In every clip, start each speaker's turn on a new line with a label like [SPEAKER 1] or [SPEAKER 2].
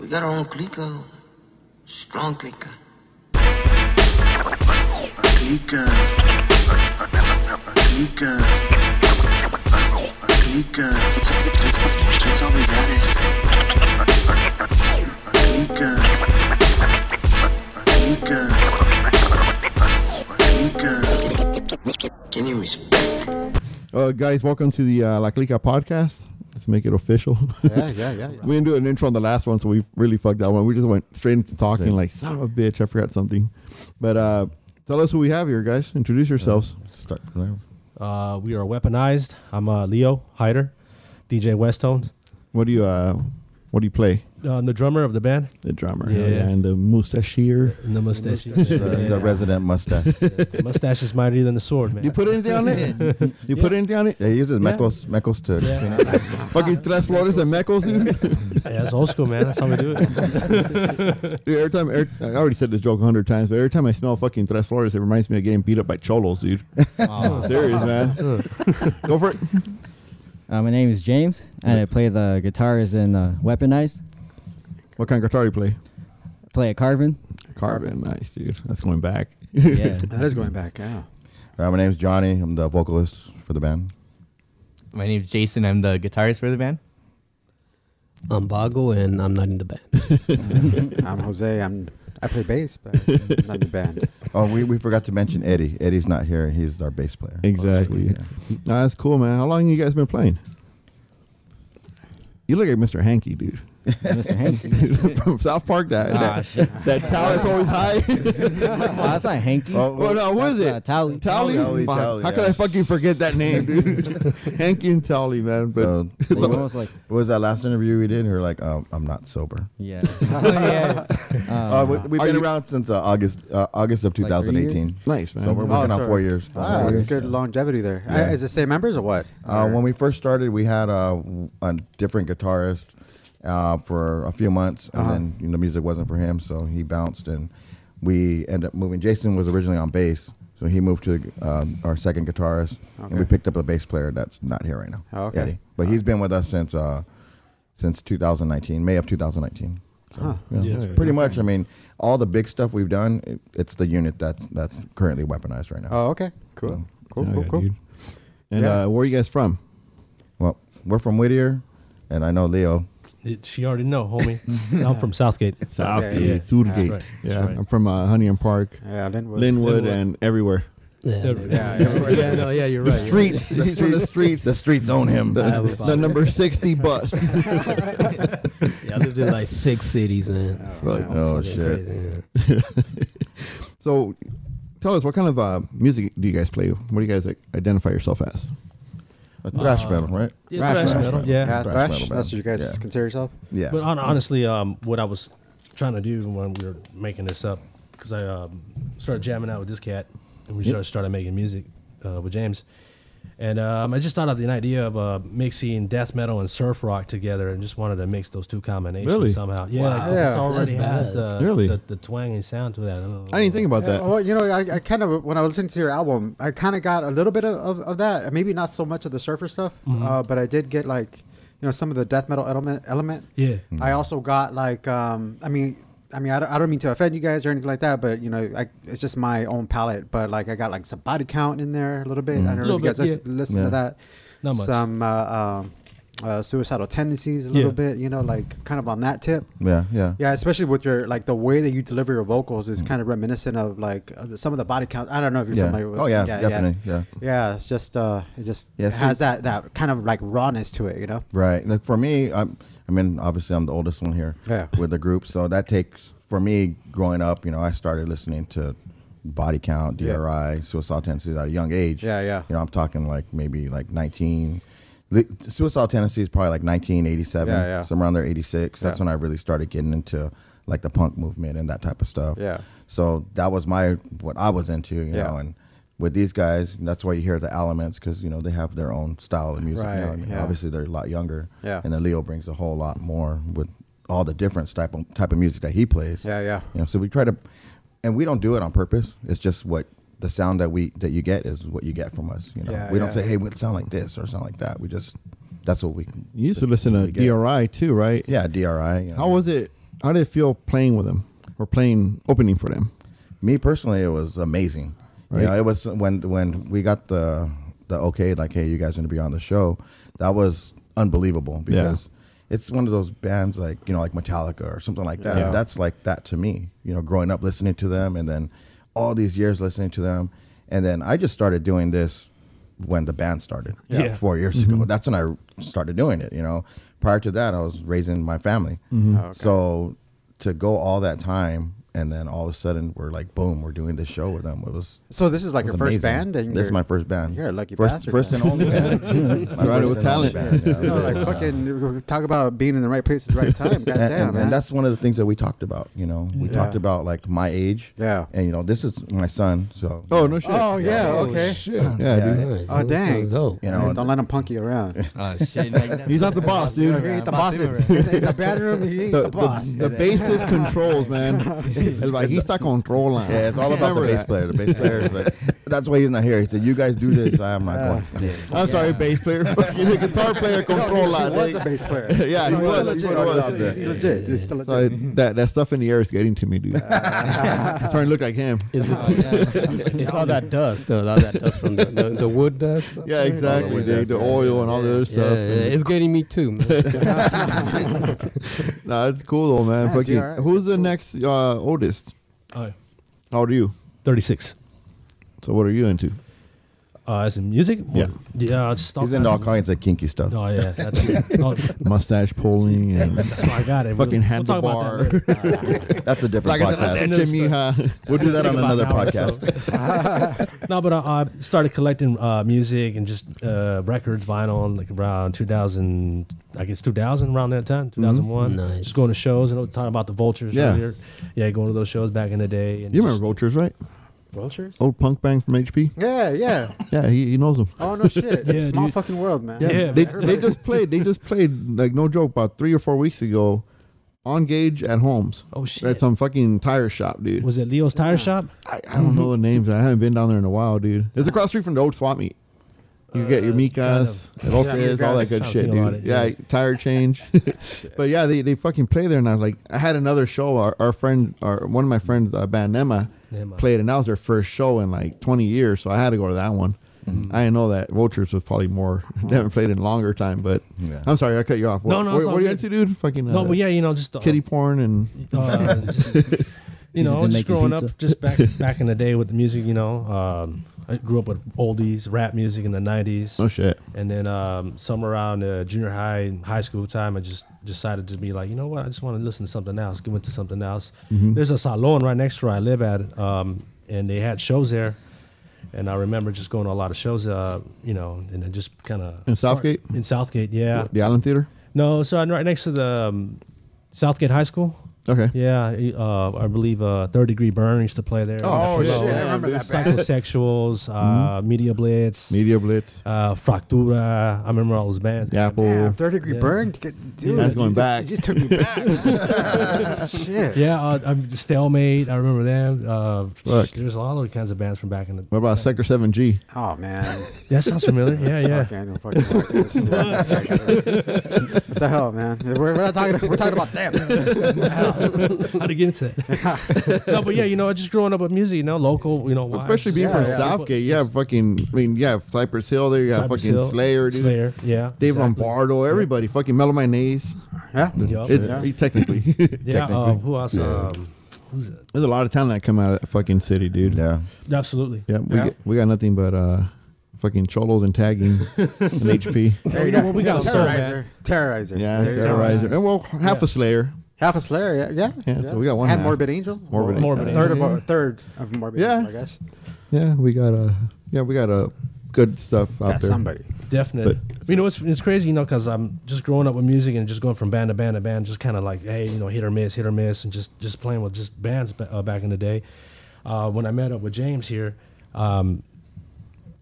[SPEAKER 1] We got our own clico. Strong clico. Our clico. Our, our, our clico. Our, our clico. It's, it's, it's, it's all we got is our, our, our, our clico. Our, our clico. Our, our clico. Can you respect?
[SPEAKER 2] Uh, guys, welcome to the uh, La Clica podcast. Let's make it official.
[SPEAKER 3] Yeah, yeah, yeah. yeah.
[SPEAKER 2] we didn't do an intro on the last one, so we really fucked that one. We just went straight into talking, like, son of a bitch, I forgot something. But uh, tell us who we have here, guys. Introduce yourselves.
[SPEAKER 3] Start now.
[SPEAKER 4] Uh, we are weaponized. I'm uh, Leo Hyder, DJ Westone,
[SPEAKER 2] What do you uh, What do you play?
[SPEAKER 4] uh, I'm the drummer of the band,
[SPEAKER 2] The drummer.
[SPEAKER 4] Yeah.
[SPEAKER 2] hell And the mustashier.
[SPEAKER 4] and the mustache.
[SPEAKER 3] He's a, he's a resident mustache. yeah,
[SPEAKER 4] The mustache is mightier than the sword, man.
[SPEAKER 2] You put anything on it? You put anything on it?
[SPEAKER 3] he uses Mecos, Mecos to clean up.
[SPEAKER 2] Fucking tres flores and mecos, dude.
[SPEAKER 4] yeah, that's old school, man. That's how we do it.
[SPEAKER 2] Dude, every time, every, I already said this joke a hundred times, but every time I smell fucking tres flores, it reminds me of getting beat up by cholos, dude. I'm serious, man. Go for it.
[SPEAKER 5] Uh, my name is James, and I play the guitars in uh, Weaponized.
[SPEAKER 2] What kind of guitar do you play?
[SPEAKER 5] Play a carvin.
[SPEAKER 2] Carbon, nice, dude. That's going back.
[SPEAKER 5] Yeah.
[SPEAKER 6] That is going back. Yeah.
[SPEAKER 3] Uh, my name's Johnny. I'm the vocalist for the band.
[SPEAKER 7] My name's Jason. I'm the guitarist for the band.
[SPEAKER 8] I'm Bago and I'm not in the band.
[SPEAKER 6] I'm Jose. I'm I play bass, but I'm not in the band.
[SPEAKER 3] Oh, we, we forgot to mention Eddie. Eddie's not here. He's our bass player.
[SPEAKER 2] Exactly.
[SPEAKER 3] Yeah.
[SPEAKER 2] Nah, that's cool, man. How long you guys been playing? You look like Mr. Hanky, dude.
[SPEAKER 5] Mr. Hank.
[SPEAKER 2] From South Park, that
[SPEAKER 7] Ah, shit.
[SPEAKER 2] that, that towel that's always high.
[SPEAKER 5] oh, that's not Hanky.
[SPEAKER 3] Oh,
[SPEAKER 2] well, no, what is
[SPEAKER 5] That's,
[SPEAKER 2] it?
[SPEAKER 5] uh, Tally.
[SPEAKER 2] Tally.
[SPEAKER 3] Tally,
[SPEAKER 2] Fuck,
[SPEAKER 3] Tally,
[SPEAKER 2] How could
[SPEAKER 3] yeah.
[SPEAKER 2] I fucking forget that name, dude? Hanky and Tally, man. But
[SPEAKER 3] Uh,
[SPEAKER 5] It's almost like,
[SPEAKER 3] What was that last interview we did? We were like, um, I'm not sober.
[SPEAKER 5] yeah.
[SPEAKER 3] Uh, we, we've
[SPEAKER 2] Are
[SPEAKER 3] been
[SPEAKER 2] you-
[SPEAKER 3] around since uh, August uh, August of
[SPEAKER 5] Like three years?
[SPEAKER 3] 2018.
[SPEAKER 2] nice, man.
[SPEAKER 3] so we're working on
[SPEAKER 6] Oh, sorry.
[SPEAKER 3] four years.
[SPEAKER 6] Ah,
[SPEAKER 3] Four
[SPEAKER 6] that's
[SPEAKER 3] years.
[SPEAKER 6] good longevity there. Uh,
[SPEAKER 3] Yeah.
[SPEAKER 6] is it same members or what?
[SPEAKER 3] Uh,
[SPEAKER 6] Or-
[SPEAKER 3] when we first started, we had uh, a different guitarist uh, for a few months, and
[SPEAKER 6] Uh-huh.
[SPEAKER 3] then you know, the music wasn't for him, so he bounced, and we ended up moving. Jason was originally on bass, so he moved to um, our second guitarist, and we
[SPEAKER 6] Okay.
[SPEAKER 3] picked up a bass player that's not here right now,
[SPEAKER 6] Oh, okay.
[SPEAKER 3] Eddie. But he's been with us since uh, since 2019, May of 2019. So,
[SPEAKER 6] Huh.
[SPEAKER 3] you know,
[SPEAKER 4] Yeah.
[SPEAKER 3] it's pretty much. I mean, all the big stuff we've done, it, it's the unit that's that's currently weaponized right now.
[SPEAKER 6] oh, okay, cool, cool,
[SPEAKER 2] Hell
[SPEAKER 6] cool,
[SPEAKER 2] yeah,
[SPEAKER 6] cool.
[SPEAKER 2] dude. And
[SPEAKER 6] Yeah.
[SPEAKER 2] uh, where are you guys from?
[SPEAKER 3] Well, we're from Whittier, and I know Leo.
[SPEAKER 4] It- she already know, homie. I'm from Southgate.
[SPEAKER 2] Southgate,
[SPEAKER 6] yeah.
[SPEAKER 2] Surgate.
[SPEAKER 4] That's right, that's
[SPEAKER 2] Yeah,
[SPEAKER 4] right.
[SPEAKER 2] I'm from uh, Honey and Park,
[SPEAKER 6] Yeah, Linwood.
[SPEAKER 2] Linwood,
[SPEAKER 4] Linwood.
[SPEAKER 2] and everywhere.
[SPEAKER 8] Yeah,
[SPEAKER 6] Yeah,
[SPEAKER 8] yeah, yeah, no, yeah, you're right. you're right.
[SPEAKER 2] Streets, he's from the streets.
[SPEAKER 3] The streets own him.
[SPEAKER 8] I
[SPEAKER 2] The,
[SPEAKER 8] was
[SPEAKER 2] the
[SPEAKER 8] on
[SPEAKER 2] number sixty bus.
[SPEAKER 8] Yeah, I lived in like six cities, man.
[SPEAKER 2] Fuck.
[SPEAKER 3] Oh
[SPEAKER 8] Yeah,
[SPEAKER 3] shit!
[SPEAKER 8] crazy,
[SPEAKER 2] So, tell us what kind of uh, music do you guys play? What do you guys like, identify yourself as?
[SPEAKER 3] A thrash metal, right?
[SPEAKER 4] Yeah, thrash
[SPEAKER 3] metal.
[SPEAKER 4] metal.
[SPEAKER 6] yeah,
[SPEAKER 3] Thrash
[SPEAKER 4] Yeah.
[SPEAKER 6] thrash.
[SPEAKER 3] metal band.
[SPEAKER 6] That's what you guys
[SPEAKER 3] Yeah.
[SPEAKER 6] consider yourself.
[SPEAKER 3] Yeah.
[SPEAKER 4] But hon- honestly, um, what I was trying to do when we were making this up, because I um, started jamming out with this cat, and we started started making music uh, with James, and um, I just thought of an idea of uh, mixing death metal and surf rock together, and just wanted to mix those two combinations
[SPEAKER 2] Really?
[SPEAKER 4] somehow. Yeah, 'cause
[SPEAKER 6] Yeah.
[SPEAKER 4] it already
[SPEAKER 8] That's
[SPEAKER 4] has the,
[SPEAKER 2] Really?
[SPEAKER 4] the the twangy sound to that. don't
[SPEAKER 2] I didn't think about
[SPEAKER 6] Yeah,
[SPEAKER 2] that.
[SPEAKER 6] well, you know, I, I kind of when I listened to your album, I kind of got a little bit of, of, of that. Maybe not so much of the surfer stuff,
[SPEAKER 3] Mm-hmm.
[SPEAKER 6] uh, but I did get like you know some of the death metal element. Element.
[SPEAKER 4] Yeah.
[SPEAKER 2] Hmm.
[SPEAKER 3] Mm.
[SPEAKER 6] I also got like um, I mean. I mean, I don't, I don't mean to offend you guys or anything like that, but you know, I, it's just my own palate. But like, I got like some body count in there a little bit. I don't know
[SPEAKER 4] Little
[SPEAKER 6] if you guys
[SPEAKER 4] bit,
[SPEAKER 6] lis-
[SPEAKER 4] yeah.
[SPEAKER 6] listen
[SPEAKER 3] Mm. Yeah.
[SPEAKER 6] to that.
[SPEAKER 4] Not much.
[SPEAKER 6] Some uh, um, uh, suicidal tendencies a little
[SPEAKER 4] Yeah.
[SPEAKER 6] bit, you know, like kind of on that tip.
[SPEAKER 3] yeah, yeah,
[SPEAKER 6] Yeah, especially with your like the way that you deliver your vocals is kind of reminiscent of like uh, some of the body count. I don't know if you're
[SPEAKER 3] Mm. Yeah.
[SPEAKER 6] familiar with.
[SPEAKER 3] Oh, yeah, definitely, yeah.
[SPEAKER 6] Yeah, it's just uh, it just
[SPEAKER 3] Yeah,
[SPEAKER 6] it
[SPEAKER 3] so-
[SPEAKER 6] has that that kind of like rawness to it, you know.
[SPEAKER 3] Right. Like for me, I'm. I mean, obviously, I'm the oldest one here
[SPEAKER 6] Yeah.
[SPEAKER 3] with the group, so that takes for me growing up. You know, I started listening to Body Count, DRI,
[SPEAKER 6] Yeah.
[SPEAKER 3] Suicidal Tendencies at a young age.
[SPEAKER 6] Yeah, yeah.
[SPEAKER 3] You know, I'm talking like maybe like 19. Li- Suicidal Tendencies is probably like 1987,
[SPEAKER 6] Yeah, yeah.
[SPEAKER 3] somewhere around there, 86. That's
[SPEAKER 6] Yeah.
[SPEAKER 3] when I really started getting into like the punk movement and that type of stuff.
[SPEAKER 6] Yeah.
[SPEAKER 3] So that was my what I was into, you
[SPEAKER 6] Yeah.
[SPEAKER 3] know. And with these guys, that's why you hear the elements because you know they have their own style of music. now.
[SPEAKER 6] Right,
[SPEAKER 3] I mean,
[SPEAKER 6] yeah.
[SPEAKER 3] obviously they're a lot younger.
[SPEAKER 6] Yeah.
[SPEAKER 3] And then Leo brings a whole lot more with all the different type of type of music that he plays.
[SPEAKER 6] Yeah, yeah.
[SPEAKER 3] You know, so we try to, and we don't do it on purpose. It's just what the sound that we that you get is what you get from us. You know,
[SPEAKER 6] Yeah,
[SPEAKER 3] we don't
[SPEAKER 6] yeah.
[SPEAKER 3] say hey, we sound like this or sound like that. We just that's what we
[SPEAKER 2] You used to listen to
[SPEAKER 3] we get.
[SPEAKER 2] DRI too, right?
[SPEAKER 3] Yeah, DRI. you know.
[SPEAKER 2] How was it How did it feel playing with them or playing opening for them?
[SPEAKER 3] me personally, it was amazing.
[SPEAKER 2] Right.
[SPEAKER 3] You know, it was when when we got the the okay, like, hey, you guys are gonna be on the show. That was unbelievable because it's one of those bands like you know, like Metallica or something like that.
[SPEAKER 2] Yeah.
[SPEAKER 3] That's like that to me. You know, growing up listening to them, and then all these years listening to them, and then I just started doing this when the band started
[SPEAKER 4] Yeah. Yeah.
[SPEAKER 3] four years ago. That's when I started doing it. You know, prior to that, I was raising my family.
[SPEAKER 6] Oh,
[SPEAKER 3] So to go all that time and then all of a sudden we're like, boom, we're doing this show with them. It was.
[SPEAKER 6] So this is like
[SPEAKER 3] it
[SPEAKER 6] your
[SPEAKER 3] was
[SPEAKER 6] first
[SPEAKER 3] amazing.
[SPEAKER 6] band, and
[SPEAKER 3] this is
[SPEAKER 6] you're-
[SPEAKER 3] my first band.
[SPEAKER 6] You're a lucky
[SPEAKER 3] first,
[SPEAKER 6] bastard.
[SPEAKER 3] First
[SPEAKER 6] then.
[SPEAKER 3] and only band. My
[SPEAKER 2] Surrounded with talent.
[SPEAKER 3] first and only band, yeah.
[SPEAKER 6] No, like fucking talk about being in the right place at the right time.
[SPEAKER 3] And,
[SPEAKER 6] Goddamn,
[SPEAKER 3] and- and
[SPEAKER 6] man.
[SPEAKER 3] that's one of the things that we talked about. You know, we
[SPEAKER 6] Yeah.
[SPEAKER 3] talked about like my age.
[SPEAKER 6] Yeah.
[SPEAKER 3] And you know, this is my son. So.
[SPEAKER 2] Oh no shit!
[SPEAKER 6] oh yeah, okay.
[SPEAKER 2] Yeah, dude.
[SPEAKER 6] Oh dang,
[SPEAKER 8] dope.
[SPEAKER 3] You know,
[SPEAKER 6] don't let him punk you around.
[SPEAKER 7] Oh shit! like,
[SPEAKER 2] He's not the boss, dude.
[SPEAKER 6] he ain't the
[SPEAKER 7] boss
[SPEAKER 6] boss.
[SPEAKER 7] everywhere.
[SPEAKER 6] in in the bedroom, he ain't the,
[SPEAKER 2] The, the,
[SPEAKER 6] boss.
[SPEAKER 2] the bassist controls, man. El bajista controla.
[SPEAKER 3] Yeah, it's all about the
[SPEAKER 2] Remember
[SPEAKER 3] bass
[SPEAKER 2] that.
[SPEAKER 3] player. The bass player is like, that's why he's not here. He said, "You guys do this. I'm not going."
[SPEAKER 2] I'm sorry, bass player. Fucking the guitar player controla.
[SPEAKER 6] He was a bass player.
[SPEAKER 2] Yeah, he
[SPEAKER 6] He's
[SPEAKER 2] was.
[SPEAKER 6] legit.
[SPEAKER 2] He was.
[SPEAKER 6] He's- he's legit. He's still
[SPEAKER 2] So
[SPEAKER 6] legit.
[SPEAKER 2] that that stuff in the air is getting to me, dude. it's starting to look like him.
[SPEAKER 8] Is it, it's all that dust, uh, all that dust from the, the, the wood dust.
[SPEAKER 2] Yeah, exactly, dude. The oil and all the other
[SPEAKER 8] Yeah,
[SPEAKER 2] stuff.
[SPEAKER 8] yeah, it's getting me too. Man.
[SPEAKER 2] Nah, it's cool though, man.
[SPEAKER 6] Yeah, it's
[SPEAKER 2] Fucking,
[SPEAKER 6] alright.
[SPEAKER 2] who's the next uh, oldest?
[SPEAKER 4] Oh,
[SPEAKER 2] How old are you?
[SPEAKER 4] 36.
[SPEAKER 2] So what are you into?
[SPEAKER 4] Uh, as in music?
[SPEAKER 2] Yeah.
[SPEAKER 4] Yeah, it's just all
[SPEAKER 3] He's into all kinds
[SPEAKER 4] kinds
[SPEAKER 3] of kinky
[SPEAKER 4] of-
[SPEAKER 3] stuff.
[SPEAKER 4] Oh, yeah. That's, oh,
[SPEAKER 2] Mustache pulling and
[SPEAKER 4] that's why I got it.
[SPEAKER 2] fucking
[SPEAKER 4] we'll, we'll talk about that
[SPEAKER 2] handlebar. uh,
[SPEAKER 4] later.
[SPEAKER 3] That's a different podcast.
[SPEAKER 4] Another story.
[SPEAKER 2] mija.
[SPEAKER 3] We'll do that
[SPEAKER 4] Take
[SPEAKER 3] on
[SPEAKER 4] about
[SPEAKER 3] another
[SPEAKER 4] an hour or
[SPEAKER 3] podcast.
[SPEAKER 4] so. no, but I, I started collecting uh, music and just uh, records, vinyl, like around 2000, I guess 2000, around that time, 2001.
[SPEAKER 8] Nice.
[SPEAKER 4] Just going to shows. and talking about the Vultures
[SPEAKER 2] Mm-hmm. Yeah.
[SPEAKER 4] earlier. Yeah, going to those shows back in the day. And
[SPEAKER 2] You
[SPEAKER 4] just-
[SPEAKER 2] remember Vultures, right?
[SPEAKER 6] Vultures?
[SPEAKER 2] Old punk bang from HP.
[SPEAKER 6] Yeah, yeah.
[SPEAKER 2] Yeah, he, he knows them.
[SPEAKER 6] Oh no, shit.
[SPEAKER 4] Yeah,
[SPEAKER 6] Small
[SPEAKER 4] dude.
[SPEAKER 6] fucking world, man.
[SPEAKER 4] Yeah.
[SPEAKER 2] they,
[SPEAKER 6] Everybody-
[SPEAKER 2] they just played. They just played like no joke about three or four weeks ago, on Gage at Holmes.
[SPEAKER 4] Oh,
[SPEAKER 2] At
[SPEAKER 4] shit.
[SPEAKER 2] some fucking tire shop, dude.
[SPEAKER 4] Was it Leo's Tire Shop?
[SPEAKER 2] I, I don't know the names. I haven't been down there in a while, dude. It's across the street from the old swap meet. You get your
[SPEAKER 4] Uh,
[SPEAKER 2] Mikas, Elotes, all that
[SPEAKER 6] Mikas.
[SPEAKER 2] good
[SPEAKER 4] Something
[SPEAKER 2] shit,
[SPEAKER 4] about
[SPEAKER 2] dude.
[SPEAKER 4] it,
[SPEAKER 2] yeah.
[SPEAKER 4] yeah.
[SPEAKER 2] tire change. but yeah, they, they fucking play there, and I was like, I had another show. Our, our friend, our one of my friends, uh, Band Nema,
[SPEAKER 4] Nema.
[SPEAKER 2] played, and that was their first show in like 20 years, so I had to go to that one.
[SPEAKER 4] Mm-hmm.
[SPEAKER 2] I didn't know that Vultures was probably more. they haven't played in a longer time, but
[SPEAKER 3] Yeah.
[SPEAKER 2] I'm sorry I cut you off. What,
[SPEAKER 4] No, no,
[SPEAKER 2] what,
[SPEAKER 4] it's
[SPEAKER 2] what
[SPEAKER 4] all
[SPEAKER 2] are you
[SPEAKER 4] good.
[SPEAKER 2] into, dude? Fucking uh,
[SPEAKER 4] No, but yeah, you know, just uh,
[SPEAKER 2] kitty porn and
[SPEAKER 4] uh, just, you
[SPEAKER 5] He's into
[SPEAKER 4] know,
[SPEAKER 5] making
[SPEAKER 4] just growing
[SPEAKER 5] pizza.
[SPEAKER 4] up, just back back in the day with the music, you know, um, I grew up with oldies, rap music in the '90s,
[SPEAKER 2] oh shit.
[SPEAKER 4] and then um, somewhere around uh, junior high, and high school time, I just decided to be like, you know what, I just want to listen to something else, get into something else.
[SPEAKER 2] Mm-hmm.
[SPEAKER 4] There's a salon right next to where I live at, um, and they had shows there. And I remember just going to a lot of shows, uh, you know, and then just kind of
[SPEAKER 2] In Southgate?
[SPEAKER 4] In Southgate, yeah.
[SPEAKER 2] The Island Theater.
[SPEAKER 4] No, so I'm right next to the um, Southgate High School.
[SPEAKER 2] Okay.
[SPEAKER 4] Yeah, y- uh, I believe uh, Third Degree Burn used to play there.
[SPEAKER 6] Oh, shit. I
[SPEAKER 2] Yeah,
[SPEAKER 6] remember that band.
[SPEAKER 4] Psychosexuals,
[SPEAKER 2] Mm-hmm.
[SPEAKER 4] uh, Media Blitz,
[SPEAKER 2] Media Blitz.
[SPEAKER 4] uh, Fractura. I remember all those bands.
[SPEAKER 2] The Apple.
[SPEAKER 6] Damn, third degree
[SPEAKER 4] Yeah.
[SPEAKER 6] burn, Get- dude.
[SPEAKER 2] That's
[SPEAKER 6] you
[SPEAKER 2] going
[SPEAKER 6] just-
[SPEAKER 2] back.
[SPEAKER 6] You just took me back. Shit.
[SPEAKER 4] Yeah, uh, I'm Stalemate. I remember them. Uh,
[SPEAKER 2] Fuck.
[SPEAKER 4] there's a lot of kinds of bands from back in the.
[SPEAKER 2] What about Sector Seven G?
[SPEAKER 6] Oh man.
[SPEAKER 4] That sounds familiar. Yeah, yeah.
[SPEAKER 6] Okay, I don't fucking like this. what the hell, man? We're, we're not talking. We're talking about them.
[SPEAKER 4] How to get into it? no, but yeah, you know, just growing up with music, you know, local, you know, wise.
[SPEAKER 2] Especially being
[SPEAKER 6] Yeah,
[SPEAKER 2] from
[SPEAKER 6] yeah.
[SPEAKER 2] Southgate, you have fucking. I mean, you have Cypress Hill there. You have
[SPEAKER 4] Cypress
[SPEAKER 2] fucking
[SPEAKER 4] Hill,
[SPEAKER 2] Slayer, dude.
[SPEAKER 4] Slayer, yeah.
[SPEAKER 2] Dave
[SPEAKER 4] exactly.
[SPEAKER 2] Lombardo, everybody, fucking Mellow My Knees.
[SPEAKER 6] Yeah.
[SPEAKER 4] Yup.
[SPEAKER 2] It's
[SPEAKER 6] Yeah.
[SPEAKER 2] he- technically, there's
[SPEAKER 4] Yeah, uh, who else? Um, who's it?
[SPEAKER 2] a lot of talent that come out of that fucking city, dude.
[SPEAKER 3] Yeah.
[SPEAKER 4] Absolutely.
[SPEAKER 2] Yeah, we,
[SPEAKER 6] Yeah.
[SPEAKER 2] Get, we got nothing but uh, fucking cholos and tagging and HP.
[SPEAKER 6] There
[SPEAKER 4] you know what? We got soul,
[SPEAKER 6] terrorizer.
[SPEAKER 4] man.
[SPEAKER 6] Terrorizer.
[SPEAKER 2] Yeah,
[SPEAKER 6] There you go.
[SPEAKER 2] terrorizer, and well, half a Slayer.
[SPEAKER 6] Half a Slayer. Yeah. Yeah.
[SPEAKER 2] Yeah, so we got one
[SPEAKER 6] And
[SPEAKER 2] half.
[SPEAKER 6] Morbid Angels.
[SPEAKER 2] Morbid
[SPEAKER 4] Morbid
[SPEAKER 6] A
[SPEAKER 4] Angel.
[SPEAKER 6] third of a third of Morbid
[SPEAKER 2] Yeah.
[SPEAKER 6] Angel, I guess.
[SPEAKER 2] Yeah, we got a yeah, we got a good stuff out
[SPEAKER 6] Got
[SPEAKER 2] there.
[SPEAKER 6] somebody.
[SPEAKER 4] Definitely. you know, it's, it's crazy, you know, because I'm just growing up with music and just going from band to band to band, just kind of like, hey, you know, hit or miss, hit or miss, and just just playing with just bands ba- uh, back in the day. Uh, when I met up with James here, um,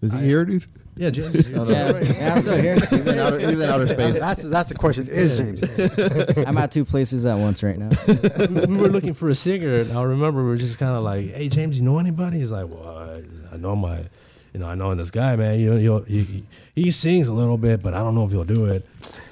[SPEAKER 2] Is he here, dude?
[SPEAKER 4] yeah, James,
[SPEAKER 5] Yeah, yeah, I'm still here.
[SPEAKER 3] He's in outer, he's in outer space.
[SPEAKER 6] That's that's the question. Is James?
[SPEAKER 5] I'm at two places at once right now.
[SPEAKER 4] we, we were looking for a cigarette. I remember we were just kind of like, hey, James, you know anybody? He's like, well, I, I know my you know, I know this guy, man. You know, he'll- he, he he sings a little bit, but I don't know if he'll do it.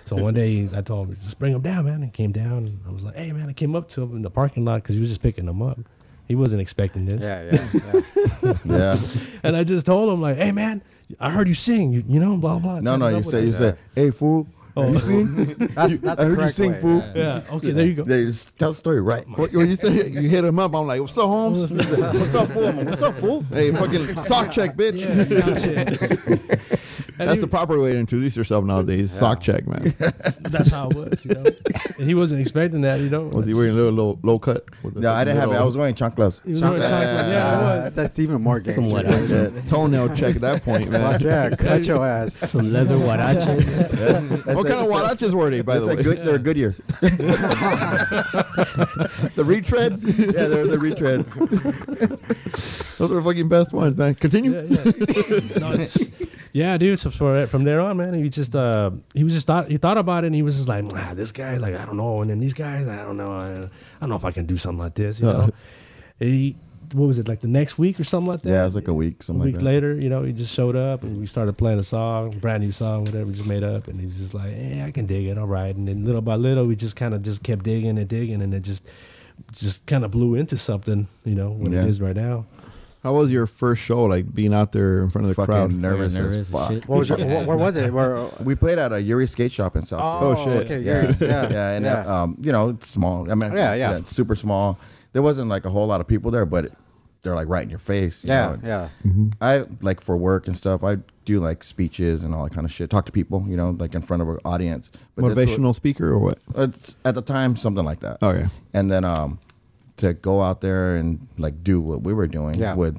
[SPEAKER 4] So one day he- I told him, just bring him down, man. And he came down. And I was like, hey, man. I came up to him in the parking lot because he was just picking him up. He wasn't expecting this.
[SPEAKER 6] Yeah, yeah, yeah.
[SPEAKER 3] Yeah.
[SPEAKER 4] And I just told him like, hey, man, I heard you sing. You, you know, blah blah.
[SPEAKER 3] No,
[SPEAKER 4] Turn
[SPEAKER 3] no,
[SPEAKER 4] it
[SPEAKER 3] you
[SPEAKER 4] up with
[SPEAKER 3] say,
[SPEAKER 4] it.
[SPEAKER 3] you say, hey, fool. you sing?
[SPEAKER 6] That's that's
[SPEAKER 3] I
[SPEAKER 6] a
[SPEAKER 3] heard you
[SPEAKER 6] correct
[SPEAKER 3] sing,
[SPEAKER 6] way.
[SPEAKER 3] fool.
[SPEAKER 6] Yeah.
[SPEAKER 4] Yeah. Okay. Oh. There you go.
[SPEAKER 3] They just tell the story right.
[SPEAKER 2] What, what you say? You hit him up. I'm like, what's up, Holmes?
[SPEAKER 3] What's up, fool? What's up, fool?
[SPEAKER 2] hey, fucking sock check, bitch. That's the proper way to introduce yourself nowadays. Sock check, man.
[SPEAKER 4] That's how it was, you know. and he wasn't expecting that, you know.
[SPEAKER 2] Was he wearing a little low, low cut? with the
[SPEAKER 3] No, I didn't have it. I
[SPEAKER 2] little
[SPEAKER 3] was wearing chanclas.
[SPEAKER 4] He was wearing chocolate. Yeah, it was.
[SPEAKER 6] Uh, That's even more gangster.
[SPEAKER 8] Somewhat
[SPEAKER 2] toenail check at that point, man.
[SPEAKER 6] Fuck yeah, cut your ass.
[SPEAKER 8] Some leather huaraches.
[SPEAKER 2] What kind of watches were they, by
[SPEAKER 3] It's
[SPEAKER 2] the way?
[SPEAKER 3] a good, they're a good year.
[SPEAKER 2] the retreads?
[SPEAKER 3] Yeah, they're the retreads.
[SPEAKER 2] Those are the fucking best ones, man. Continue.
[SPEAKER 4] Yeah, yeah. No, it's- yeah, dude. So for, from there on, man, he just uh, he was just thought he thought about it, and he was just like, "Nah, this guy, like, I don't know, and then these guys, I don't know, I, I don't know if I can do something like this, you
[SPEAKER 2] Uh-huh.
[SPEAKER 4] know. He, what was it like the next week or something like that?
[SPEAKER 3] Yeah, it was like a week, something
[SPEAKER 4] a week
[SPEAKER 3] like that.
[SPEAKER 4] later, you know, he just showed up and we started playing a song, brand new song, whatever, just made up. And he was just like, "Yeah, I can dig it, all right." And then little by little, we just kind of just kept digging and digging, and it just just kind of blew into something, you know, what
[SPEAKER 3] Yeah.
[SPEAKER 4] it is right now.
[SPEAKER 2] How was your first show? Like being out there in front of the
[SPEAKER 3] Fucking
[SPEAKER 2] crowd.
[SPEAKER 3] nervous,
[SPEAKER 5] nervous
[SPEAKER 3] as
[SPEAKER 5] as
[SPEAKER 3] fuck.
[SPEAKER 5] shit.
[SPEAKER 6] What was your, wh- where was it? Where, oh,
[SPEAKER 3] We played at a Yuri skate shop in South. Bay.
[SPEAKER 2] Oh, shit.
[SPEAKER 6] Okay,
[SPEAKER 3] yeah,
[SPEAKER 6] yours, Oh, yeah,
[SPEAKER 3] yeah, and
[SPEAKER 6] yeah.
[SPEAKER 3] that, um, you know, it's small. I mean,
[SPEAKER 6] Yeah, yeah.
[SPEAKER 3] it's super small. There wasn't like a whole lot of people there, but it, they're like right in your face. you know,
[SPEAKER 6] yeah,
[SPEAKER 3] and
[SPEAKER 6] yeah.
[SPEAKER 3] I like for work and stuff. I do like speeches and all that kind of shit. Talk to people, you know, like in front of an audience. But this
[SPEAKER 2] Motivational speaker or what?
[SPEAKER 3] wa- it's, uh, at the time, something like that.
[SPEAKER 2] Okay.
[SPEAKER 3] And then um, to go out there and like do what we were doing
[SPEAKER 6] Yeah.
[SPEAKER 3] with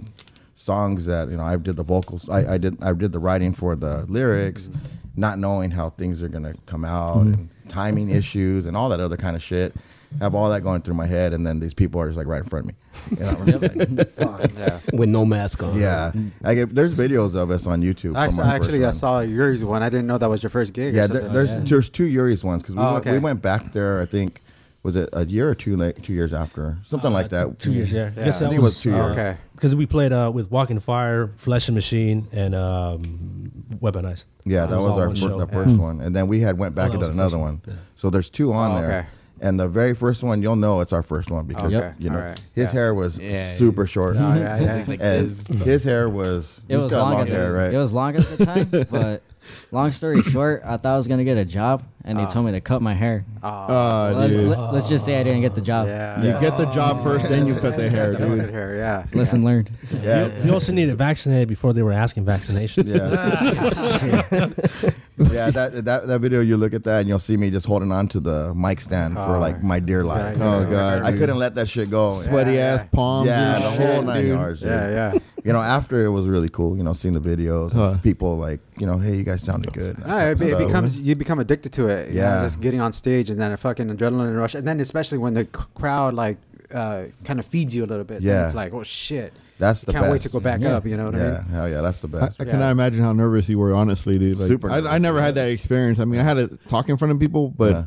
[SPEAKER 3] songs that you know I did the vocals. I, I did I did the writing for the lyrics, not knowing how things are gonna come out
[SPEAKER 6] Mm-hmm.
[SPEAKER 3] and timing issues and all that other kind of shit. Have all that going through my head, and then these people are just like right in front of me. And I'm just like,
[SPEAKER 6] yeah.
[SPEAKER 8] with no mask on.
[SPEAKER 3] yeah, I get, there's videos of us on YouTube.
[SPEAKER 6] I
[SPEAKER 3] from
[SPEAKER 6] saw,
[SPEAKER 3] our first
[SPEAKER 6] actually, I
[SPEAKER 3] run.
[SPEAKER 6] saw Yuri's one. I didn't know that was your first gig.
[SPEAKER 3] Yeah,
[SPEAKER 6] or
[SPEAKER 3] there,
[SPEAKER 6] something.
[SPEAKER 3] there's there's two Yuri's ones because we,
[SPEAKER 6] Oh,
[SPEAKER 3] went- we
[SPEAKER 6] okay.
[SPEAKER 3] went back there. I think was it a year or two like two years after something like
[SPEAKER 4] Uh,
[SPEAKER 3] that.
[SPEAKER 4] Two years, yeah.
[SPEAKER 6] Yeah.
[SPEAKER 4] Guess
[SPEAKER 6] I
[SPEAKER 4] that uh,
[SPEAKER 3] think it was two years.
[SPEAKER 6] Okay.
[SPEAKER 4] Because we played uh, with Walking Fire, Flesh and Machine, and um, Weaponize.
[SPEAKER 3] Yeah, that
[SPEAKER 4] was
[SPEAKER 3] was,
[SPEAKER 4] all
[SPEAKER 3] our
[SPEAKER 4] one
[SPEAKER 3] fir-
[SPEAKER 4] show.
[SPEAKER 3] the
[SPEAKER 4] Yeah.
[SPEAKER 3] first one, and then we had went back and
[SPEAKER 4] that was
[SPEAKER 3] done
[SPEAKER 4] the first
[SPEAKER 3] another one.
[SPEAKER 4] one. Yeah.
[SPEAKER 3] So there's two on
[SPEAKER 6] Oh,
[SPEAKER 3] there,
[SPEAKER 6] okay.
[SPEAKER 3] and the very first one you'll know it's our first one because
[SPEAKER 6] Okay,
[SPEAKER 3] you know
[SPEAKER 6] alright,
[SPEAKER 3] his
[SPEAKER 6] yeah.
[SPEAKER 3] hair was
[SPEAKER 7] Yeah,
[SPEAKER 3] super short.
[SPEAKER 6] Oh, yeah, yeah.
[SPEAKER 7] Like
[SPEAKER 3] and
[SPEAKER 7] this.
[SPEAKER 3] his hair was
[SPEAKER 5] It
[SPEAKER 3] he's
[SPEAKER 5] was
[SPEAKER 3] got
[SPEAKER 5] long,
[SPEAKER 3] long
[SPEAKER 5] at
[SPEAKER 3] hair,
[SPEAKER 5] the,
[SPEAKER 3] right?
[SPEAKER 5] It was long at the time, but long story short, I thought I was gonna get a job, and they told me to cut my hair.
[SPEAKER 2] Uh,
[SPEAKER 5] let's,
[SPEAKER 2] dude.
[SPEAKER 5] let- let's just say I didn't get the job.
[SPEAKER 6] yeah.
[SPEAKER 2] You get the job first, then you cut the hair,
[SPEAKER 6] Yeah,
[SPEAKER 2] dude.
[SPEAKER 6] fucking hair, yeah.
[SPEAKER 5] Lesson learned.
[SPEAKER 3] yeah,
[SPEAKER 4] You also needed vaccinated before they were asking vaccinations.
[SPEAKER 3] yeah. yeah, that, that that video you look at that and you'll see me just holding on to the mic stand for like my dear life.
[SPEAKER 6] Oh, yeah,
[SPEAKER 2] yeah. Oh, God,
[SPEAKER 3] I
[SPEAKER 2] dude.
[SPEAKER 3] couldn't let that shit go.
[SPEAKER 2] Sweaty
[SPEAKER 6] Yeah,
[SPEAKER 2] ass
[SPEAKER 6] yeah.
[SPEAKER 2] palms.
[SPEAKER 3] Yeah,
[SPEAKER 2] and
[SPEAKER 3] the
[SPEAKER 2] shit,
[SPEAKER 3] whole nine
[SPEAKER 2] dude.
[SPEAKER 3] yards. dude.
[SPEAKER 6] Yeah, yeah.
[SPEAKER 3] You know, after it was really cool. You know, seeing the videos, and
[SPEAKER 2] Huh.
[SPEAKER 3] people like, you know, hey, you guys sounded good.
[SPEAKER 6] No, Ah, it, be- it
[SPEAKER 3] So-
[SPEAKER 6] becomes you become addicted to it. you know,
[SPEAKER 3] Yeah.
[SPEAKER 6] just getting on stage and then a fucking adrenaline rush, and then especially when the c- crowd like uh, kind of feeds you a little bit.
[SPEAKER 3] Yeah.
[SPEAKER 6] then it's like oh shit.
[SPEAKER 3] That's
[SPEAKER 6] You
[SPEAKER 3] the
[SPEAKER 6] can't wait
[SPEAKER 3] best.
[SPEAKER 6] to go back
[SPEAKER 5] Yeah.
[SPEAKER 6] up. You know what I
[SPEAKER 3] yeah,
[SPEAKER 6] mean?
[SPEAKER 3] hell yeah, that's the
[SPEAKER 2] I,
[SPEAKER 3] best.
[SPEAKER 2] I cannot imagine how nervous you were, honestly, dude. Like,
[SPEAKER 3] Super
[SPEAKER 2] I, I
[SPEAKER 3] nervous.
[SPEAKER 2] never had that experience. I mean, I had to talk in front of people, but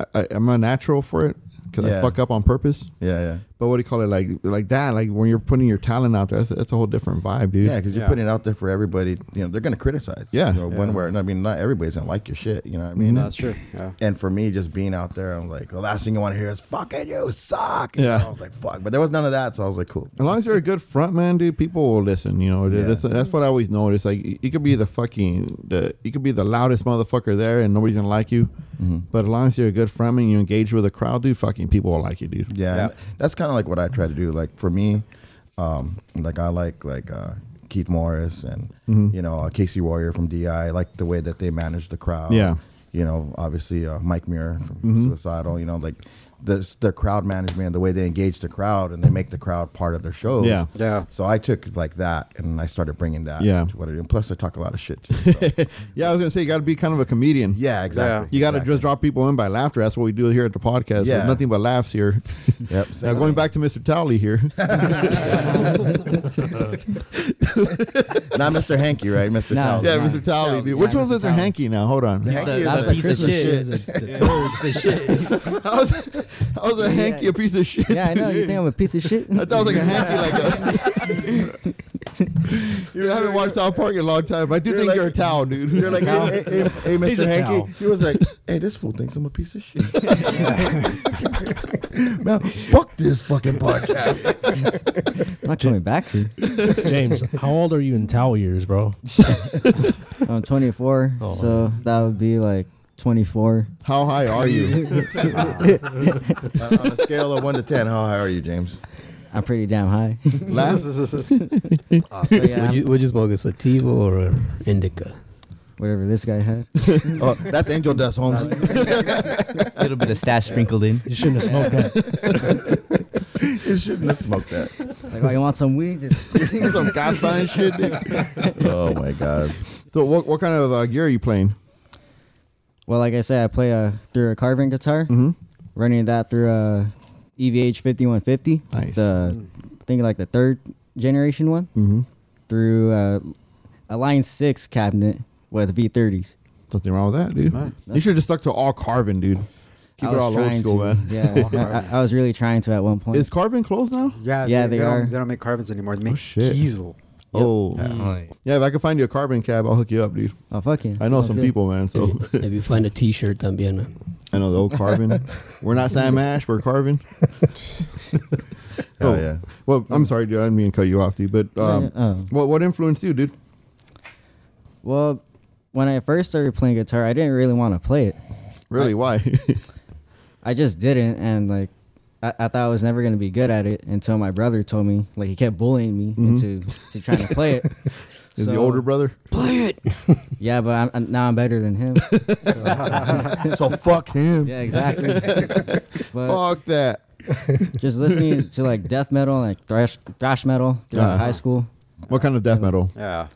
[SPEAKER 2] I, I, I'm a natural for it because
[SPEAKER 3] Yeah.
[SPEAKER 2] I fuck up on purpose.
[SPEAKER 3] yeah, yeah,
[SPEAKER 2] But what do you call it? Like like that? Like when you're putting your talent out there, that's, that's a whole different vibe, dude.
[SPEAKER 3] yeah, because you're
[SPEAKER 6] Yeah.
[SPEAKER 3] putting it out there for everybody. You know, they're gonna criticize.
[SPEAKER 2] Yeah. Mm-hmm.
[SPEAKER 3] you know, one
[SPEAKER 6] Yeah.
[SPEAKER 3] way. or- I mean, not everybody's gonna like your shit. You know what I mean?
[SPEAKER 6] No, that's true. Yeah.
[SPEAKER 3] And for me, just being out there, I'm like, the last thing you want to hear is "fucking you suck." You
[SPEAKER 2] Yeah.
[SPEAKER 3] know, I was like, "fuck," but there was none of that, so I was like, "cool."
[SPEAKER 2] As long as you're a good front man, dude, people will listen. You know, that's, that's what I always notice. Like, you could be the fucking, the you could be the loudest motherfucker there, and nobody's gonna like you.
[SPEAKER 3] Mm-hmm.
[SPEAKER 2] But as long as you're a good front man, you engage with the crowd, dude. Fucking people will like you, dude.
[SPEAKER 3] Yeah,
[SPEAKER 6] Yeah.
[SPEAKER 3] and that's kind of like what I try to do. Like for me, um, like I like like uh, Keith Morris and
[SPEAKER 2] Mm-hmm.
[SPEAKER 3] you know uh, Casey Warrior from DI. I like the way that they manage the crowd.
[SPEAKER 2] Yeah. Mm-hmm.
[SPEAKER 3] you know, obviously uh, Mike Muir from Suicidal. You know, like the the crowd management, the way they engage the crowd and they make the crowd part of their shows.
[SPEAKER 2] Yeah.
[SPEAKER 6] Yeah.
[SPEAKER 3] So I took like that and I started bringing that.
[SPEAKER 2] Yeah.
[SPEAKER 3] to what I do. And plus, I talk a lot of shit. Too, so.
[SPEAKER 2] Yeah, I was gonna say you got to be kind of a comedian.
[SPEAKER 3] yeah, exactly.
[SPEAKER 2] You got to
[SPEAKER 3] exactly.
[SPEAKER 2] just drop people in by laughter. That's what we do here at the podcast.
[SPEAKER 3] Yeah.
[SPEAKER 2] There's nothing but laughs here.
[SPEAKER 3] Yep.
[SPEAKER 2] now going back to Mr. Towley here.
[SPEAKER 3] Not Mr. Hanky, right? Mr.
[SPEAKER 5] No.
[SPEAKER 3] Towel.
[SPEAKER 2] Yeah,
[SPEAKER 5] Nah.
[SPEAKER 2] Mr. Towley, dude.
[SPEAKER 5] Nah,
[SPEAKER 2] Which one's
[SPEAKER 5] Mr.
[SPEAKER 2] Mr.
[SPEAKER 5] Towley.
[SPEAKER 2] Hanky now? Hold on.
[SPEAKER 3] Hanky is
[SPEAKER 7] That's
[SPEAKER 3] the-
[SPEAKER 7] a piece of shit.
[SPEAKER 2] I was, I was a hanky, a piece of shit.
[SPEAKER 5] Yeah, I know. You
[SPEAKER 2] dude.
[SPEAKER 5] think I'm a piece of shit?
[SPEAKER 2] I thought I was like a hanky, like a. you haven't watched South Park in a long time. I do
[SPEAKER 3] You're
[SPEAKER 2] think
[SPEAKER 3] like-
[SPEAKER 2] you're a towel, dude.
[SPEAKER 3] You're like, hey, hey, hey, hey,
[SPEAKER 4] He's
[SPEAKER 3] Mr.
[SPEAKER 4] a
[SPEAKER 3] Hanky.
[SPEAKER 4] towel.
[SPEAKER 3] He was like, hey, this fool thinks I'm a piece of shit. Man, fuck this fucking podcast.
[SPEAKER 5] I'm not coming back.
[SPEAKER 4] James, how old are you in towel years, bro?
[SPEAKER 5] I'm 24,
[SPEAKER 4] Oh.
[SPEAKER 5] so that would be like 24.
[SPEAKER 2] How high are you?
[SPEAKER 3] Uh, on, on a scale of one to ten, how high are you, James?
[SPEAKER 5] I'm pretty damn high.
[SPEAKER 2] Last
[SPEAKER 5] so yeah,
[SPEAKER 8] Would,
[SPEAKER 5] I'm-
[SPEAKER 8] you, would you smoke a sativa or a indica?
[SPEAKER 5] whatever this guy had.
[SPEAKER 3] Oh, that's angel dust, Holmes.
[SPEAKER 7] A little bit of stash sprinkled in.
[SPEAKER 4] You shouldn't have smoked that.
[SPEAKER 3] you shouldn't have smoked that.
[SPEAKER 5] It's like, oh, you want some weed? Just-
[SPEAKER 2] some goddamn shit, dude.
[SPEAKER 3] Oh my god.
[SPEAKER 2] So, what, what kind of uh, gear are you playing?
[SPEAKER 5] well, like I said, I play uh, through a carving guitar,
[SPEAKER 2] Mm-hmm.
[SPEAKER 5] running that through uh, E a EVH 5150.
[SPEAKER 2] Nice.
[SPEAKER 5] The I think like the third generation one
[SPEAKER 2] Mm-hmm.
[SPEAKER 5] through uh, a Line Six cabinet with V30s.
[SPEAKER 2] Nothing wrong with that, dude. You should have just stuck to all carving, dude. Keep
[SPEAKER 5] I
[SPEAKER 2] it
[SPEAKER 5] was
[SPEAKER 2] all old
[SPEAKER 5] trying
[SPEAKER 2] school,
[SPEAKER 5] to.
[SPEAKER 2] man.
[SPEAKER 5] Yeah, I, I was really trying to at one point.
[SPEAKER 2] Is carving closed now?
[SPEAKER 6] Yeah,
[SPEAKER 5] Yeah, they are.
[SPEAKER 6] Don't, they don't make carbons anymore. They make
[SPEAKER 2] shit.
[SPEAKER 6] diesel.
[SPEAKER 2] Oh.
[SPEAKER 5] Mm.
[SPEAKER 7] Right.
[SPEAKER 2] Yeah, if I can find you a carbon cab, I'll hook you up, dude.
[SPEAKER 5] oh fuck yeah!
[SPEAKER 2] I know
[SPEAKER 5] Sounds
[SPEAKER 2] some
[SPEAKER 5] good.
[SPEAKER 2] people, man. So
[SPEAKER 8] If you find a T-shirt, también. uh,
[SPEAKER 2] I know the old carbon. we're not Sam Ash, we're carbon.
[SPEAKER 3] Oh yeah.
[SPEAKER 2] Well, I'm sorry, dude. I didn't mean to cut you off, dude. But um,
[SPEAKER 5] yeah, oh.
[SPEAKER 2] what what influenced you, dude?
[SPEAKER 5] Well, when I first started playing guitar, I didn't really want to play it.
[SPEAKER 2] Really, why?
[SPEAKER 5] I just didn't, and like I, I thought I was never gonna be good at it until my brother told me. Like he kept bullying me into to trying to play it.
[SPEAKER 2] Mm-hmm. Is the
[SPEAKER 5] So-
[SPEAKER 2] older brother?
[SPEAKER 5] Yeah, but I'm, I'm, now I'm better than him.
[SPEAKER 3] So fuck him.
[SPEAKER 5] yeah, exactly. but
[SPEAKER 2] Fuck that.
[SPEAKER 5] just listening to like death metal, and, like thrash thrash metal throughout
[SPEAKER 2] Uh-huh.
[SPEAKER 5] high school,
[SPEAKER 2] What kind of
[SPEAKER 5] uh,
[SPEAKER 2] death metal?
[SPEAKER 6] Yeah,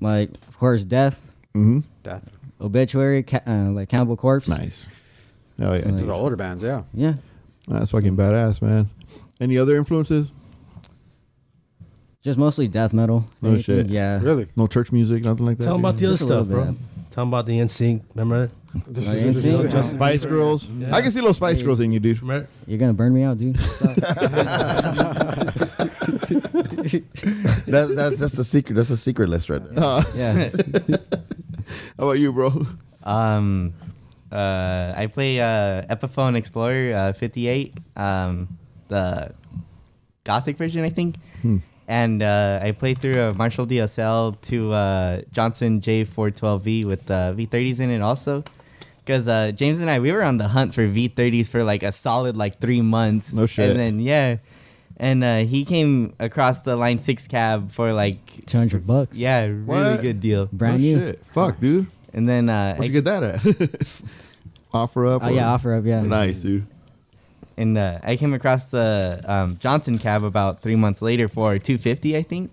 [SPEAKER 5] like of course death,
[SPEAKER 2] Mm-hmm.
[SPEAKER 6] death.
[SPEAKER 5] obituary, ca- uh, like Cannibal Corpse.
[SPEAKER 2] Nice. Oh yeah,
[SPEAKER 5] Nice.
[SPEAKER 6] Those are older bands. Yeah.
[SPEAKER 5] Yeah.
[SPEAKER 2] that's fucking badass, man. Any other influences?
[SPEAKER 5] Just mostly death metal. if
[SPEAKER 2] Oh,
[SPEAKER 5] anything.
[SPEAKER 2] shit.
[SPEAKER 5] Yeah.
[SPEAKER 6] Really?
[SPEAKER 2] No church music, nothing like that.
[SPEAKER 4] Tell them
[SPEAKER 2] dude?
[SPEAKER 4] about the other
[SPEAKER 5] Just a little
[SPEAKER 4] stuff, bro.
[SPEAKER 5] bit.
[SPEAKER 4] Tell them about the NSYNC. Remember?
[SPEAKER 6] This
[SPEAKER 5] Like,
[SPEAKER 6] is-
[SPEAKER 5] you
[SPEAKER 6] this is-
[SPEAKER 5] see,
[SPEAKER 4] Just-
[SPEAKER 2] Spice Girls. I can see little Spice Girls in you, dude.
[SPEAKER 4] Remember?
[SPEAKER 5] You're gonna burn me out, dude.
[SPEAKER 3] That, that's that's a secret. That's a secret list right there.
[SPEAKER 5] yeah.
[SPEAKER 2] How about you, bro?
[SPEAKER 7] Um, uh, I play uh, Epiphone Explorer uh, 58, um, the Gothic version, I think.
[SPEAKER 2] Hmm.
[SPEAKER 7] And uh, I played through a Marshall DSL to uh, Johnson J412V with uh, V30s in it also. Because uh, James and I, we were on the hunt for V30s for like a solid like three months.
[SPEAKER 2] No shit.
[SPEAKER 7] And then, yeah. And uh, he came across the Line 6 cab for like,
[SPEAKER 5] Two hundred bucks.
[SPEAKER 7] yeah, really
[SPEAKER 2] What?
[SPEAKER 7] good deal.
[SPEAKER 5] Brand
[SPEAKER 2] Oh,
[SPEAKER 5] new.
[SPEAKER 2] Shit. Fuck, dude.
[SPEAKER 7] And then uh,
[SPEAKER 2] Where'd
[SPEAKER 7] I-
[SPEAKER 2] you get that at? offer up.
[SPEAKER 5] Oh
[SPEAKER 2] or-
[SPEAKER 5] yeah, offer up. Yeah.
[SPEAKER 2] Nice, dude.
[SPEAKER 7] and uh, I came across the um, Johnson cab about three months later for 250, I think.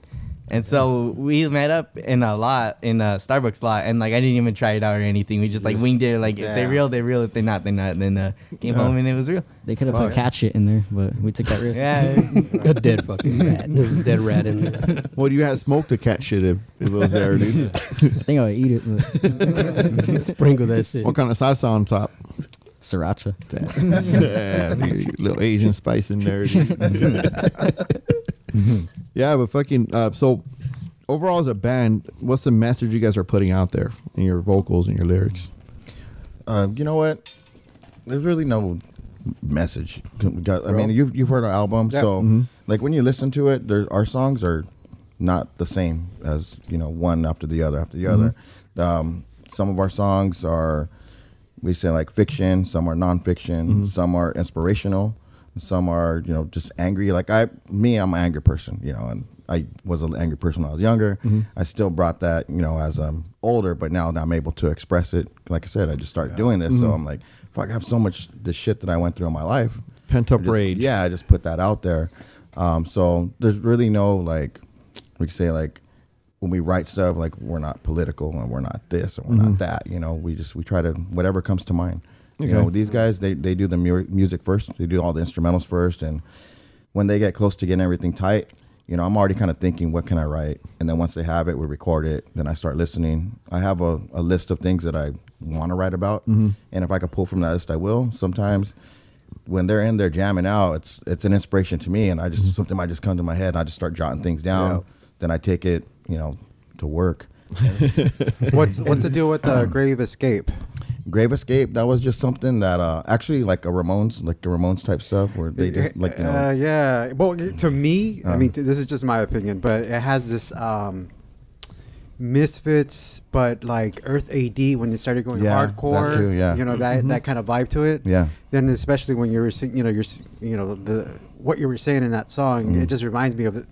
[SPEAKER 7] And so we met up in a lot in a Starbucks lot, and like I didn't even try it out or anything. We just like winged it. Like if they're
[SPEAKER 6] Yeah.
[SPEAKER 7] real, they're real. If they're not, they're not. And then uh, came
[SPEAKER 2] Yeah.
[SPEAKER 7] home and it was real.
[SPEAKER 5] They could have put cat shit in there, but we took that risk.
[SPEAKER 7] Yeah,
[SPEAKER 8] A dead fucking rat. dead rat in there.
[SPEAKER 2] Well, you had smoked the cat shit if, if it was there, dude.
[SPEAKER 5] I think I would eat it with
[SPEAKER 8] Sprinkle that shit.
[SPEAKER 2] what kind of salsa on top?
[SPEAKER 5] sriracha.
[SPEAKER 2] yeah, dude, little Asian spice in there. dude. yeah, but fucking. Uh, so, overall as a band, what's the message you guys are putting out there in your vocals and your lyrics?
[SPEAKER 3] Um, you know what? There's really no message. I mean, you've you've heard our album,
[SPEAKER 6] Yeah.
[SPEAKER 3] so like when you listen to it, there, our songs are not the same as you know one after the other after the other. Um, some of our songs are we say like fiction, some are nonfiction, some are inspirational, some are you know just angry. Like I, me, I'm an angry person, you know, and I was an angry person when I was younger. I still brought that, you know, as I'm older, but now I'm able to express it. Like I said, I just started doing this,
[SPEAKER 2] Mm-hmm.
[SPEAKER 3] so I'm like, fuck, I have so much the shit that I went through in my life.
[SPEAKER 2] Pent up
[SPEAKER 3] I just-
[SPEAKER 2] rage.
[SPEAKER 3] Yeah, I just put that out there. Um, so there's really no like, we could say like when we write stuff like we're not political and we're not this and we're
[SPEAKER 2] Mm-hmm.
[SPEAKER 3] not that you know we just we try to whatever comes to mind you know these guys they, they do the mu- music first they do all the instrumentals first and when they get close to getting everything tight you know, I'm already kind of thinking, what can I write? And then once they have it, we record it. Then I start listening. I have a, a list of things that I want to write about, and if I could pull from that list, I will. Sometimes when they're in there jamming out, it's it's an inspiration to me, and I just something might just come to my head, and I just start jotting things down. Then I take it, you know, to work.
[SPEAKER 6] What's what's the deal with the
[SPEAKER 3] Um,
[SPEAKER 6] Grave Escape?
[SPEAKER 3] Grave Escape, that was just something that uh, actually like a Ramones, like the Ramones type stuff, where they just like you know, Um.
[SPEAKER 6] uh, yeah. Well, to me, I mean, th- this is just my opinion, but it has this um, misfits, but like Earth AD when they started going
[SPEAKER 3] Yeah, that
[SPEAKER 6] hardcore.
[SPEAKER 3] too, yeah.
[SPEAKER 6] You know that that kind of vibe to it.
[SPEAKER 3] Yeah.
[SPEAKER 6] Then especially when you were, sing- you know, you're, s- you know, the what you were saying in that song,
[SPEAKER 3] Mm.
[SPEAKER 6] it just reminds me of. The,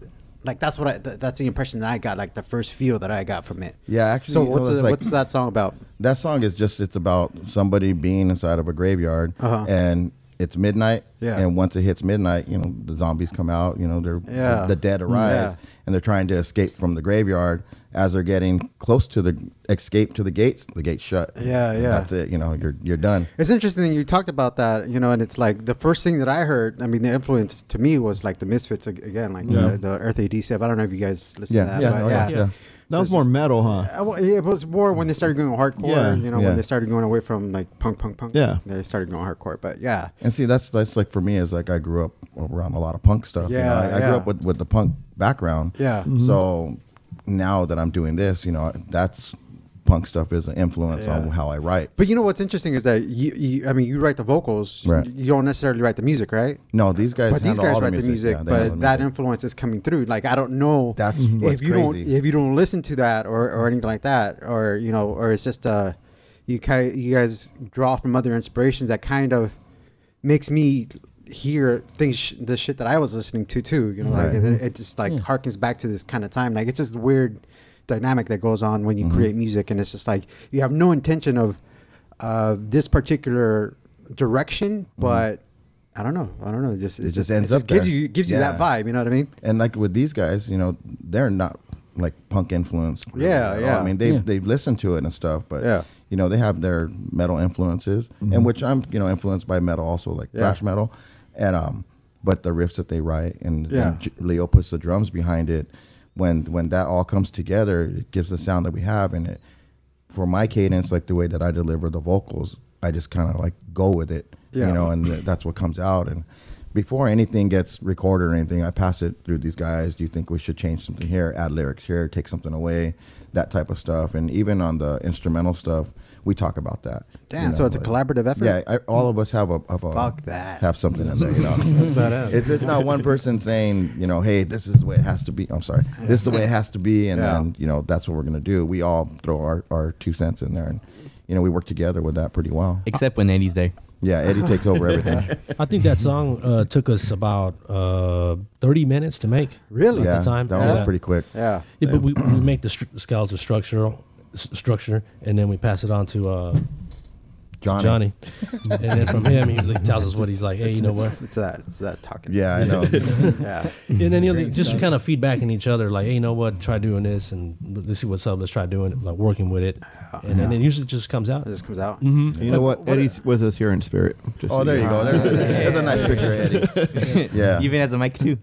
[SPEAKER 6] like that's what I th- that's the impression that I got like the first feel that I got from it.
[SPEAKER 3] Yeah, actually,
[SPEAKER 6] So
[SPEAKER 3] you know,
[SPEAKER 6] what's
[SPEAKER 3] it's
[SPEAKER 6] the,
[SPEAKER 3] like-
[SPEAKER 6] what's that song about?
[SPEAKER 3] that song is just it's about somebody being inside of a graveyard
[SPEAKER 6] Uh-huh.
[SPEAKER 3] and it's midnight
[SPEAKER 6] Yeah.
[SPEAKER 3] and once it hits midnight you know the zombies come out you know they're
[SPEAKER 6] Yeah. Mm,
[SPEAKER 3] the, the dead arise
[SPEAKER 6] Yeah.
[SPEAKER 3] and they're trying to escape from the graveyard as they're getting close to the escape to the gates the gates shut
[SPEAKER 6] Yeah,
[SPEAKER 3] And
[SPEAKER 6] yeah.
[SPEAKER 3] that's it you know you're you're done
[SPEAKER 6] It's interesting that you talked about that, you know, and it's like the first thing that I heard. I mean, the influence to me was like the Misfits ag- again, like the, the Earth AD stuff. I don't know if you guys listen
[SPEAKER 3] Yeah,
[SPEAKER 6] to that,
[SPEAKER 3] yeah,
[SPEAKER 6] but
[SPEAKER 3] oh,
[SPEAKER 6] yeah.
[SPEAKER 3] yeah, yeah.
[SPEAKER 2] That
[SPEAKER 6] So
[SPEAKER 2] was
[SPEAKER 6] it's
[SPEAKER 2] more
[SPEAKER 6] just-
[SPEAKER 2] metal, huh?
[SPEAKER 6] Uh, well, yeah, it was more when they started going hardcore.
[SPEAKER 2] Yeah,
[SPEAKER 6] you know,
[SPEAKER 3] yeah.
[SPEAKER 6] when they started going away from like punk, punk, punk.
[SPEAKER 2] Yeah.
[SPEAKER 6] they started going hardcore. But yeah,
[SPEAKER 3] And see, that's that's like for me is like I grew up around a lot of punk stuff. you know.
[SPEAKER 6] Yeah,
[SPEAKER 3] I, I
[SPEAKER 6] yeah.
[SPEAKER 3] grew up with, with the punk background.
[SPEAKER 6] Yeah.
[SPEAKER 3] So now that I'm doing this, you know, that's punk stuff is an influence on
[SPEAKER 6] Yeah.
[SPEAKER 3] how I write.
[SPEAKER 6] but you know what's interesting is that you, you I mean, you write the vocals.
[SPEAKER 3] Right.
[SPEAKER 6] You don't necessarily write the music, right?
[SPEAKER 3] No, these guys.
[SPEAKER 6] But these
[SPEAKER 3] handle
[SPEAKER 6] guys
[SPEAKER 3] all
[SPEAKER 6] write the music,
[SPEAKER 3] Yeah, they handle
[SPEAKER 6] but
[SPEAKER 3] the
[SPEAKER 6] that
[SPEAKER 3] music.
[SPEAKER 6] influence is coming through. Like I don't know
[SPEAKER 3] That's
[SPEAKER 6] if
[SPEAKER 3] what's
[SPEAKER 6] you don't
[SPEAKER 3] crazy.
[SPEAKER 6] if you don't listen to that or, or anything like that, or you know, or it's just uh, you ki- you guys draw from other inspirations that kind of makes me hear things sh- the shit that I was listening to too. You know, like
[SPEAKER 3] Right.
[SPEAKER 6] it, it just like harkens back to this kind of time. Like it's just weird dynamic that goes on when you
[SPEAKER 3] Mm-hmm.
[SPEAKER 6] create music, and it's just like you have no intention of uh, this particular direction,
[SPEAKER 3] Mm-hmm.
[SPEAKER 6] but. I don't know. I don't know. It just
[SPEAKER 3] It
[SPEAKER 6] it, just
[SPEAKER 3] just
[SPEAKER 6] ends
[SPEAKER 3] ends
[SPEAKER 6] just
[SPEAKER 3] up
[SPEAKER 6] gives
[SPEAKER 3] there.
[SPEAKER 6] you it gives you that
[SPEAKER 3] Yeah.
[SPEAKER 6] vibe. You know what I mean?
[SPEAKER 3] and like with these guys, you know, they're not like punk influenced. really
[SPEAKER 6] Yeah,
[SPEAKER 3] at all.
[SPEAKER 6] yeah.
[SPEAKER 3] I mean, they
[SPEAKER 5] Yeah.
[SPEAKER 3] have they've listened to it and stuff, but
[SPEAKER 6] Yeah.
[SPEAKER 3] you know, they have their metal influences, and which I'm you know influenced by metal also, like
[SPEAKER 6] Yeah.
[SPEAKER 3] thrash metal, and um, but the riffs that they write and,
[SPEAKER 6] Yeah.
[SPEAKER 3] and J- Leo puts the drums behind it. When when that all comes together, it gives the sound that we have, and it for my cadence, like the way that I deliver the vocals, I just kind of like go with it,
[SPEAKER 6] Yeah.
[SPEAKER 3] you know, and th- that's what comes out. And before anything gets recorded or anything, I pass it through these guys. Do you think we should change something here? Add lyrics here, take something away, that type of stuff. And even on the instrumental stuff, we talk about that.
[SPEAKER 6] Damn, so it's a collaborative effort?
[SPEAKER 3] Yeah, I, all of us have a, have a
[SPEAKER 6] Fuck that.
[SPEAKER 3] have something in there. You know, that's
[SPEAKER 6] badass.
[SPEAKER 3] It's, it's not one person saying, you know, hey, this is the way it has to be. I'm sorry, this is the way it has to be, and
[SPEAKER 6] Yeah.
[SPEAKER 3] then you know that's what we're gonna do. We all throw our, our two cents in there, and you know we work together with that pretty well.
[SPEAKER 7] Except when Eddie's there.
[SPEAKER 3] Yeah, Eddie takes over everything.
[SPEAKER 4] I think that song uh, took us about uh, 30 minutes to make.
[SPEAKER 6] Really?
[SPEAKER 4] At
[SPEAKER 3] yeah,
[SPEAKER 4] the time.
[SPEAKER 3] that one was
[SPEAKER 4] Yeah.
[SPEAKER 3] pretty quick.
[SPEAKER 6] Yeah.
[SPEAKER 4] Yeah, but we, we make the stru- skeletal structural s- structure, and then we pass it on to uh,
[SPEAKER 3] Johnny.
[SPEAKER 4] Johnny. and then from him, he like, tells us what he's like. Hey, you know
[SPEAKER 6] it's,
[SPEAKER 4] what?
[SPEAKER 6] It's that. It's that talking.
[SPEAKER 3] Yeah, I know.
[SPEAKER 6] Yeah.
[SPEAKER 4] And then you know, just kind of feedbacking each other, like, hey, you know what? Try doing this, and let's see what's up. Let's try doing it, like working with it, and then it usually just comes out.
[SPEAKER 6] It just comes out.
[SPEAKER 4] Mm-hmm.
[SPEAKER 2] You know what? Eddie's with us here in spirit. Just
[SPEAKER 3] oh,
[SPEAKER 2] so
[SPEAKER 3] there you
[SPEAKER 2] know.
[SPEAKER 3] go. There's, there's a nice picture of Eddie. Yeah.
[SPEAKER 7] Even as a mic too.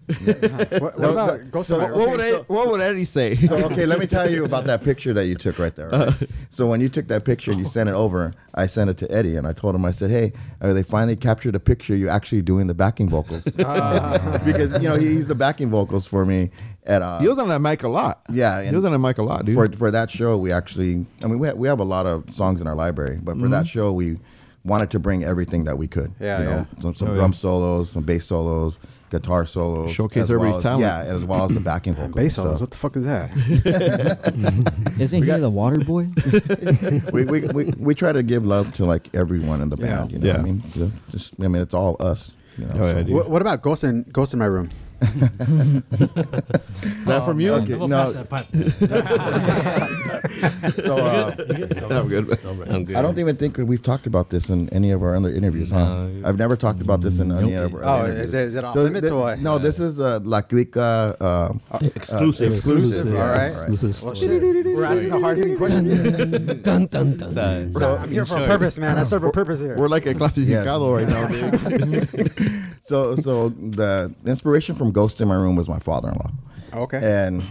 [SPEAKER 6] What, what about Ghost of
[SPEAKER 3] so
[SPEAKER 6] Mike?
[SPEAKER 2] What
[SPEAKER 6] Okay,
[SPEAKER 2] would,
[SPEAKER 6] so-
[SPEAKER 2] Eddie, what would Eddie say?
[SPEAKER 3] So okay, let me tell you about that picture that you took right there. right?
[SPEAKER 4] Uh-huh.
[SPEAKER 3] So when you took that picture and you sent it over, I sent it to Eddie and I told him I said, "Hey, uh, they finally captured a picture you actually doing the backing vocals because you know he's the backing vocals for me at uh,
[SPEAKER 2] he was on that mic a lot.
[SPEAKER 3] Yeah,
[SPEAKER 2] he
[SPEAKER 3] and-
[SPEAKER 2] was on that mic a lot, dude.
[SPEAKER 3] for for that show. We actually, I mean, we ha- we have a lot of songs in our library, but for
[SPEAKER 2] Mm-hmm.
[SPEAKER 3] that show we wanted to bring everything that we could.
[SPEAKER 6] Yeah,
[SPEAKER 3] you know,
[SPEAKER 6] yeah.
[SPEAKER 3] some, some
[SPEAKER 2] Oh, yeah.
[SPEAKER 3] drum solos, some bass solos. Guitar solos,
[SPEAKER 2] Showcase
[SPEAKER 3] as well
[SPEAKER 2] everybody's
[SPEAKER 3] as-
[SPEAKER 2] talent.
[SPEAKER 3] Yeah, as well as the backing vocals. and
[SPEAKER 6] Bass solos.
[SPEAKER 3] stuff.
[SPEAKER 6] What the fuck is that?
[SPEAKER 5] Isn't he the water boy?
[SPEAKER 3] we, we, we, we try to give love to like everyone in the
[SPEAKER 6] Yeah.
[SPEAKER 3] band. You know what
[SPEAKER 2] Yeah.
[SPEAKER 3] I mean? So, Just, I mean, it's all us. You know,
[SPEAKER 2] Oh, yeah,
[SPEAKER 3] so.
[SPEAKER 2] dude.
[SPEAKER 6] what, what about Ghost in Ghost in My Room?
[SPEAKER 2] that from you?
[SPEAKER 6] um,
[SPEAKER 4] I'm gonna pass that pipe.
[SPEAKER 3] So, uh,
[SPEAKER 2] I'm good.
[SPEAKER 3] I don't even think we've talked about this in any of our other interviews, huh? I've never talked about this in any of our
[SPEAKER 6] Oh,
[SPEAKER 3] other interviews.
[SPEAKER 6] is it- is it off
[SPEAKER 3] So
[SPEAKER 6] limits
[SPEAKER 3] thi-
[SPEAKER 6] or what?
[SPEAKER 3] No, this is uh, La Clica uh, uh,
[SPEAKER 9] Exclusive.
[SPEAKER 3] exclusive.
[SPEAKER 6] All right.
[SPEAKER 9] Exclusive.
[SPEAKER 6] Well, shit. We're asking the hard hitting questions.
[SPEAKER 8] dun, dun, dun.
[SPEAKER 7] So,
[SPEAKER 6] I'm here for a purpose, man. I serve a purpose here.
[SPEAKER 2] We're like a clasificado right now, dude.
[SPEAKER 3] So, so the inspiration from Ghost in My Room was my father-in-law.
[SPEAKER 6] Okay.
[SPEAKER 3] And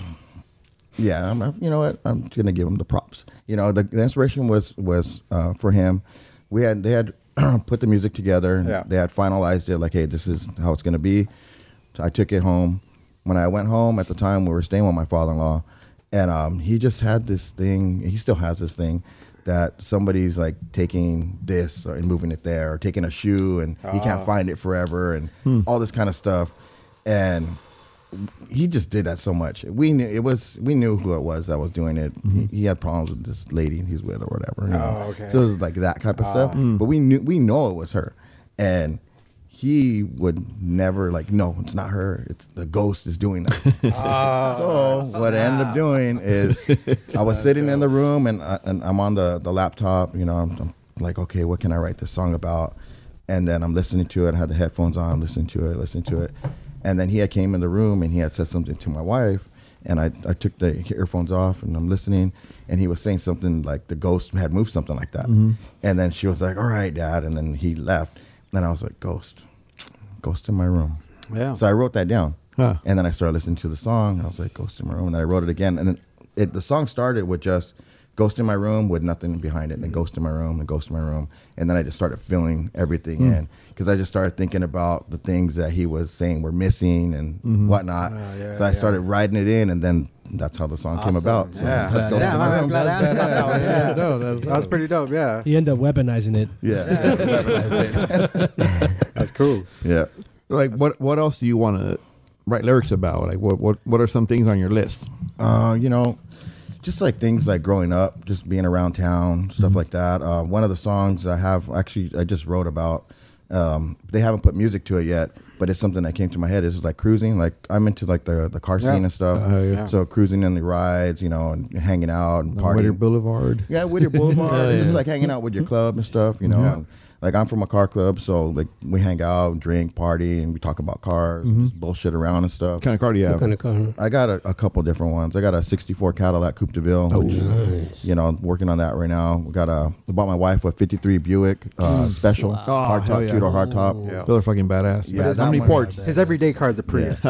[SPEAKER 3] yeah, I'm, I'm- you know what? I'm just gonna give him the props. You know, the, the inspiration was was uh, for him. We had they had put the music together. and
[SPEAKER 6] Yeah.
[SPEAKER 3] They had finalized it like, hey, this is how it's gonna be. So I took it home. When I went home at the time, we were staying with my father-in-law, and um, he just had this thing. He still has this thing that somebody's like taking this or, and moving it there, or taking a shoe, and he can't find it forever, and all this kind of stuff. And he just did that so much. We knew it was we knew who it was that was doing it. He, he had problems with this lady he's with or whatever. you know.
[SPEAKER 6] Mm-hmm. Oh, okay. Ah.
[SPEAKER 3] So it was like that type of stuff. But we knew we know it was her, and he would never like no, it's not her. It's the ghost is doing that.
[SPEAKER 6] Ah,
[SPEAKER 3] so what I ended up doing is I was sitting in the room and, I, and I'm on the, the laptop. You know, I'm, I'm like, okay, what can I write this song about? And then I'm listening to it. I had the headphones on, listening to it, listening to it. And then he had came in the room and he had said something to my wife. And I, I took the earphones off and I'm listening. And he was saying something like the ghost had moved something like that. And then she was like, all right, dad. And then he left. And I was like, ghost, ghost in my room.
[SPEAKER 6] Yeah.
[SPEAKER 3] So I wrote that down.
[SPEAKER 2] Huh.
[SPEAKER 3] And then I started listening to the song. I was like, Ghost in My Room. And then I wrote it again. And then it, the song started with just Ghost in My Room with nothing behind it. And then Ghost in My Room and Ghost in My Room. And then I just started filling everything in because I just started thinking about the things that he was saying were missing and whatnot.
[SPEAKER 6] Oh, yeah,
[SPEAKER 3] so I
[SPEAKER 6] yeah.
[SPEAKER 3] started writing it in. And then that's how the song came
[SPEAKER 6] Awesome.
[SPEAKER 3] about. So
[SPEAKER 6] Yeah.
[SPEAKER 3] that's Ghost
[SPEAKER 6] Yeah,
[SPEAKER 3] in My
[SPEAKER 6] I'm
[SPEAKER 3] Room.
[SPEAKER 6] glad I asked about that one. Yeah.
[SPEAKER 8] No, that's
[SPEAKER 6] That was pretty dope. Yeah.
[SPEAKER 4] You end up weaponizing it.
[SPEAKER 3] Yeah.
[SPEAKER 6] That's cool.
[SPEAKER 3] yeah.
[SPEAKER 2] Like, what what else do you want to write lyrics about? Like, what what what are some things on your list?
[SPEAKER 3] Uh, you know, just like things like growing up, just being around town, stuff
[SPEAKER 6] Mm-hmm.
[SPEAKER 3] like that. Uh, one of the songs I have actually, I just wrote about. Um, they haven't put music to it yet, but it's something that came to my head. It's just like cruising. Like I'm into like the the car
[SPEAKER 6] Yeah. Uh-huh,
[SPEAKER 3] scene and stuff.
[SPEAKER 6] yeah.
[SPEAKER 3] So cruising and the rides, you know, and hanging out and
[SPEAKER 2] Whittier
[SPEAKER 3] partying.
[SPEAKER 2] Boulevard.
[SPEAKER 3] Yeah, with your boulevard. and Just like hanging out with
[SPEAKER 6] Mm-hmm.
[SPEAKER 3] your club and stuff, you know. And, like I'm from a car club, so like we hang out, drink, party, and we talk about cars,
[SPEAKER 6] Mm-hmm.
[SPEAKER 3] just bullshit around and stuff.
[SPEAKER 2] What kind of car do you have?
[SPEAKER 8] kind of car.
[SPEAKER 3] I got a, a couple different ones. I got a '64 Cadillac Coupe de Ville,
[SPEAKER 2] Oh,
[SPEAKER 3] which you know, I'm working on that right now. We got a I bought my wife a '53 Buick uh, Special
[SPEAKER 2] Oh, hell
[SPEAKER 3] hardtop,
[SPEAKER 2] yeah.
[SPEAKER 3] Tudor hardtop.
[SPEAKER 6] Yeah.
[SPEAKER 2] Those are fucking badass.
[SPEAKER 3] Yeah,
[SPEAKER 2] How
[SPEAKER 3] that
[SPEAKER 2] many
[SPEAKER 3] one-
[SPEAKER 2] ports?
[SPEAKER 6] His everyday car is a Prius.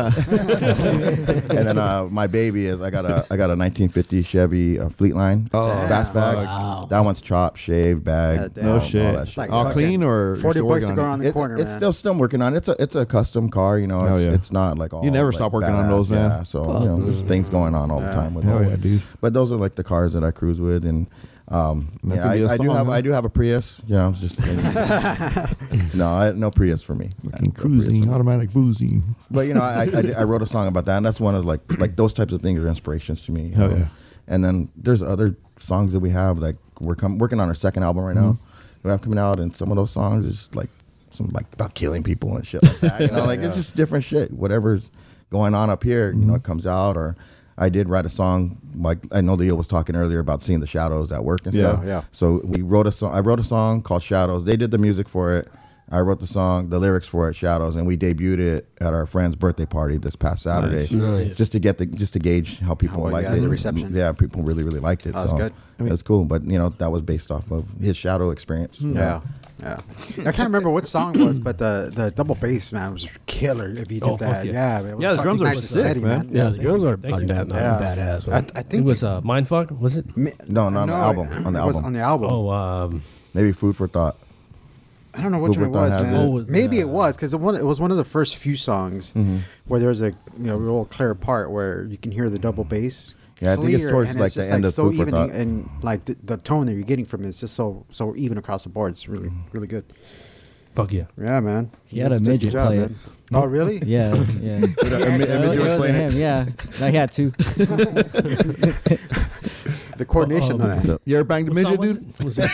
[SPEAKER 3] and then uh, my baby is I got a I got a 1950 Chevy uh, Fleetline oh, fastback. That one's chopped, shaved, bagged.
[SPEAKER 6] God damn.
[SPEAKER 3] um,
[SPEAKER 2] No
[SPEAKER 3] all
[SPEAKER 2] shit.
[SPEAKER 3] that
[SPEAKER 6] It's like
[SPEAKER 2] all
[SPEAKER 6] fucking
[SPEAKER 2] clean or
[SPEAKER 6] Forty
[SPEAKER 2] still
[SPEAKER 6] bucks
[SPEAKER 2] working on
[SPEAKER 6] to go
[SPEAKER 2] it?
[SPEAKER 6] around the
[SPEAKER 3] It-
[SPEAKER 6] corner,
[SPEAKER 3] it's
[SPEAKER 6] man.
[SPEAKER 3] still still working on. it. It's a it's a custom car, you know. It's,
[SPEAKER 2] yeah.
[SPEAKER 3] it's not like all.
[SPEAKER 2] You never
[SPEAKER 3] like,
[SPEAKER 2] stop working on those, man.
[SPEAKER 3] Yeah, so you know, there's things going on all the time with
[SPEAKER 2] Hell
[SPEAKER 3] all
[SPEAKER 2] yeah,
[SPEAKER 3] these.
[SPEAKER 2] dude.
[SPEAKER 3] But those are like the cars that I cruise with, and um,
[SPEAKER 2] That
[SPEAKER 3] yeah,
[SPEAKER 2] could be a
[SPEAKER 3] I, I do
[SPEAKER 2] song,
[SPEAKER 3] have
[SPEAKER 2] huh?
[SPEAKER 3] I do have a Prius. You know, it's just no, I, no Prius for me.
[SPEAKER 2] Fucking cruising, automatic boozing.
[SPEAKER 3] But you know, I, I, did- I wrote a song about that, and that's one of like like those types of things are inspirations to me. you
[SPEAKER 2] Oh,
[SPEAKER 3] know.
[SPEAKER 2] yeah.
[SPEAKER 3] And then there's other songs that we have like we're com- working on our second album right
[SPEAKER 2] Mm-hmm.
[SPEAKER 3] now. that We have coming out, and some of those songs is like some like about killing people and shit like that. You know, like it's just different shit. Whatever's going on up here,
[SPEAKER 2] Mm-hmm.
[SPEAKER 3] you know, it comes out. Or I did write a song like I know Leo was talking earlier about seeing the shadows at work and
[SPEAKER 2] Yeah,
[SPEAKER 3] stuff.
[SPEAKER 6] yeah.
[SPEAKER 3] So we wrote a song. I wrote a song called Shadows. They did the music for it. I wrote the song, the lyrics for it, Shadows, and we debuted it at our friend's birthday party this past Saturday, just to get the just to gauge how people
[SPEAKER 6] well you
[SPEAKER 3] liked
[SPEAKER 6] got
[SPEAKER 3] it.
[SPEAKER 6] uh, the reception. Oh,
[SPEAKER 3] Yeah, people really really liked it.
[SPEAKER 6] That's
[SPEAKER 3] so
[SPEAKER 6] good.
[SPEAKER 3] it was cool, but you know that was based off of his shadow experience.
[SPEAKER 6] Hmm. Yeah. Yeah. I can't remember what song it was, but the, the double bass, man, was killer if you did
[SPEAKER 4] Oh, fuck
[SPEAKER 6] that.
[SPEAKER 4] yeah.
[SPEAKER 6] Yeah. man, it was
[SPEAKER 9] Yeah, the
[SPEAKER 6] fucking
[SPEAKER 9] drums are
[SPEAKER 6] nice and
[SPEAKER 9] sick,
[SPEAKER 6] steady,
[SPEAKER 2] man.
[SPEAKER 8] Yeah, the drums are
[SPEAKER 4] Thank you.
[SPEAKER 8] bad,
[SPEAKER 6] Yeah.
[SPEAKER 8] badass.
[SPEAKER 6] I,
[SPEAKER 8] Man.
[SPEAKER 6] I think
[SPEAKER 4] It was uh, Mindfuck, was it?
[SPEAKER 6] mi-
[SPEAKER 3] No, no, on the album,
[SPEAKER 6] it-
[SPEAKER 3] on the
[SPEAKER 6] it was
[SPEAKER 3] album.
[SPEAKER 6] on the album.
[SPEAKER 4] Oh, um,
[SPEAKER 3] Maybe food for thought.
[SPEAKER 6] I don't know which one it
[SPEAKER 3] Gilbert
[SPEAKER 6] was,
[SPEAKER 3] Dunham
[SPEAKER 6] man.
[SPEAKER 3] did it.
[SPEAKER 4] Oh, was-
[SPEAKER 6] Maybe
[SPEAKER 4] uh,
[SPEAKER 6] it was because it, one- it was one of the first few songs
[SPEAKER 3] Mm-hmm.
[SPEAKER 6] where there was a you know real clear part where you can hear the double bass.
[SPEAKER 3] Yeah, I think it's
[SPEAKER 6] clear,
[SPEAKER 3] towards,
[SPEAKER 6] and
[SPEAKER 3] like,
[SPEAKER 6] it's
[SPEAKER 3] the
[SPEAKER 6] just,
[SPEAKER 3] end
[SPEAKER 6] like,
[SPEAKER 3] of
[SPEAKER 6] so
[SPEAKER 3] Food for
[SPEAKER 6] even
[SPEAKER 3] Thought.
[SPEAKER 6] and like the, the tone that you're getting from it is just so so even across the board. It's really really good.
[SPEAKER 4] fuck yeah.
[SPEAKER 6] Yeah, man.
[SPEAKER 5] He had a
[SPEAKER 6] Just did your
[SPEAKER 5] midget play it.
[SPEAKER 6] man. Oh, really?
[SPEAKER 5] Yeah, yeah.
[SPEAKER 3] I mean, I mean,
[SPEAKER 5] Well,
[SPEAKER 3] you were
[SPEAKER 5] it wasn't
[SPEAKER 3] playing it.
[SPEAKER 5] him. Yeah, no, he had two.
[SPEAKER 6] The coordination
[SPEAKER 4] Uh-oh.
[SPEAKER 6] of that.
[SPEAKER 2] You ever banged a
[SPEAKER 4] What song
[SPEAKER 2] midget,
[SPEAKER 4] was
[SPEAKER 2] dude?
[SPEAKER 4] it? Was it-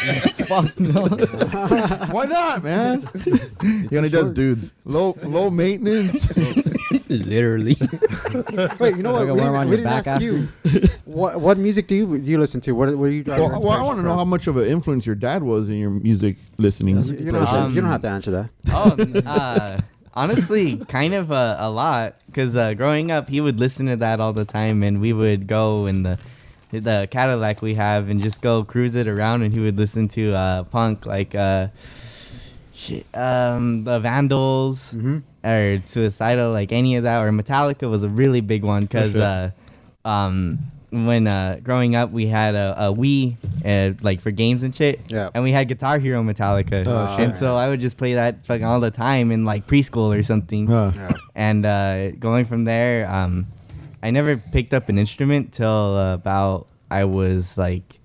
[SPEAKER 5] Fuck no.
[SPEAKER 2] Why not, man?
[SPEAKER 3] He only does dudes.
[SPEAKER 2] low low maintenance.
[SPEAKER 8] Literally.
[SPEAKER 6] Wait, you know what?
[SPEAKER 5] Like a
[SPEAKER 6] We didn't,
[SPEAKER 5] worm on
[SPEAKER 6] we
[SPEAKER 5] your
[SPEAKER 6] didn't
[SPEAKER 5] back
[SPEAKER 6] ask you. what what music do you do you listen to? What were you?
[SPEAKER 2] well, well, I want to know how much of an influence your dad was in your music listening.
[SPEAKER 6] You don't, have to, you don't
[SPEAKER 5] Um,
[SPEAKER 6] have to answer that.
[SPEAKER 7] Oh, n- uh, honestly, kind of a, a lot. Because uh, growing up, he would listen to that all the time, and we would go in the the Cadillac we have and just go cruise it around, and he would listen to uh, punk like uh, shit, um, the Vandals, or suicidal, like any of that, or Metallica was a really big one because
[SPEAKER 2] sure.
[SPEAKER 7] uh, um, when uh, growing up we had a, a Wii, uh, like for games and shit,
[SPEAKER 6] Yeah.
[SPEAKER 7] and we had Guitar Hero Metallica, and so I would just play that fucking all the time in like preschool or something,
[SPEAKER 2] Huh.
[SPEAKER 7] and uh, going from there, um, I never picked up an instrument till about I was like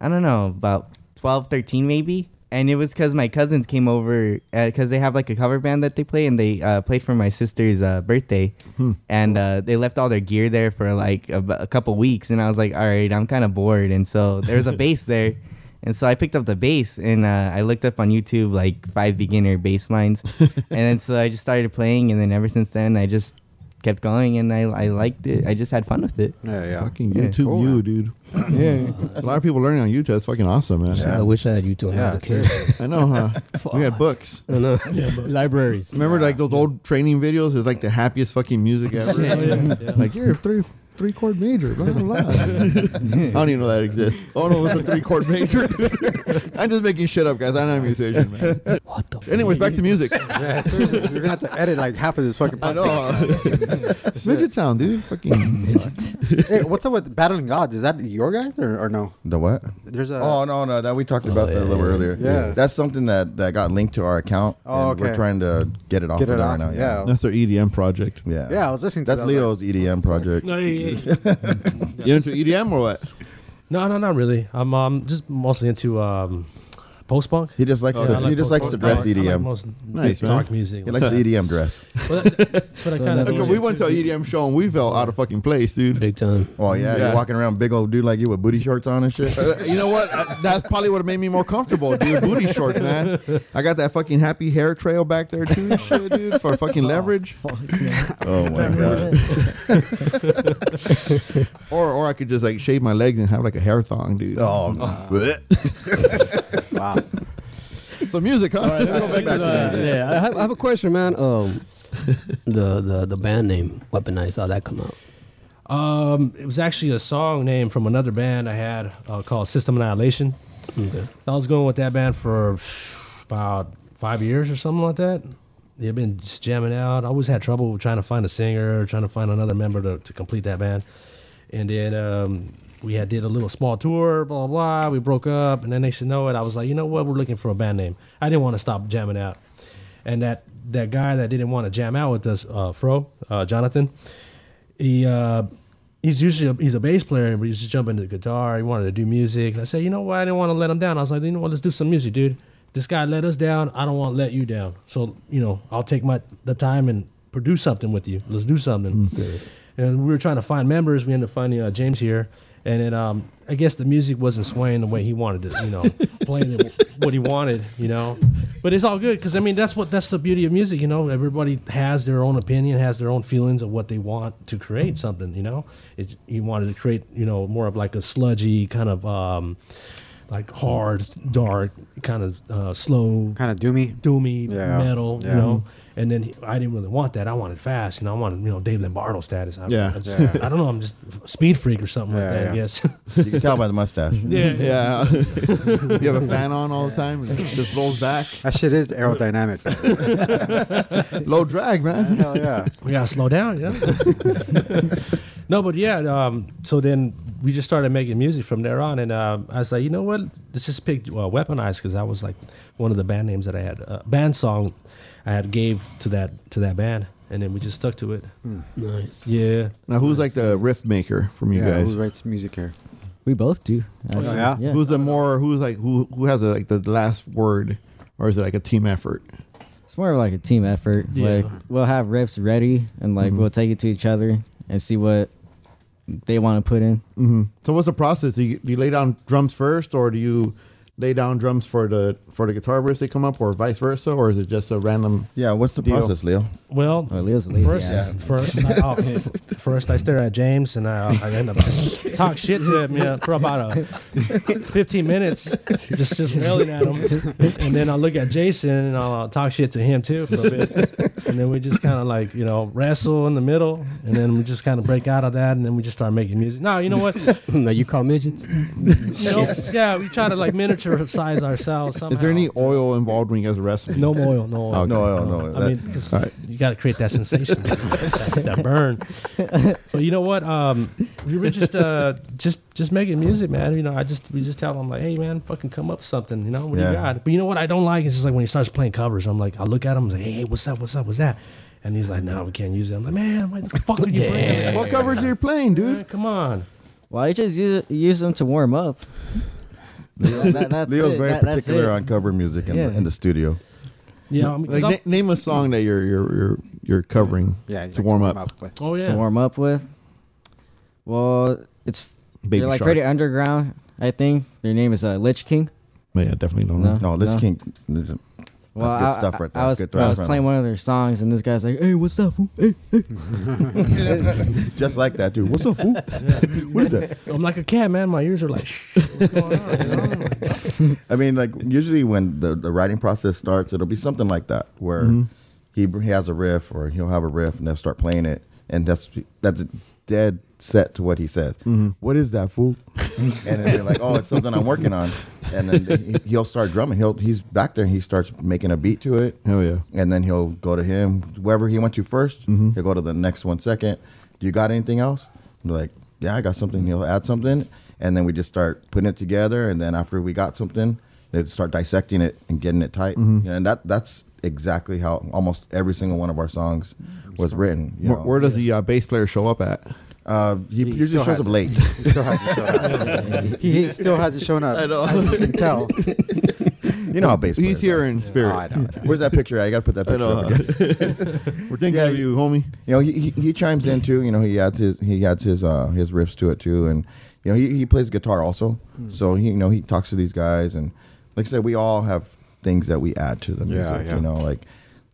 [SPEAKER 7] I don't know, about 12, 13 maybe. And it was because my cousins came over because they have like a cover band that they play and they uh, played for my sister's uh, birthday. And uh, they left all their gear there for like a, a couple weeks. And I was like, all right, I'm kind of bored. And so there was a bass there. And so I picked up the bass and uh, I looked up on YouTube like five beginner bass lines. and then so I just started playing. And then ever since then, I just kept going and I, I liked it. I just had fun with it.
[SPEAKER 6] Yeah, yeah.
[SPEAKER 2] Fucking
[SPEAKER 7] Yeah,
[SPEAKER 2] YouTube,
[SPEAKER 7] cool.
[SPEAKER 2] you dude.
[SPEAKER 8] Yeah.
[SPEAKER 2] A lot of people learning on YouTube. That's fucking awesome, man.
[SPEAKER 8] I wish I had you two.
[SPEAKER 6] Yeah,
[SPEAKER 8] Yeah,
[SPEAKER 6] seriously.
[SPEAKER 2] I know, huh? we had books.
[SPEAKER 8] I know. Libraries.
[SPEAKER 2] Remember, like those old training videos? It's like the happiest fucking music ever. Like you're a three three chord major. Blah blah blah. I don't even know that exists. Oh no, it's a three chord major. I'm just making shit up, guys. I'm not a musician, man.
[SPEAKER 8] What the?
[SPEAKER 2] Anyways, back to music.
[SPEAKER 6] yeah, seriously. We're gonna have to edit like half of this fucking
[SPEAKER 2] I
[SPEAKER 6] podcast.
[SPEAKER 2] know. huh? Midget Town, dude. Fucking.
[SPEAKER 6] Hey, what's up with battling gods? Is that your guys or, or no?
[SPEAKER 3] The what?
[SPEAKER 6] There's a
[SPEAKER 3] oh no, no, that we talked about that a little earlier.
[SPEAKER 6] Uh, Yeah.
[SPEAKER 3] that's something that that got linked to our account.
[SPEAKER 6] Oh,
[SPEAKER 3] and
[SPEAKER 6] okay.
[SPEAKER 3] We're trying to get it off.
[SPEAKER 6] get
[SPEAKER 3] of
[SPEAKER 6] it
[SPEAKER 3] there
[SPEAKER 6] off.
[SPEAKER 3] right now.
[SPEAKER 6] yeah. yeah,
[SPEAKER 2] That's their EDM project.
[SPEAKER 3] yeah,
[SPEAKER 6] I was listening to
[SPEAKER 3] That's
[SPEAKER 6] that. I was like,
[SPEAKER 3] Leo's EDM project.
[SPEAKER 4] No,
[SPEAKER 2] You into EDM or what?
[SPEAKER 4] no, no, not really. I'm um, just mostly into um, post punk.
[SPEAKER 3] He just likes
[SPEAKER 4] Yeah, Oh, I
[SPEAKER 3] to,
[SPEAKER 4] like
[SPEAKER 3] he Oh, just likes to
[SPEAKER 4] post-punk.
[SPEAKER 3] dress E
[SPEAKER 4] I like- I like
[SPEAKER 3] EDM.
[SPEAKER 4] most
[SPEAKER 2] Nice, man.
[SPEAKER 4] dark music.
[SPEAKER 3] He likes the EDM dress.
[SPEAKER 4] Well, that- that's what I kind of.
[SPEAKER 2] Okay, we went to an EDM show and we felt out of fucking place, dude.
[SPEAKER 8] Big time.
[SPEAKER 3] Oh yeah,
[SPEAKER 2] Yeah.
[SPEAKER 3] you're walking around big old dude like you with booty shorts on and shit.
[SPEAKER 2] Uh, you know what? Uh, That's probably what made me more comfortable, dude. Booty shorts, man. I got that fucking happy hair trail back there too, and shit, dude, for fucking leverage.
[SPEAKER 3] oh my god.
[SPEAKER 2] Or, or I could just like shave my legs and have like a hair thong, dude.
[SPEAKER 3] Oh, bleh.
[SPEAKER 6] wow.
[SPEAKER 2] So music, huh?
[SPEAKER 8] Let's go back to the- yeah, I have, I have a question, man. Um, the, the the band name Weaponized. How'd that come out?
[SPEAKER 4] Um, it was actually a song name from another band I had uh, called System Annihilation.
[SPEAKER 8] Okay.
[SPEAKER 4] I was going with that band for about five years or something like that. They've been just jamming out. I always had trouble trying to find a singer, trying to find another member to, to complete that band. And then um, we had did a little small tour, blah, blah, blah. We broke up. And then they should know it. I was like, you know what? We're looking for a band name. I didn't want to stop jamming out. And that, that guy that didn't want to jam out with us, uh, Fro, uh, Jonathan, he uh, he's usually a, he's a bass player, but he's just jumping to the guitar. He wanted to do music. And I said, you know what? I didn't want to let him down. I was like, you know what? Let's do some music, dude. This guy let us down. I don't want to let you down. So you know, I'll take my the time and produce something with you. Let's do something. And we were trying to find members. We ended up finding uh, James here. And then um, I guess the music wasn't swaying the way he wanted it, you know, playing it- what he wanted, you know. But it's all good because I mean that's what that's the beauty of music, you know. Everybody has their own opinion, has their own feelings of what they want to create something, you know. It, he wanted to create, you know, more of like a sludgy kind of um, like hard, dark, kind of uh, slow,
[SPEAKER 6] Kind of doomy.
[SPEAKER 4] doomy
[SPEAKER 6] Yeah.
[SPEAKER 4] metal,
[SPEAKER 6] Yeah.
[SPEAKER 4] you know. And then he- I didn't really want that. I wanted fast, you know. I wanted you know Dave Lombardo status. I,
[SPEAKER 2] Yeah.
[SPEAKER 4] I, just- I don't know. I'm just a speed freak or something
[SPEAKER 6] Yeah,
[SPEAKER 4] like that.
[SPEAKER 6] yeah.
[SPEAKER 4] I guess.
[SPEAKER 3] You can tell by the mustache.
[SPEAKER 4] yeah,
[SPEAKER 2] Yeah. you have a fan on all the time. and it Just rolls back.
[SPEAKER 6] That shit is aerodynamic.
[SPEAKER 2] Low drag, man.
[SPEAKER 6] Hell yeah.
[SPEAKER 4] We gotta slow down, yeah. no, but yeah. Um, so then we just started making music from there on, and uh, I was like, you know what? Let's just pick uh, Weaponized because that was like one of the band names that I had, uh, band song I had gave to that to that band, and then we just stuck to it.
[SPEAKER 6] Hmm.
[SPEAKER 8] Nice.
[SPEAKER 4] Yeah,
[SPEAKER 2] Now, who's like the riff maker from you
[SPEAKER 6] Yeah,
[SPEAKER 2] guys?
[SPEAKER 6] who writes music here?
[SPEAKER 5] We both do. actually.
[SPEAKER 6] yeah?
[SPEAKER 5] yeah.
[SPEAKER 2] Who's the more? Who's like who? Who has like the last word, or is it like a team effort?
[SPEAKER 5] It's more of like a team effort.
[SPEAKER 4] Yeah.
[SPEAKER 5] Like we'll have riffs ready and like we'll take it to each other and see what they want to put in.
[SPEAKER 2] So what's the process? Do you, do you lay down drums first, or do you lay down drums for the for the guitar riffs they come up, or vice versa, or is it just a random?
[SPEAKER 3] Yeah, what's the
[SPEAKER 2] Deal.
[SPEAKER 3] process, Leo?
[SPEAKER 4] Well,
[SPEAKER 5] Oh, Leo's a lazy
[SPEAKER 4] first,
[SPEAKER 5] ass.
[SPEAKER 4] first, I, oh, first I stare at James and I, I end up just talk shit to him yeah, for about uh, 15 minutes, just just yelling at him, and then I look at Jason and I'll uh, talk shit to him too for a bit, and then we just kind of like you know wrestle in the middle, and then we just kind of break out of that, and then we just start making music. No, you know what?
[SPEAKER 8] no, you call midgets?
[SPEAKER 4] You know, yeah, we try to like miniature size ourselves. Somehow.
[SPEAKER 2] Is there any oil involved when you guys are wrestling?
[SPEAKER 4] No oil, no oil.
[SPEAKER 2] Okay.
[SPEAKER 3] No, no, no.
[SPEAKER 4] I mean,
[SPEAKER 3] that's-
[SPEAKER 4] 'cause you got to create that sensation, that, that burn. But you know what? Um, we were just uh, just just making music, man. You know, I just we just tell them like, hey, man, fucking come up with something. You know, what do you
[SPEAKER 3] Yeah.
[SPEAKER 4] got? But you know what? I don't like it's just like when he starts playing covers. I'm like, I look at him, I'm like, hey, what's up? What's up? What's that? And he's like, no, we can't use it. I'm like, man, why the fuck are you playing?
[SPEAKER 2] What covers are you playing, dude?
[SPEAKER 4] Man, Come on.
[SPEAKER 5] Well, I just use use them to warm up. That- that- that's
[SPEAKER 3] Leo's
[SPEAKER 5] it.
[SPEAKER 3] very
[SPEAKER 5] That- that's
[SPEAKER 3] particular
[SPEAKER 5] it.
[SPEAKER 3] on cover music in,
[SPEAKER 5] Yeah.
[SPEAKER 3] the, in the studio.
[SPEAKER 4] Yeah. I'm-
[SPEAKER 2] Like,
[SPEAKER 4] 'cause
[SPEAKER 2] na-
[SPEAKER 4] I'm-
[SPEAKER 2] name a song that you're you're you're, you're covering.
[SPEAKER 6] Yeah, you
[SPEAKER 2] to
[SPEAKER 6] like
[SPEAKER 2] warm up.
[SPEAKER 6] with.
[SPEAKER 4] oh
[SPEAKER 5] to
[SPEAKER 4] yeah.
[SPEAKER 5] warm up with. Well, it's
[SPEAKER 2] Baby
[SPEAKER 5] they're like
[SPEAKER 2] Shark.
[SPEAKER 5] pretty underground. I think their name is uh, Lich King.
[SPEAKER 3] Oh,
[SPEAKER 2] Yeah, I definitely don't know.
[SPEAKER 3] No, Lich
[SPEAKER 5] No.
[SPEAKER 3] King. That's
[SPEAKER 5] Well,
[SPEAKER 3] good
[SPEAKER 5] I,
[SPEAKER 3] stuff right there.
[SPEAKER 5] I was,
[SPEAKER 3] good
[SPEAKER 5] I was
[SPEAKER 3] thread.
[SPEAKER 5] playing one of their songs, and this guy's like, "Hey, what's up? fool? Hey."
[SPEAKER 3] Just like that, dude. What's up, fool? what is that?
[SPEAKER 4] I'm like a cat, man. My ears are like, Shh, what's going on? You know? I'm like,
[SPEAKER 3] I mean, like usually when the, the writing process starts, it'll be something like that where he, br- he has a riff or he'll have a riff and they'll start playing it, and that's that's dead set to what he says. "What is that fool? and then they're like, oh, it's something I'm working on, and then they- he'll start drumming. He'll he's back there and he starts making a beat to it.
[SPEAKER 2] Hell yeah.
[SPEAKER 3] and then he'll go to him whoever he went to 1st
[SPEAKER 2] Mm-hmm.
[SPEAKER 3] he He'll go to the next one second. Do you got anything else? And they're like, yeah, I got something. He'll add something, and then we just start putting it together. And then after we got something, they'd start dissecting it and getting it tight.
[SPEAKER 2] Mm-hmm.
[SPEAKER 3] You know, and that that's exactly how almost every single one of our songs was written. You
[SPEAKER 2] Where,
[SPEAKER 3] know.
[SPEAKER 2] where does the uh, bass player show up at?
[SPEAKER 3] uh, he,
[SPEAKER 6] He
[SPEAKER 3] usually
[SPEAKER 6] still
[SPEAKER 3] shows
[SPEAKER 6] has
[SPEAKER 3] up
[SPEAKER 6] it.
[SPEAKER 3] late.
[SPEAKER 6] He still hasn't shown up. he, he still hasn't shown up. I know. As you can tell.
[SPEAKER 3] you know how bass.
[SPEAKER 2] He's
[SPEAKER 3] players
[SPEAKER 2] here
[SPEAKER 3] are.
[SPEAKER 2] in spirit.
[SPEAKER 6] I don't know.
[SPEAKER 3] Where's that picture? at? I gotta put that
[SPEAKER 2] I
[SPEAKER 3] picture.
[SPEAKER 2] know.
[SPEAKER 3] up again.
[SPEAKER 2] We're thinking
[SPEAKER 3] Yeah,
[SPEAKER 2] of you, homie.
[SPEAKER 3] you know, he, he, he chimes in too. You know, he adds his he adds his uh, his riffs to it too, and you know, he, he plays guitar also.
[SPEAKER 6] Hmm.
[SPEAKER 3] So he you know he talks to these guys, and like I said, we all have things that we add to the music.
[SPEAKER 6] yeah.
[SPEAKER 3] You know, like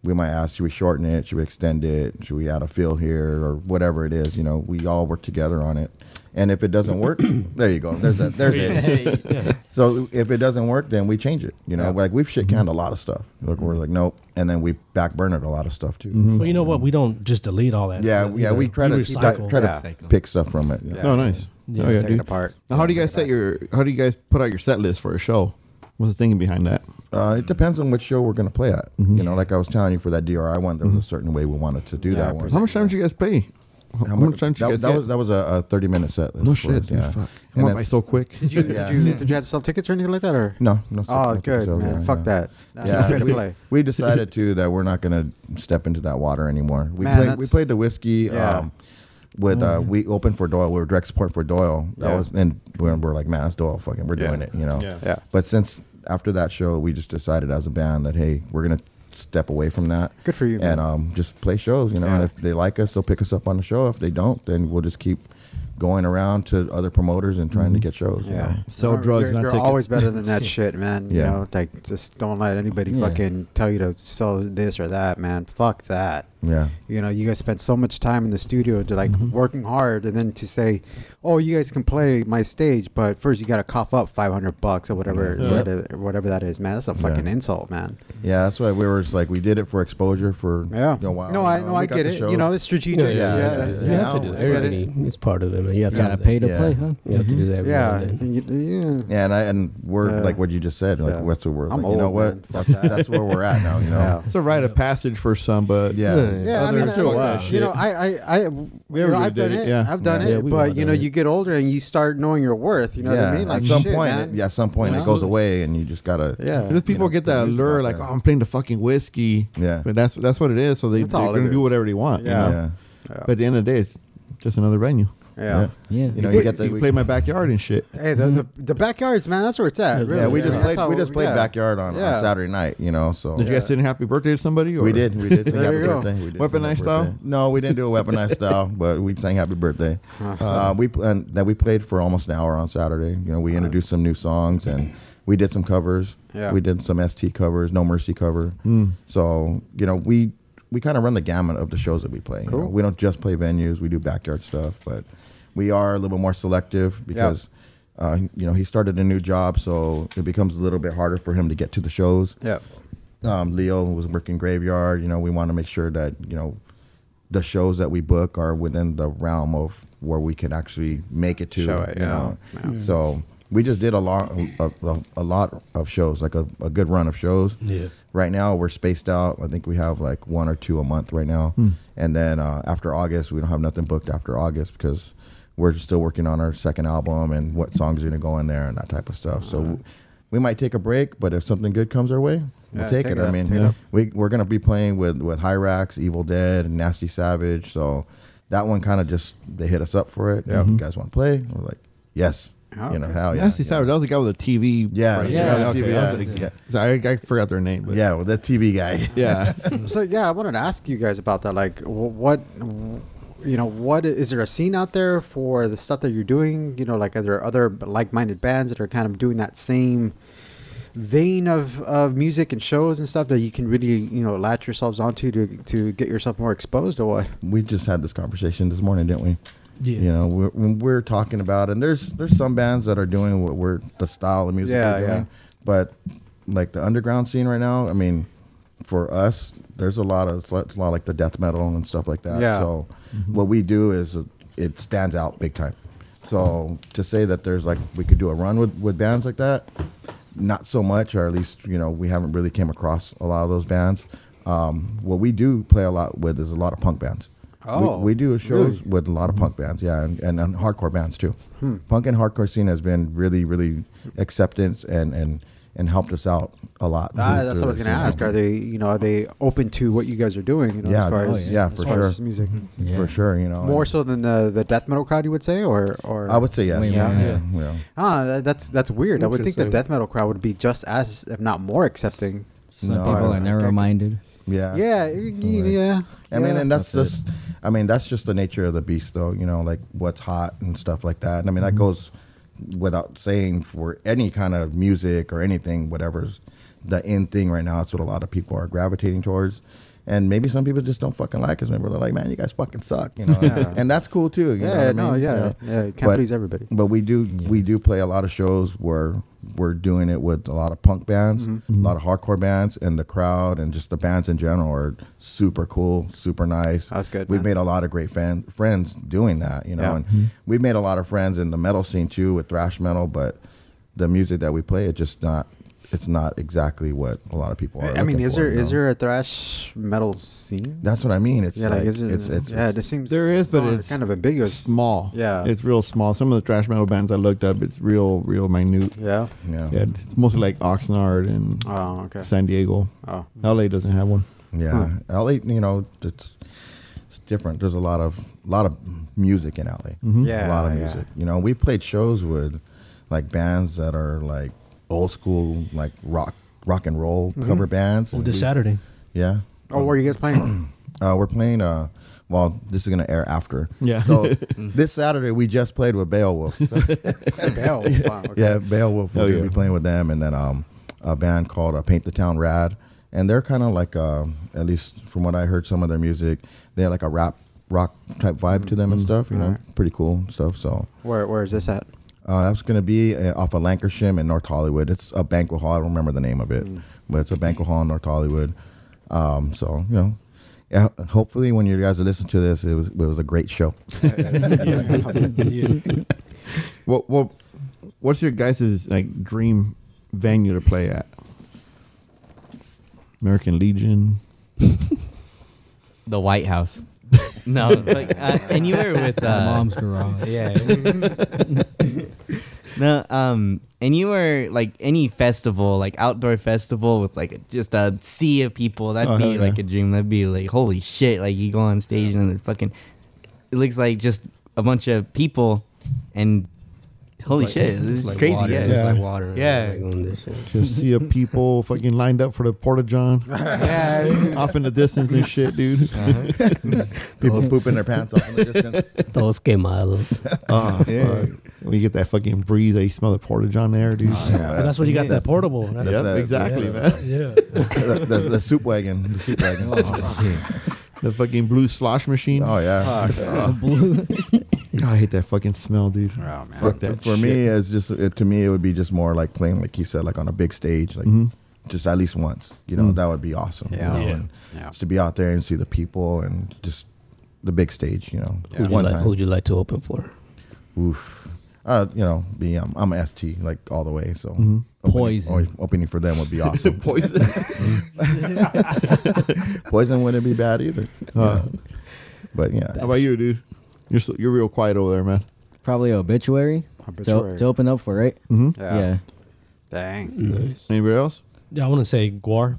[SPEAKER 3] we might ask, should we shorten it? Should we extend it? Should we add a fill here or whatever it is? You know, we all work together on it. And if it doesn't work, there you go. There's that. There's it. So if it doesn't work, then we change it. You know, like we've shit
[SPEAKER 6] Mm-hmm.
[SPEAKER 3] canned a lot of stuff. Like we're like, nope, and then we back burnered a lot of stuff too.
[SPEAKER 6] Mm-hmm.
[SPEAKER 4] But you know what? We don't just delete all that.
[SPEAKER 3] Yeah, yeah, we try to keep-
[SPEAKER 4] recycle.
[SPEAKER 3] try
[SPEAKER 6] Yeah.
[SPEAKER 3] to pick stuff from it. Yeah.
[SPEAKER 6] Yeah.
[SPEAKER 2] Oh, nice. oh, yeah,
[SPEAKER 6] Take
[SPEAKER 2] dude.
[SPEAKER 6] it apart.
[SPEAKER 2] Now, how do you guys set your? How do you guys put out your set list for a show? What's the thinking behind that?
[SPEAKER 3] Uh, it depends on which show we're gonna play at.
[SPEAKER 2] Mm-hmm.
[SPEAKER 3] You know, like I was telling you for that DRI one, there was a certain way we wanted to do
[SPEAKER 6] Yeah,
[SPEAKER 3] that one.
[SPEAKER 2] How much time did you guys pay? How,
[SPEAKER 3] How
[SPEAKER 2] much time did you
[SPEAKER 3] that,
[SPEAKER 2] guys
[SPEAKER 3] that
[SPEAKER 2] get?
[SPEAKER 3] was that was a, a thirty minute set. list
[SPEAKER 2] no
[SPEAKER 3] for
[SPEAKER 2] shit.
[SPEAKER 3] us,
[SPEAKER 2] dude,
[SPEAKER 3] yeah.
[SPEAKER 2] Fuck.
[SPEAKER 3] And
[SPEAKER 2] Come on, by
[SPEAKER 3] that's-
[SPEAKER 2] so quick.
[SPEAKER 6] Did you,
[SPEAKER 3] Yeah.
[SPEAKER 6] did, you, did you have to sell tickets or anything like that? or
[SPEAKER 3] No, no.
[SPEAKER 6] Oh,
[SPEAKER 3] no
[SPEAKER 6] good,
[SPEAKER 3] shows,
[SPEAKER 6] man.
[SPEAKER 3] yeah,
[SPEAKER 6] Fuck
[SPEAKER 3] yeah.
[SPEAKER 6] that. That's
[SPEAKER 3] Yeah,
[SPEAKER 6] not fair to
[SPEAKER 3] we,
[SPEAKER 6] play.
[SPEAKER 3] we decided too that we're not gonna step into that water anymore. We
[SPEAKER 6] Man,
[SPEAKER 3] played we
[SPEAKER 6] that's-
[SPEAKER 3] played the whiskey.
[SPEAKER 6] Yeah.
[SPEAKER 3] Um, with uh, we opened for Doyle. We were direct support for Doyle. That
[SPEAKER 6] Yeah.
[SPEAKER 3] was and we're, we're like, man, it's Doyle. Fucking, we're doing it. You know.
[SPEAKER 6] Yeah. Yeah.
[SPEAKER 3] But since after that show, we just decided as a band that hey, we're gonna step away from that.
[SPEAKER 6] Good for you, man.
[SPEAKER 3] And um, just play shows. You know,
[SPEAKER 6] Yeah.
[SPEAKER 3] and if they like us, they'll pick us up on the show. If they don't, then we'll just keep going around to other promoters and trying to get shows. you
[SPEAKER 6] Mm-hmm. Yeah.
[SPEAKER 3] know.
[SPEAKER 2] Sell
[SPEAKER 6] You're-
[SPEAKER 2] drugs,
[SPEAKER 6] You're,
[SPEAKER 2] not
[SPEAKER 6] you're
[SPEAKER 2] tickets.
[SPEAKER 6] always better than that shit, man. You
[SPEAKER 3] Yeah.
[SPEAKER 6] know, like just don't let anybody
[SPEAKER 5] Yeah.
[SPEAKER 6] fucking tell you to sell this or that, man. Fuck that.
[SPEAKER 3] Yeah.
[SPEAKER 6] You know, you guys spend so much time in the studio to like
[SPEAKER 2] Mm-hmm.
[SPEAKER 6] working hard, and then to say, "Oh, you guys can play my stage," but first you got to cough up five hundred bucks or whatever, whatever, whatever that is, man. That's a fucking insult, man.
[SPEAKER 3] Yeah, that's why we were just like we did it for exposure for
[SPEAKER 6] Yeah.
[SPEAKER 3] a while.
[SPEAKER 6] no,
[SPEAKER 3] you
[SPEAKER 6] I
[SPEAKER 3] know,
[SPEAKER 6] no,
[SPEAKER 3] we
[SPEAKER 6] I
[SPEAKER 3] got
[SPEAKER 6] get
[SPEAKER 3] the
[SPEAKER 6] it.
[SPEAKER 3] shows.
[SPEAKER 6] You know, it's strategic.
[SPEAKER 3] yeah,
[SPEAKER 6] Yeah,
[SPEAKER 3] yeah, yeah.
[SPEAKER 8] You have
[SPEAKER 3] Yeah,
[SPEAKER 8] to do
[SPEAKER 3] I
[SPEAKER 8] that.
[SPEAKER 3] get it.
[SPEAKER 8] Everybody, it's part of it, man. You have
[SPEAKER 5] Gotta
[SPEAKER 8] to,
[SPEAKER 5] pay to
[SPEAKER 3] Yeah.
[SPEAKER 5] play, huh?
[SPEAKER 8] you have to do that. every now
[SPEAKER 6] Yeah,
[SPEAKER 8] and then.
[SPEAKER 6] you- yeah.
[SPEAKER 3] Yeah, and I and we're
[SPEAKER 6] Yeah.
[SPEAKER 3] like what you just said, like
[SPEAKER 6] Yeah.
[SPEAKER 3] that's what we're.
[SPEAKER 6] I'm
[SPEAKER 3] like, you know
[SPEAKER 6] old, man.
[SPEAKER 3] what?
[SPEAKER 6] Fuck
[SPEAKER 3] That's, that's where we're at now. You know.
[SPEAKER 2] It's a rite of passage for some, but
[SPEAKER 3] Yeah. Yeah.
[SPEAKER 6] Yeah, I
[SPEAKER 2] Other
[SPEAKER 6] mean,
[SPEAKER 2] than that,
[SPEAKER 6] I,
[SPEAKER 2] shit.
[SPEAKER 6] you know, I, I, I, you know,
[SPEAKER 2] Everybody
[SPEAKER 6] I've done
[SPEAKER 2] did it,
[SPEAKER 6] it.
[SPEAKER 2] yeah.
[SPEAKER 6] I've done
[SPEAKER 2] Yeah,
[SPEAKER 6] it,
[SPEAKER 2] we've all
[SPEAKER 6] but you
[SPEAKER 2] done
[SPEAKER 6] know,
[SPEAKER 2] it.
[SPEAKER 6] you get older and you start knowing your worth. You know what I mean? Like
[SPEAKER 3] at some
[SPEAKER 6] shit,
[SPEAKER 3] point,
[SPEAKER 6] man.
[SPEAKER 3] it, yeah, at some point it goes away, and you just gotta.
[SPEAKER 6] Yeah.
[SPEAKER 2] Because people
[SPEAKER 3] know,
[SPEAKER 2] get that
[SPEAKER 3] the music
[SPEAKER 2] allure,
[SPEAKER 3] out
[SPEAKER 2] like,
[SPEAKER 3] there.
[SPEAKER 2] oh, I'm playing the fucking whiskey.
[SPEAKER 3] Yeah.
[SPEAKER 2] But that's that's what it is. So they,
[SPEAKER 6] That's
[SPEAKER 2] they're
[SPEAKER 6] all it
[SPEAKER 2] going to do
[SPEAKER 6] is.
[SPEAKER 2] whatever they want. you
[SPEAKER 6] Yeah.
[SPEAKER 2] know?
[SPEAKER 3] Yeah.
[SPEAKER 2] But at the end of the day, it's just another venue.
[SPEAKER 6] yeah.
[SPEAKER 5] Yeah.
[SPEAKER 3] You know, you
[SPEAKER 6] It-
[SPEAKER 3] get the.
[SPEAKER 2] You
[SPEAKER 3] we-
[SPEAKER 2] play my backyard and shit.
[SPEAKER 6] Hey, the, the the backyards, man. That's where it's at. Really.
[SPEAKER 3] yeah, we just
[SPEAKER 6] That's
[SPEAKER 3] played.
[SPEAKER 6] how-
[SPEAKER 3] We just played
[SPEAKER 6] yeah.
[SPEAKER 3] backyard on,
[SPEAKER 6] Yeah.
[SPEAKER 3] on Saturday night. You know, so
[SPEAKER 2] Did you guys sing happy birthday to somebody? Or?
[SPEAKER 3] we did. We did sing
[SPEAKER 6] There
[SPEAKER 3] happy
[SPEAKER 6] you go.
[SPEAKER 3] birthday. We did sing
[SPEAKER 2] Weaponized
[SPEAKER 3] happy
[SPEAKER 2] style?
[SPEAKER 3] birthday. No, we didn't do a weaponized style, but we sang happy birthday.
[SPEAKER 6] Uh-huh.
[SPEAKER 3] Uh, we pl- and that we played for almost an hour on Saturday. You know, we introduced some new songs and we did some covers.
[SPEAKER 6] Uh-huh. Yeah. Hmm.
[SPEAKER 3] We did some ST covers, No Mercy cover. So you know, we we kind of run the gamut of the shows that we play. you know.
[SPEAKER 6] Cool.
[SPEAKER 3] we don't just play venues. We do backyard stuff, but we are a little bit more selective because uh, you know, he started a new job, so it becomes a little bit harder for him to get to the shows.
[SPEAKER 6] Yeah.
[SPEAKER 3] um, Leo was working graveyard. You know, we want to make sure that you know the shows that we book are within the realm of where we can actually make it to.
[SPEAKER 2] Show it,
[SPEAKER 3] you
[SPEAKER 2] yeah.
[SPEAKER 3] know? So we just did a lot, a, a, a lot of shows, like a, a good run of shows.
[SPEAKER 4] Yeah.
[SPEAKER 3] Right now we're spaced out. I think we have like one or two a month right now, and then uh, after August we don't have nothing booked after August because we're still working on our second album and what songs are gonna go in there and that type of stuff. So.
[SPEAKER 2] Uh-huh.
[SPEAKER 3] we might take a break, but if something good comes our way, we'll
[SPEAKER 6] Yeah,
[SPEAKER 3] take,
[SPEAKER 6] take
[SPEAKER 3] it.
[SPEAKER 6] it
[SPEAKER 3] I
[SPEAKER 6] up,
[SPEAKER 3] mean,
[SPEAKER 6] take it up.
[SPEAKER 3] we we're gonna be playing with with Hyrax, Evil Dead, and Nasty Savage. So that one kind of just they hit us up for it. Yeah, you guys want to play? We're like, yes.
[SPEAKER 6] Mm-hmm. Oh,
[SPEAKER 3] you know,
[SPEAKER 6] okay.
[SPEAKER 3] hell yeah.
[SPEAKER 2] Nasty
[SPEAKER 3] yeah.
[SPEAKER 2] Savage. That was the guy with the TV.
[SPEAKER 3] Yeah,
[SPEAKER 2] right?
[SPEAKER 3] yeah,
[SPEAKER 2] yeah.
[SPEAKER 3] the
[SPEAKER 2] okay,
[SPEAKER 3] TV,
[SPEAKER 2] I was
[SPEAKER 3] yeah.
[SPEAKER 2] like- Sorry, I, I forgot their name. But
[SPEAKER 3] Yeah, well, that TV guy.
[SPEAKER 2] yeah.
[SPEAKER 6] So yeah, I wanted to ask you guys about that. Like, wh- what, you know, what is there a scene out there for the stuff that you're doing? You know, like are there other like-minded bands that are kind of doing that same vein of, of music and shows and stuff that you can really you know latch yourselves onto to to get yourself more exposed or what?
[SPEAKER 3] we just had this conversation this morning, didn't we?
[SPEAKER 4] Yeah.
[SPEAKER 3] You know, we're, when we're talking about, and there's there's some bands that are doing what we're the style of music.
[SPEAKER 6] Yeah,
[SPEAKER 3] we're doing,
[SPEAKER 6] yeah.
[SPEAKER 3] But like the underground scene right now, I mean, for us, there's a lot of it's a lot it's a lot like the death metal and stuff like that.
[SPEAKER 6] Yeah.
[SPEAKER 3] So what we do is uh, it stands out big time. So to say that there's like we could do a run with with bands like that, not so much, or at least you know we haven't really came across a lot of those bands. Um, what we do play a lot with is a lot of punk bands. We-
[SPEAKER 6] Oh,
[SPEAKER 3] we, do shows
[SPEAKER 6] really? Hmm.
[SPEAKER 3] with a lot of punk bands, yeah, and, and, and hardcore bands too. Punk and hardcore scene has been really, really acceptance and and and helped us out a lot.
[SPEAKER 6] Ah,
[SPEAKER 3] through-
[SPEAKER 6] that's what
[SPEAKER 3] through
[SPEAKER 6] I was
[SPEAKER 3] the
[SPEAKER 6] gonna
[SPEAKER 3] scene.
[SPEAKER 6] ask. Are they you know are they open to what you guys are doing? You know,
[SPEAKER 3] Yeah,
[SPEAKER 6] as far
[SPEAKER 3] oh,
[SPEAKER 6] as
[SPEAKER 3] yeah, for
[SPEAKER 6] as far
[SPEAKER 3] sure. Mm-hmm.
[SPEAKER 6] as music.
[SPEAKER 3] for sure, you know,
[SPEAKER 6] More
[SPEAKER 3] and
[SPEAKER 6] so than the, the death metal crowd, you would say, or or
[SPEAKER 3] I would say yes.
[SPEAKER 5] Way
[SPEAKER 3] Yeah,
[SPEAKER 5] more,
[SPEAKER 3] yeah, yeah.
[SPEAKER 6] Ah, that, that's that's weird. I would think the
[SPEAKER 8] Interesting.
[SPEAKER 6] death metal crowd would be just as, if not more, accepting.
[SPEAKER 5] Some
[SPEAKER 3] No,
[SPEAKER 5] people
[SPEAKER 3] I-
[SPEAKER 5] are narrow minded.
[SPEAKER 3] yeah,
[SPEAKER 6] Yeah, y- y-
[SPEAKER 3] Right.
[SPEAKER 6] yeah.
[SPEAKER 3] I mean,
[SPEAKER 6] yeah.
[SPEAKER 3] and that's, just, I mean, that's just the nature of the beast, though. You know, like what's hot and stuff like that. And I mean,
[SPEAKER 6] Mm-hmm.
[SPEAKER 3] that goes without saying for any kind of music or anything, whatever's the end thing right now. That's what a lot of people are gravitating towards. And maybe some people just don't fucking like us. Maybe they're like, man, you guys fucking suck, you know.
[SPEAKER 6] Yeah.
[SPEAKER 3] And that's cool too. You know
[SPEAKER 6] yeah,
[SPEAKER 3] what I
[SPEAKER 6] no,
[SPEAKER 3] mean?
[SPEAKER 6] yeah, yeah. You can't
[SPEAKER 3] But-
[SPEAKER 6] please everybody.
[SPEAKER 3] but we do we do play a lot of shows where we're doing it with a lot of punk bands,
[SPEAKER 6] Mm-hmm.
[SPEAKER 3] a lot of hardcore bands, and the crowd and just the bands in general are super cool, super nice.
[SPEAKER 6] That's good,
[SPEAKER 3] We've
[SPEAKER 6] man.
[SPEAKER 3] made a lot of great fan, friends doing that, you know,
[SPEAKER 6] Yeah. Mm-hmm.
[SPEAKER 3] and we've made a lot of friends in the metal scene too with thrash metal. But the music that we play, it's just not it's not exactly what a lot of people are.
[SPEAKER 6] I mean,
[SPEAKER 3] looking
[SPEAKER 6] is
[SPEAKER 3] for,
[SPEAKER 6] there is
[SPEAKER 3] you know?
[SPEAKER 6] there a thrash metal scene?
[SPEAKER 3] That's what I mean. It's
[SPEAKER 6] yeah, like, is it?
[SPEAKER 3] it's, it's,
[SPEAKER 6] yeah,
[SPEAKER 3] it's-
[SPEAKER 6] this seems
[SPEAKER 2] There is, but
[SPEAKER 6] sort of
[SPEAKER 2] it's
[SPEAKER 6] kind of ambiguous.
[SPEAKER 2] small.
[SPEAKER 6] Yeah.
[SPEAKER 2] it's real small. Some of the thrash metal bands I looked up, it's real, real minute.
[SPEAKER 6] Yeah.
[SPEAKER 3] yeah.
[SPEAKER 2] Yeah, it's mostly like Oxnard and
[SPEAKER 6] Oh, okay.
[SPEAKER 2] San Diego.
[SPEAKER 6] Oh.
[SPEAKER 2] LA doesn't have one.
[SPEAKER 3] Yeah, LA. You know, it's it's different. There's a lot of lot of music in LA. a
[SPEAKER 6] Yeah,
[SPEAKER 3] lot of
[SPEAKER 6] yeah.
[SPEAKER 3] music. You know, we played shows with like bands that are like old school, like rock rock and roll cover bands.
[SPEAKER 4] Well,
[SPEAKER 3] And
[SPEAKER 4] this
[SPEAKER 3] we-
[SPEAKER 4] Saturday.
[SPEAKER 3] yeah,
[SPEAKER 6] Oh, where are you guys playing?
[SPEAKER 3] uh, we're playing. Uh, well, this is gonna air after.
[SPEAKER 2] Yeah.
[SPEAKER 3] So this Saturday we just played with Beowulf. So,
[SPEAKER 6] Bell. Wow, okay.
[SPEAKER 3] Yeah, Beowulf. We're
[SPEAKER 2] Hell
[SPEAKER 3] gonna
[SPEAKER 2] yeah.
[SPEAKER 3] be playing with them, and then um, a band called uh, Paint the Town Rad, and they're kind of like uh, at least from what I heard, some of their music, they have like a rap rock type vibe to them
[SPEAKER 2] Mm-hmm.
[SPEAKER 3] and stuff. You know,
[SPEAKER 6] Alright.
[SPEAKER 3] pretty cool and stuff. So.
[SPEAKER 6] Where Where is this at?
[SPEAKER 3] Uh, that's going to be uh, off of Lancashire in North Hollywood. It's a banquet hall. I don't remember the name of
[SPEAKER 2] Mm.
[SPEAKER 3] it, but it's a banquet hall in North Hollywood. Um, so you know, yeah, hopefully when you guys are listening to this, it was it was a great show.
[SPEAKER 4] Yeah.
[SPEAKER 2] What what what's your guys' like dream venue to play at? American Legion.
[SPEAKER 7] The White House. no, like uh, anywhere with uh,
[SPEAKER 5] My mom's garage.
[SPEAKER 7] Yeah. no, um, anywhere like any festival, like outdoor festival with like just a sea of people, that'd
[SPEAKER 2] Oh,
[SPEAKER 7] be
[SPEAKER 2] hell yeah.
[SPEAKER 7] like a dream. That'd be like holy shit! Like you go on stage and it's fucking, it looks like just a bunch of people, and holy shit, this is crazy.
[SPEAKER 8] Water.
[SPEAKER 7] yeah.
[SPEAKER 8] It's
[SPEAKER 2] Yeah.
[SPEAKER 8] like water.
[SPEAKER 7] Yeah.
[SPEAKER 8] Like on this shit.
[SPEAKER 2] Just see a people fucking lined up for the Porta John off in the distance and shit, dude.
[SPEAKER 3] People pooping their pants off in the distance.
[SPEAKER 8] Those quemados.
[SPEAKER 2] Oh, fuck. When you get that fucking breeze, they smell the Porta John there, dude.
[SPEAKER 6] Uh,
[SPEAKER 4] But that's when you got that portable. Right?
[SPEAKER 3] That's
[SPEAKER 2] Yep,
[SPEAKER 3] it.
[SPEAKER 2] exactly,
[SPEAKER 3] Yeah.
[SPEAKER 2] man.
[SPEAKER 4] Yeah.
[SPEAKER 3] the, the, the soup wagon. The soup wagon.
[SPEAKER 2] The fucking blue slosh machine.
[SPEAKER 3] oh yeah.
[SPEAKER 2] God, I hate that fucking smell, dude.
[SPEAKER 6] Oh man.
[SPEAKER 2] Fuck that.
[SPEAKER 3] For
[SPEAKER 2] shit.
[SPEAKER 3] me, it's just it, to me it would be just more like playing, like you said, like on a big stage, like just at least once. You know, that would be awesome. you
[SPEAKER 6] Yeah.
[SPEAKER 3] know,
[SPEAKER 4] Yeah.
[SPEAKER 3] and
[SPEAKER 6] Yeah.
[SPEAKER 3] Just to be out there and see the people and just the big stage. You know,
[SPEAKER 8] Who'd you,
[SPEAKER 3] one
[SPEAKER 8] like,
[SPEAKER 3] time.
[SPEAKER 8] who'd you like to open for?
[SPEAKER 3] Oof. Uh, you know, the um, I'm a ST like all the way. So opening,
[SPEAKER 5] Poison.
[SPEAKER 3] or opening for them would be awesome.
[SPEAKER 2] Poison.
[SPEAKER 3] Poison wouldn't be bad either. Yeah. But yeah,
[SPEAKER 2] How about you, dude? You're so, you're real quiet over there, man.
[SPEAKER 5] Probably obituary. to-
[SPEAKER 6] Obituary.
[SPEAKER 5] To, open up for, right?
[SPEAKER 2] Mm-hmm.
[SPEAKER 6] Yeah.
[SPEAKER 5] Yeah.
[SPEAKER 6] Dang.
[SPEAKER 2] Anybody else?
[SPEAKER 4] Yeah, I want to say Guar.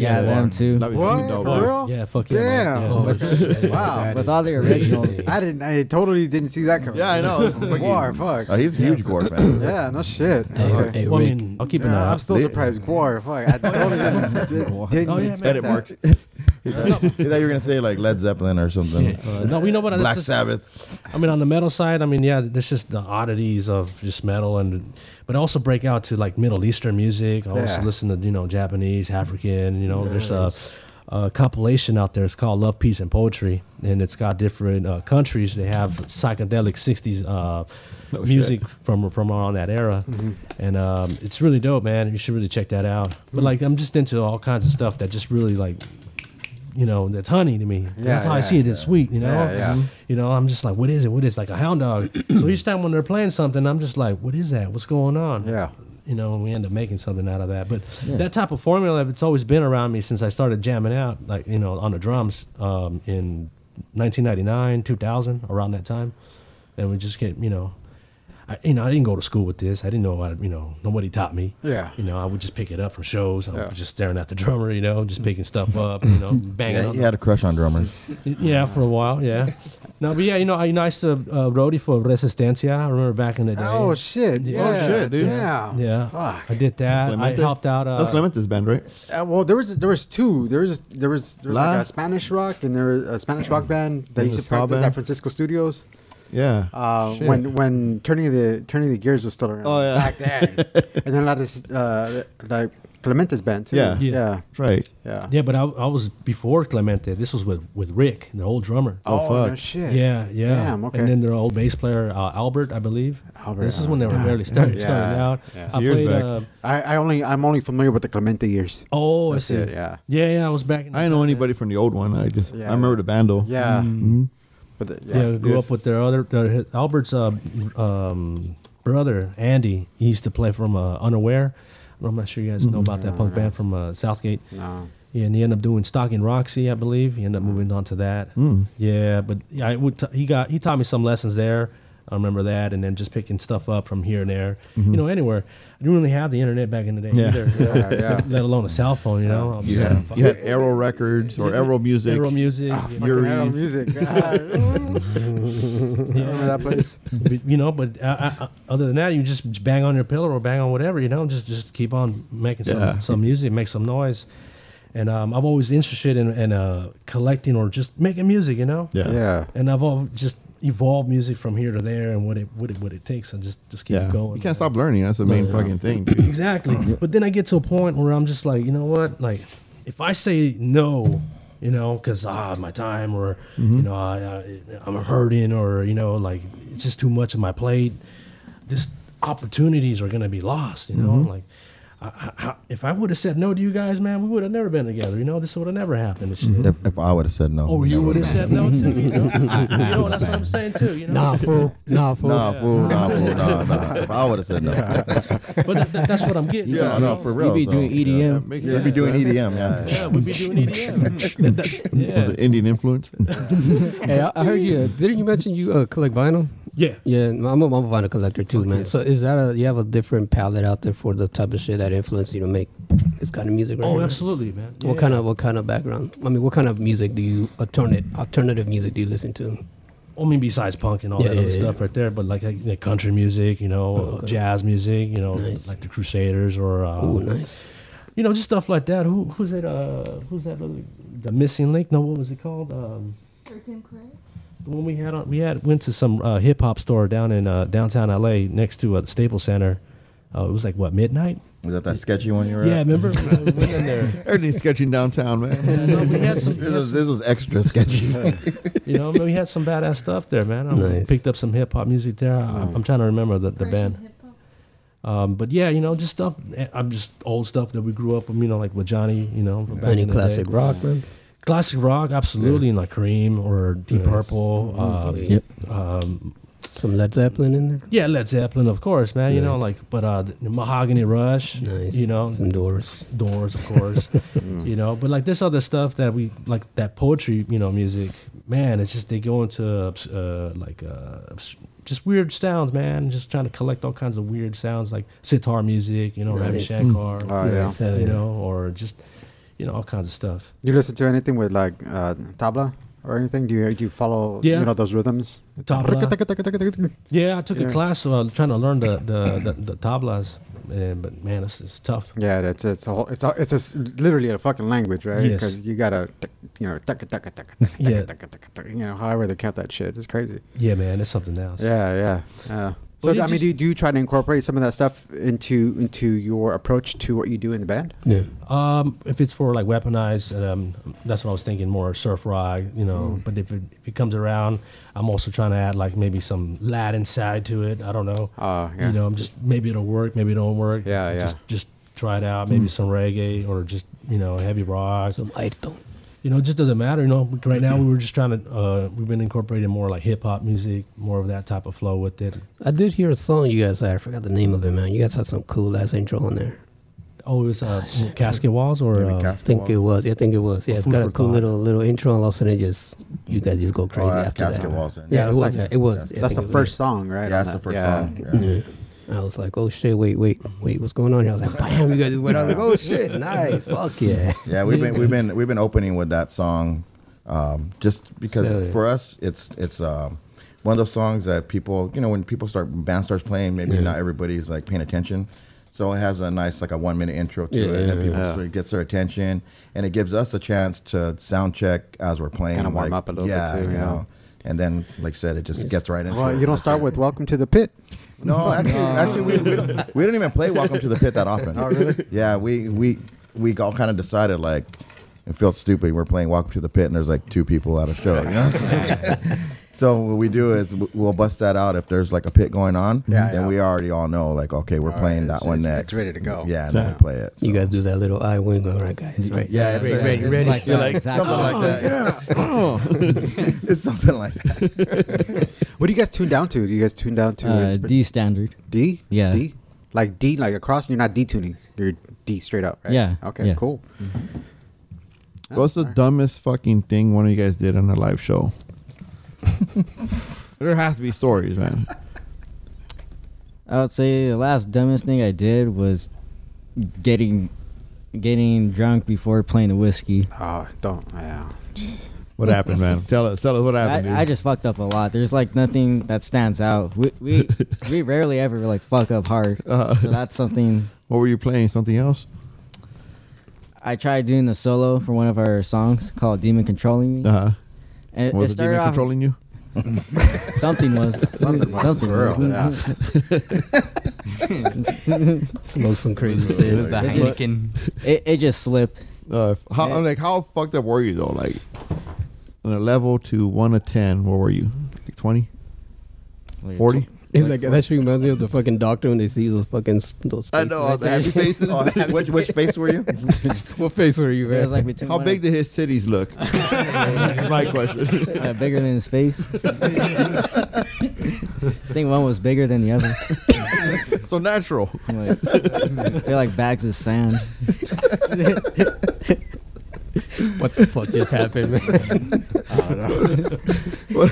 [SPEAKER 5] Yeah, them too.
[SPEAKER 2] That'd be fucking dope.
[SPEAKER 6] For real?
[SPEAKER 4] Yeah, fuck yeah. man.
[SPEAKER 6] Damn.
[SPEAKER 4] Yeah.
[SPEAKER 6] Wow.
[SPEAKER 5] With all the originals.
[SPEAKER 6] I didn't. I totally didn't see that coming.
[SPEAKER 2] Yeah, I know. It's fucking-
[SPEAKER 6] Guar, fuck.
[SPEAKER 3] Oh, he's a huge Gore fan.
[SPEAKER 6] yeah, no shit.
[SPEAKER 8] Hey,
[SPEAKER 6] Okay.
[SPEAKER 8] hey,
[SPEAKER 4] Well, I
[SPEAKER 8] Rick.
[SPEAKER 4] mean, I'll keep an
[SPEAKER 6] Yeah,
[SPEAKER 4] eye
[SPEAKER 6] I'm
[SPEAKER 4] out.
[SPEAKER 6] still surprised. Guar, fuck. I totally didn't, did, didn't
[SPEAKER 4] Oh, yeah, man.
[SPEAKER 6] expect
[SPEAKER 2] Edit
[SPEAKER 6] that.
[SPEAKER 2] marks.
[SPEAKER 3] He thought he thought you were gonna say like Led Zeppelin or something.
[SPEAKER 4] Uh, no, we know what
[SPEAKER 3] Black
[SPEAKER 4] it's just-
[SPEAKER 3] Sabbath.
[SPEAKER 4] I mean, on the metal side, I mean, yeah, there's just the oddities of just metal, and but I also break out to like Middle Eastern music. I also
[SPEAKER 6] Yeah.
[SPEAKER 4] listen to you know Japanese, African. You know, there's a, a compilation out there. It's called Love, Peace, and Poetry, and it's got different uh, countries. They have psychedelic '60s uh, music from from around that era,
[SPEAKER 6] Mm-hmm.
[SPEAKER 4] and um, it's really dope, man. You should really check that out. But like, I'm just into all kinds of stuff that just really like you know, that's honey to me. that's how I
[SPEAKER 6] yeah,
[SPEAKER 4] see it. It's sweet, you know. Mm-hmm.
[SPEAKER 6] Yeah, yeah.
[SPEAKER 4] You know, I'm just like, what is it? What is it? like a hound dog? so each time when they're playing something, I'm just like, what is that? What's going on?
[SPEAKER 6] Yeah.
[SPEAKER 4] You know, and we end up making something out of that. But that type of formula, it's always been around me since I started jamming out, like you know, on the drums um, in 1999, 2000, around that time, and we just get, you know. I, you know, I didn't go to school with this. I didn't know. I, you know, nobody taught me.
[SPEAKER 6] Yeah.
[SPEAKER 4] You know, I would just pick it up from shows. I was just staring at the drummer. You know, just picking stuff up. You know, banging.
[SPEAKER 3] Yeah,
[SPEAKER 4] on
[SPEAKER 3] he
[SPEAKER 4] the-
[SPEAKER 3] had a crush on drummers.
[SPEAKER 4] yeah, for a while, yeah. No, but yeah, you know, I, you know, I used to uh, roadie for Resistencia. I remember back in the day.
[SPEAKER 6] Oh shit. Yeah.
[SPEAKER 2] shit, dude.
[SPEAKER 6] Damn.
[SPEAKER 4] yeah.
[SPEAKER 6] Fuck.
[SPEAKER 4] I did that.
[SPEAKER 2] Clemente?
[SPEAKER 4] I helped out.
[SPEAKER 2] That's
[SPEAKER 4] Uh,
[SPEAKER 2] Clemente's band, right?
[SPEAKER 6] Uh, well, there was there was two. There was there was there was
[SPEAKER 2] La-
[SPEAKER 6] like a Spanish rock and there was a Spanish rock band that
[SPEAKER 2] There's
[SPEAKER 6] used
[SPEAKER 2] a
[SPEAKER 6] to
[SPEAKER 2] ska
[SPEAKER 6] practice
[SPEAKER 2] band.
[SPEAKER 6] at Francisco Studios.
[SPEAKER 2] Yeah.
[SPEAKER 6] Uh,
[SPEAKER 2] Shit.
[SPEAKER 6] when when turning of the turning of the gears was still around.
[SPEAKER 2] Oh, yeah.
[SPEAKER 6] Back then, and then a lot of uh, like Clemente's band too.
[SPEAKER 2] Yeah.
[SPEAKER 6] Yeah.
[SPEAKER 4] Yeah.
[SPEAKER 6] Yeah.
[SPEAKER 2] That's right.
[SPEAKER 6] Yeah.
[SPEAKER 4] yeah, but I, I was before Clemente. This was with, with Rick, the old drummer.
[SPEAKER 2] Oh,
[SPEAKER 6] no
[SPEAKER 2] fuck.
[SPEAKER 6] shit.
[SPEAKER 4] Yeah, yeah.
[SPEAKER 6] Damn, okay.
[SPEAKER 4] And then their old bass player uh, Albert, I believe.
[SPEAKER 6] Albert,
[SPEAKER 4] This is when they were barely starting, starting out. I
[SPEAKER 2] Years
[SPEAKER 4] played.
[SPEAKER 2] back.
[SPEAKER 4] Uh,
[SPEAKER 6] I, I only I'm only familiar with the Clemente years.
[SPEAKER 4] oh, I
[SPEAKER 6] That's
[SPEAKER 4] see.
[SPEAKER 6] it, yeah.
[SPEAKER 4] Yeah, yeah. I was back. In
[SPEAKER 2] I didn't know anybody from the old one. I just
[SPEAKER 6] Yeah.
[SPEAKER 2] I remember the band though.
[SPEAKER 6] Yeah.
[SPEAKER 2] Mhm.
[SPEAKER 6] But the,
[SPEAKER 4] Mm. Yeah,
[SPEAKER 6] yeah.
[SPEAKER 4] grew up with their other their, his- Albert's uh, um, brother Andy. He used to play from uh, Unaware. I'm not sure you guys know about that punk band from uh, Southgate.
[SPEAKER 6] No.
[SPEAKER 4] Yeah, and he ended up doing Stocking Roxy, I believe. He ended up moving on to that. Yeah, but I would t- he got he taught me some lessons there. I remember that, and then just picking stuff up from here and there, you know, anywhere. I didn't really have the internet back in the day
[SPEAKER 2] Yeah.
[SPEAKER 4] either,
[SPEAKER 6] Yeah, yeah.
[SPEAKER 4] let alone a cell phone. You know, I'm
[SPEAKER 2] You
[SPEAKER 4] just-
[SPEAKER 2] had, you had Arrow Records or Arrow Music.
[SPEAKER 4] Aero music, yeah.
[SPEAKER 6] Fucking
[SPEAKER 2] Yuri's.
[SPEAKER 6] Arrow music. God. Remember that place?
[SPEAKER 4] But, you know, but uh, uh, other than that, you just bang on your pillow or bang on whatever, you know, just just keep on making some,
[SPEAKER 2] Yeah.
[SPEAKER 4] some music, make some noise. And um, I'm always interested in, in uh, collecting or just making music, you know.
[SPEAKER 2] Yeah.
[SPEAKER 6] Yeah.
[SPEAKER 4] And I've all just evolved music from here to there and what it what it what it takes, and just just keep
[SPEAKER 2] Yeah.
[SPEAKER 4] going.
[SPEAKER 2] you can't stop learning. That's the main fucking thing. dude.
[SPEAKER 4] Exactly. But then I get to a point where I'm just like, you know what? Like, if I say no, you know, because ah, my time, or
[SPEAKER 8] Mm-hmm.
[SPEAKER 4] you know, I, I, I'm hurting, or you know, like it's just too much of my plate. This opportunities are gonna be lost. You know,
[SPEAKER 8] Mm-hmm.
[SPEAKER 4] like. I, I, I- if I would have said no to you guys, man, we would have never been together. You know, this would have never happened. and shit.
[SPEAKER 8] Mm-hmm.
[SPEAKER 3] If, if I would have said no,
[SPEAKER 4] Or
[SPEAKER 3] we
[SPEAKER 4] Oh, you
[SPEAKER 3] never
[SPEAKER 4] would have
[SPEAKER 3] would've
[SPEAKER 4] said no too. You know, you know that's what I'm saying too. You know,
[SPEAKER 8] Nah, fool. Nah, fool.
[SPEAKER 3] been. Nah, fool, nah, fool, nah, nah. If I would have said no,
[SPEAKER 4] but that, that- that's what I'm getting.
[SPEAKER 2] Yeah,
[SPEAKER 4] at, you E
[SPEAKER 2] no,
[SPEAKER 4] know?
[SPEAKER 2] for
[SPEAKER 5] You
[SPEAKER 2] real.
[SPEAKER 5] be
[SPEAKER 2] so,
[SPEAKER 5] doing
[SPEAKER 2] yeah,
[SPEAKER 5] EDM.
[SPEAKER 2] that makes
[SPEAKER 3] you'd be
[SPEAKER 2] sense,
[SPEAKER 3] doing
[SPEAKER 4] E
[SPEAKER 2] man.
[SPEAKER 3] EDM, yeah.
[SPEAKER 4] yeah, we'd be doing EDM. That- that-
[SPEAKER 2] Was
[SPEAKER 4] yeah.
[SPEAKER 2] it Indian influence?
[SPEAKER 8] Hey, I, I heard you. uh, Didn't you mention you uh, collect vinyl?
[SPEAKER 4] yeah,
[SPEAKER 8] Yeah, I'm a, I'm a vinyl collector too, man. So is that a you have a different palette out there for the type of shit that influenced you to make this kind of music? Right
[SPEAKER 4] Oh,
[SPEAKER 8] here?
[SPEAKER 4] absolutely, man.
[SPEAKER 8] What kind of what kind of background? I mean, what kind of music do you alternate alternative music do you listen to?
[SPEAKER 4] I mean, besides punk and all
[SPEAKER 8] Yeah,
[SPEAKER 4] that
[SPEAKER 8] yeah,
[SPEAKER 4] other
[SPEAKER 8] yeah, Oh,
[SPEAKER 4] stuff right there, but like, like like country music, you know, uh,
[SPEAKER 8] okay.
[SPEAKER 4] jazz music, you know,
[SPEAKER 8] Nice.
[SPEAKER 4] like the Crusaders or uh,
[SPEAKER 8] Oh, nice.
[SPEAKER 4] you know, just stuff like that. Who who's that? Uh, who's that? Other, the missing link? No, what was it called? Um,
[SPEAKER 9] Freaking crazy.
[SPEAKER 4] the one we had on, we had went to some uh, hip hop store down in uh, downtown L.A. next to uh, the Staples Center. Uh, it was like what midnight?
[SPEAKER 3] Was that that sketchy one you were?
[SPEAKER 4] Yeah,
[SPEAKER 3] at?
[SPEAKER 4] remember? we went in there.
[SPEAKER 2] Everything's sketching downtown, man.
[SPEAKER 4] Yeah, no, we had some.
[SPEAKER 3] This
[SPEAKER 4] we had
[SPEAKER 3] was, this was extra sketchy.
[SPEAKER 4] You know, I mean, we had some badass stuff there, man. I
[SPEAKER 8] Nice. Mm.
[SPEAKER 4] picked up some hip hop music there. I, I'm trying to remember the, the
[SPEAKER 9] Persian
[SPEAKER 4] band.
[SPEAKER 9] hip hop.
[SPEAKER 4] Um, but yeah, you know, just stuff. eh, I'm just old stuff that we grew up with. You know, like with Johnny. You know, back
[SPEAKER 8] Any
[SPEAKER 4] in the day.
[SPEAKER 8] classic rock, man.
[SPEAKER 4] classic rock, absolutely, and like Cream or Deep
[SPEAKER 8] Yes.
[SPEAKER 4] Purple. Um,
[SPEAKER 8] Yep.
[SPEAKER 4] um,
[SPEAKER 8] Some Led Zeppelin in there.
[SPEAKER 4] yeah, Led Zeppelin, of course, man. You know,
[SPEAKER 8] Nice.
[SPEAKER 4] like, but uh, the Mahogany Rush,
[SPEAKER 8] Nice.
[SPEAKER 4] you know,
[SPEAKER 8] some Doors.
[SPEAKER 4] Doors, of course, you know. But like this other stuff that we like, that poetry, you know, music, man. It's just they go into uh, like uh, obs- just weird sounds, man. Just trying to collect all kinds of weird sounds, like sitar music, you know, Ravi
[SPEAKER 8] Nice.
[SPEAKER 4] Shankar,
[SPEAKER 6] Oh, yeah.
[SPEAKER 8] Nice, hell
[SPEAKER 4] you
[SPEAKER 8] yeah.
[SPEAKER 4] know, or just you know all kinds of stuff.
[SPEAKER 6] You listen to anything with like uh, tabla or anything? Do you do you follow
[SPEAKER 4] Yeah.
[SPEAKER 6] you know those rhythms?
[SPEAKER 4] Tabla. Yeah, I took
[SPEAKER 6] Yeah.
[SPEAKER 4] a class uh, trying to learn the the, the, the tablas, and, but man, it's, it's tough.
[SPEAKER 6] Yeah, that's it's a whole, it's a, it's a, s- literally a fucking language, right?
[SPEAKER 4] Yes.
[SPEAKER 6] Because you gotta you know taka taka taka taka
[SPEAKER 4] Yeah.
[SPEAKER 6] taka taka taka taka, you know however they count that shit. It's crazy.
[SPEAKER 4] Yeah, man, it's something else.
[SPEAKER 6] Yeah, yeah. Uh, so
[SPEAKER 4] But it
[SPEAKER 6] I mean,
[SPEAKER 4] just-
[SPEAKER 6] do you, do you try to incorporate some of that stuff into into your approach to what you do in the band?
[SPEAKER 8] Yeah.
[SPEAKER 4] Um, if it's for like weaponized, um, that's what I was thinking more surf rock, you know.
[SPEAKER 6] Mm.
[SPEAKER 4] But if it, if it comes around, I'm also trying to add like maybe some Latin side to it. I don't know.
[SPEAKER 6] Ah, yeah.
[SPEAKER 4] You know, I'm just maybe it'll work, maybe it don't work.
[SPEAKER 6] Yeah, yeah. Mm.
[SPEAKER 4] Just just try it out. Maybe some reggae or just you know heavy rock.
[SPEAKER 8] Some Ayrton.
[SPEAKER 4] you know, it just doesn't matter. You know, We- right
[SPEAKER 6] Mm-hmm.
[SPEAKER 4] now we were just trying to, uh, we've been incorporating more like hip hop music, more of that type of flow with it.
[SPEAKER 8] I did hear a song you guys had. I forgot the name of it, man. You guys had some cool ass intro on there.
[SPEAKER 4] Oh, it's uh, casket walls or
[SPEAKER 3] Maybe
[SPEAKER 4] uh,
[SPEAKER 3] Casper
[SPEAKER 8] I think it
[SPEAKER 3] Walls.
[SPEAKER 8] was. Yeah, I think it was. Yeah, it's
[SPEAKER 4] Food
[SPEAKER 8] got a
[SPEAKER 4] for
[SPEAKER 8] cool
[SPEAKER 4] thought.
[SPEAKER 8] little little intro, and all of a sudden it just you guys just go crazy
[SPEAKER 3] Oh, that's
[SPEAKER 8] after
[SPEAKER 3] Casket
[SPEAKER 8] that.
[SPEAKER 3] Walls. then.
[SPEAKER 8] Yeah,
[SPEAKER 6] that's
[SPEAKER 8] it was.
[SPEAKER 6] like-
[SPEAKER 8] yeah, it was.
[SPEAKER 3] that's-
[SPEAKER 8] I
[SPEAKER 6] That's the
[SPEAKER 8] think it was.
[SPEAKER 6] first song, right?
[SPEAKER 3] Yeah,
[SPEAKER 6] on
[SPEAKER 3] that's
[SPEAKER 6] that.
[SPEAKER 3] the first
[SPEAKER 6] Yeah.
[SPEAKER 3] song. yeah.
[SPEAKER 8] Yeah. I was like, oh shit, wait, wait, wait, what's going on here? I was like, bam, you guys just went. I was like, oh shit, nice, fuck yeah.
[SPEAKER 3] Yeah, we've been we've been we've been opening with that song, um, just because
[SPEAKER 8] So-
[SPEAKER 3] for us it's it's um, one of those songs that people you know when people start band starts playing maybe not everybody's like paying attention, so it has a nice like a one minute intro to
[SPEAKER 8] Yeah,
[SPEAKER 3] it
[SPEAKER 8] yeah,
[SPEAKER 3] that people
[SPEAKER 6] yeah.
[SPEAKER 3] sort of gets their attention and it gives us a chance to sound check as we're playing
[SPEAKER 6] Kinda warm up a little bit
[SPEAKER 3] yeah,
[SPEAKER 6] too,
[SPEAKER 3] you
[SPEAKER 6] yeah.
[SPEAKER 3] know. And then, like I said, it just gets right into
[SPEAKER 6] Well,
[SPEAKER 3] it.
[SPEAKER 6] you don't start with "Welcome to the Pit."
[SPEAKER 3] No, actually, actually, we, we, don't, we don't even play Welcome to the Pit that often. Oh, really? Yeah, we we we all kind of decided like it felt stupid. We're playing Welcome to the Pit, and there's like two people at a show. You know? so what we do is we- we'll bust that out if there's like a pit going on.
[SPEAKER 6] Yeah,
[SPEAKER 3] Then
[SPEAKER 6] yeah.
[SPEAKER 3] we already all know like okay, we're playing
[SPEAKER 6] it's-
[SPEAKER 3] that one
[SPEAKER 6] it's-
[SPEAKER 3] next.
[SPEAKER 6] it's ready to go.
[SPEAKER 3] Yeah, and then we play it.
[SPEAKER 8] You
[SPEAKER 3] so.
[SPEAKER 8] guys do that little eye wing, all right, guys, right?
[SPEAKER 3] Yeah, it's,
[SPEAKER 7] Ready,
[SPEAKER 3] it's
[SPEAKER 7] ready.
[SPEAKER 3] like
[SPEAKER 7] You're
[SPEAKER 3] that.
[SPEAKER 7] like,
[SPEAKER 3] something like that. it's something like that.
[SPEAKER 6] What do you guys tune down to? Do you guys tune down to
[SPEAKER 5] Uh, D standard.
[SPEAKER 6] D?
[SPEAKER 5] Yeah.
[SPEAKER 6] D? Like D, like across, you're not detuning. You're D straight up, right?
[SPEAKER 5] Yeah,
[SPEAKER 6] Okay,
[SPEAKER 5] yeah.
[SPEAKER 6] cool.
[SPEAKER 2] What's the dumbest fucking thing one of you guys did on a live show? there has to be stories, man.
[SPEAKER 5] I would say the last dumbest thing I did was getting getting drunk before playing the whiskey.
[SPEAKER 6] Oh, don't. Yeah.
[SPEAKER 2] What happened, man? Tell us, tell us what happened. dude.
[SPEAKER 5] I, I just fucked up a lot. There's like nothing that stands out. We we, we rarely ever like fuck up hard.
[SPEAKER 2] Uh-huh.
[SPEAKER 5] So that's something
[SPEAKER 2] what were you playing? Something else?
[SPEAKER 5] I tried doing the solo for one of our songs called "Demon Controlling Me,"
[SPEAKER 2] Uh huh.
[SPEAKER 5] and it,
[SPEAKER 2] Was it
[SPEAKER 5] started
[SPEAKER 2] demon
[SPEAKER 5] off
[SPEAKER 2] controlling you?
[SPEAKER 5] something was something was,
[SPEAKER 6] Yeah.
[SPEAKER 8] Smoke some crazy
[SPEAKER 7] It was
[SPEAKER 8] shit.
[SPEAKER 7] the Heineken.
[SPEAKER 5] It, it just slipped.
[SPEAKER 2] Uh, f- how
[SPEAKER 5] Yeah.
[SPEAKER 2] like how fucked up were you though? Like on a level to one to ten, where were you? Like 20? 40?
[SPEAKER 8] It's like that should reminds me of the fucking doctor when they see those fucking s- those.
[SPEAKER 2] I
[SPEAKER 8] faces
[SPEAKER 2] know
[SPEAKER 8] right
[SPEAKER 2] all the
[SPEAKER 8] there.
[SPEAKER 2] happy faces.
[SPEAKER 3] Oh, which which face were you?
[SPEAKER 8] what face were you?
[SPEAKER 5] It was
[SPEAKER 8] man?
[SPEAKER 5] like between
[SPEAKER 2] How
[SPEAKER 5] one
[SPEAKER 2] big did
[SPEAKER 5] and-
[SPEAKER 2] his titties look? That's my question.
[SPEAKER 5] uh, bigger than his face. I think one was bigger than the other.
[SPEAKER 2] so natural.
[SPEAKER 5] I'm Like, they're like bags of sand.
[SPEAKER 8] what the fuck just happened, man?
[SPEAKER 2] what,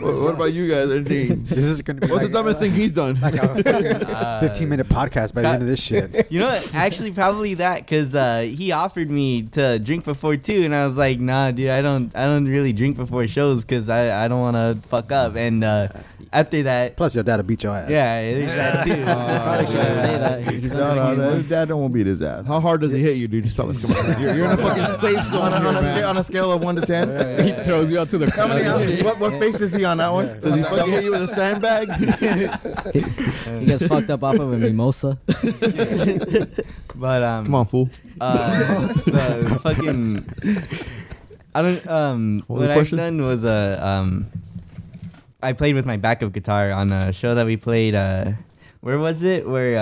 [SPEAKER 2] what, what about you guys? Anything?
[SPEAKER 6] This is going to be
[SPEAKER 2] What's
[SPEAKER 6] like,
[SPEAKER 2] the dumbest thing he's done?
[SPEAKER 6] like a fucking
[SPEAKER 7] Uh,
[SPEAKER 6] 15 minute podcast by the end of this shit.
[SPEAKER 7] You know, what? actually, probably that because uh, he offered me to drink before too, and I was like, "Nah, dude, I don't, I don't really drink before shows because I, I don't want to fuck up." And uh, after that,
[SPEAKER 6] Plus, your dad will beat your ass.
[SPEAKER 7] yeah, it is that too.
[SPEAKER 5] Probably shouldn't say that. He's
[SPEAKER 3] Oh, No,
[SPEAKER 5] under
[SPEAKER 3] no,
[SPEAKER 5] 21.
[SPEAKER 3] that, that don't beat his ass.
[SPEAKER 2] How hard does he hit you, dude? Just tell us. Come on. You're, you're in a fucking safe zone.
[SPEAKER 3] on, a,
[SPEAKER 2] here,
[SPEAKER 3] on, a
[SPEAKER 2] man.
[SPEAKER 3] scale, on a scale of one to ten.
[SPEAKER 8] he throws you out to the
[SPEAKER 3] How many ounces? What, what face is he on that one?
[SPEAKER 2] Does he fucking hit you with a sandbag?
[SPEAKER 5] He gets fucked up off of a mimosa.
[SPEAKER 7] But um,
[SPEAKER 2] Come on, fool.
[SPEAKER 7] uh, the fucking. I don't. Um,
[SPEAKER 2] What was
[SPEAKER 7] what
[SPEAKER 2] the
[SPEAKER 7] I've
[SPEAKER 2] question?
[SPEAKER 7] done was uh, um, I played with my backup guitar on a show that we played. Uh, where was it? Where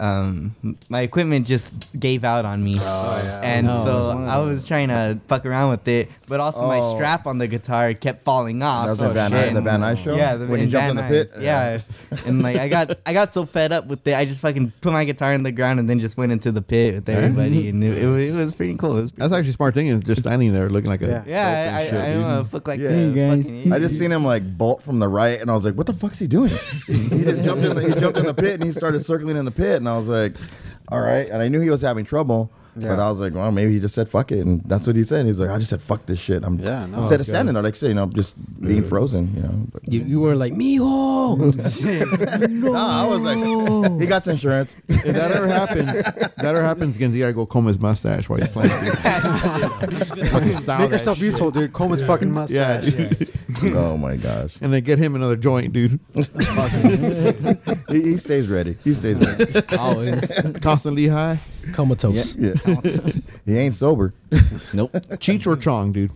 [SPEAKER 7] uh, um, my equipment just gave out on me,
[SPEAKER 3] Oh,
[SPEAKER 7] and
[SPEAKER 5] No,
[SPEAKER 7] so
[SPEAKER 5] that's one of
[SPEAKER 7] I was trying to fuck around with it, but also my
[SPEAKER 3] Oh.
[SPEAKER 7] strap on the guitar kept falling off.
[SPEAKER 3] That was the Van
[SPEAKER 7] Ah, oh, shit.
[SPEAKER 3] Nuys- the Van Nuys show?
[SPEAKER 7] Yeah, the,
[SPEAKER 3] When you
[SPEAKER 7] in
[SPEAKER 3] jumped
[SPEAKER 7] Van
[SPEAKER 3] in the
[SPEAKER 7] Nuys.
[SPEAKER 3] pit?
[SPEAKER 7] Yeah, and like I got I got so fed up with it, I just fucking put my guitar in the ground and then just went into the pit with everybody, and it, it, was, it was pretty cool. It was pretty
[SPEAKER 2] That's actually a smart thing. Is just standing there looking like a
[SPEAKER 6] Yeah.
[SPEAKER 7] yeah, I, I,
[SPEAKER 2] shit,
[SPEAKER 7] I
[SPEAKER 2] dude.
[SPEAKER 7] don't know. Fuck like
[SPEAKER 3] Yeah.
[SPEAKER 7] the
[SPEAKER 5] Hey, guys.
[SPEAKER 7] fucking-
[SPEAKER 3] I just seen him like bolt from the right, and I was like, "What the fuck's he doing?" he just jumped in. The, he jumped in the pit, and he started circling in the pit, and I was like, "All right." And I knew he was having trouble, but
[SPEAKER 6] Yeah.
[SPEAKER 3] I was like, "Well, maybe he just said fuck it," and that's what he said. He's like, "I just said fuck this shit." I'm
[SPEAKER 6] Yeah, no.
[SPEAKER 3] instead of standing there, like you know, just being frozen, you know. But,
[SPEAKER 8] You, you were like, mijo.
[SPEAKER 3] Nah, I was like, he got some insurance.
[SPEAKER 2] If that ever happens, if that ever happens, Gonzaga go comb his mustache while he's playing. Fucking style
[SPEAKER 6] Make
[SPEAKER 2] that
[SPEAKER 6] yourself
[SPEAKER 2] shit.
[SPEAKER 6] useful, dude. Coleman's fucking
[SPEAKER 2] Yeah,
[SPEAKER 6] mustache.
[SPEAKER 2] dude.
[SPEAKER 3] oh my gosh,
[SPEAKER 2] and then get him another joint, dude.
[SPEAKER 3] he, he stays ready. He stays ready.
[SPEAKER 2] Constantly high.
[SPEAKER 4] Comatose.
[SPEAKER 3] Yeah. he ain't sober.
[SPEAKER 5] Nope.
[SPEAKER 2] Cheech or Chong, dude.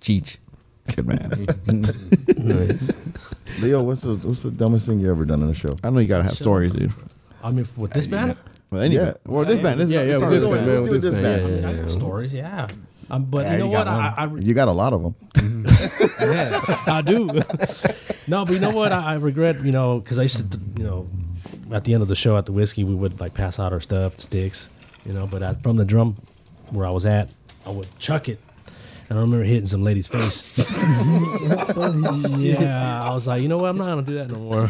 [SPEAKER 5] Cheech.
[SPEAKER 2] Good man.
[SPEAKER 8] nice.
[SPEAKER 3] Leo, what's the what's the dumbest thing you ever done on a show?
[SPEAKER 2] I know you gotta have stories, dude.
[SPEAKER 4] I mean, with this band,
[SPEAKER 2] Well, anyway.
[SPEAKER 3] Yeah.
[SPEAKER 2] Well, this band. This
[SPEAKER 8] Yeah,
[SPEAKER 2] band,
[SPEAKER 8] yeah,
[SPEAKER 2] this band.
[SPEAKER 8] with this one, man.
[SPEAKER 3] Do
[SPEAKER 8] With this
[SPEAKER 3] this
[SPEAKER 8] one.
[SPEAKER 3] band.
[SPEAKER 8] Yeah, yeah,
[SPEAKER 4] I
[SPEAKER 8] yeah.
[SPEAKER 4] got stories. Yeah, um, but
[SPEAKER 7] Yeah,
[SPEAKER 4] you know
[SPEAKER 7] you
[SPEAKER 4] what?
[SPEAKER 7] got
[SPEAKER 4] I, I, re-
[SPEAKER 3] You got a lot of them.
[SPEAKER 4] I do. no, but you know what? I, I regret, you know, because I used to, you know, at the end of the show at the whiskey, we would like pass out our stuff, sticks, you know. But I, from the drum where I was at, I would chuck it, and I remember hitting some lady's face. yeah, I was like, you know what? I'm not gonna do that no more.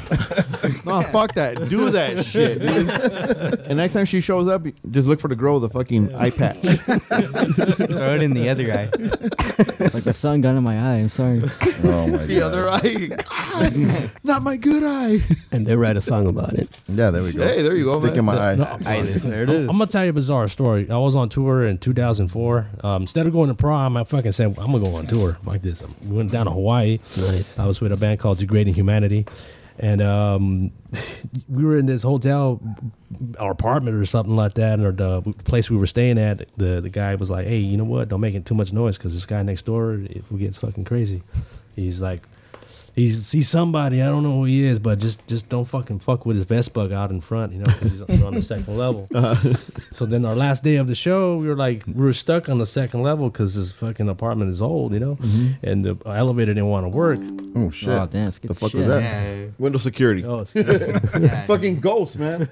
[SPEAKER 2] No, fuck that. Do that shit. Dude. and next time she shows up, just look for the girl with the fucking eye patch.
[SPEAKER 7] Throw it in the other eye.
[SPEAKER 5] It's like the sun got in my eye. I'm sorry.
[SPEAKER 3] Oh my
[SPEAKER 2] The
[SPEAKER 3] god.
[SPEAKER 2] other eye. Not my good eye.
[SPEAKER 8] And they write a song about it.
[SPEAKER 3] Yeah, there we go.
[SPEAKER 2] Hey, there you go,
[SPEAKER 3] Stick
[SPEAKER 2] man.
[SPEAKER 3] in my eye.
[SPEAKER 8] there it
[SPEAKER 4] I'm gonna tell you a bizarre story. I was on tour in 2004. Um, instead of going to prom, I fucking said I'm gonna go on tour like this. We went down to Hawaii.
[SPEAKER 8] Nice.
[SPEAKER 4] I was with a band called Degrading Humanity, and um, we were in this hotel, our apartment or something like that, or the place we were staying at. The the guy was like, "Hey, you know what? Don't make it too much noise because this guy next door, if we gets fucking crazy, he's like." He's, he's somebody I don't know who he is, but just just don't fucking fuck with his vest bug out in front, you know, because he's we're on the second level. So then our last day of the show, we were like, we were stuck on the second level because this fucking apartment is old, you know, and the elevator didn't want to work.
[SPEAKER 3] Oh shit.
[SPEAKER 5] Oh damn, it's good
[SPEAKER 3] The fuck
[SPEAKER 5] shit.
[SPEAKER 3] was that?
[SPEAKER 7] Yeah.
[SPEAKER 2] Window security.
[SPEAKER 4] Oh, it's-
[SPEAKER 2] Fucking ghost, man.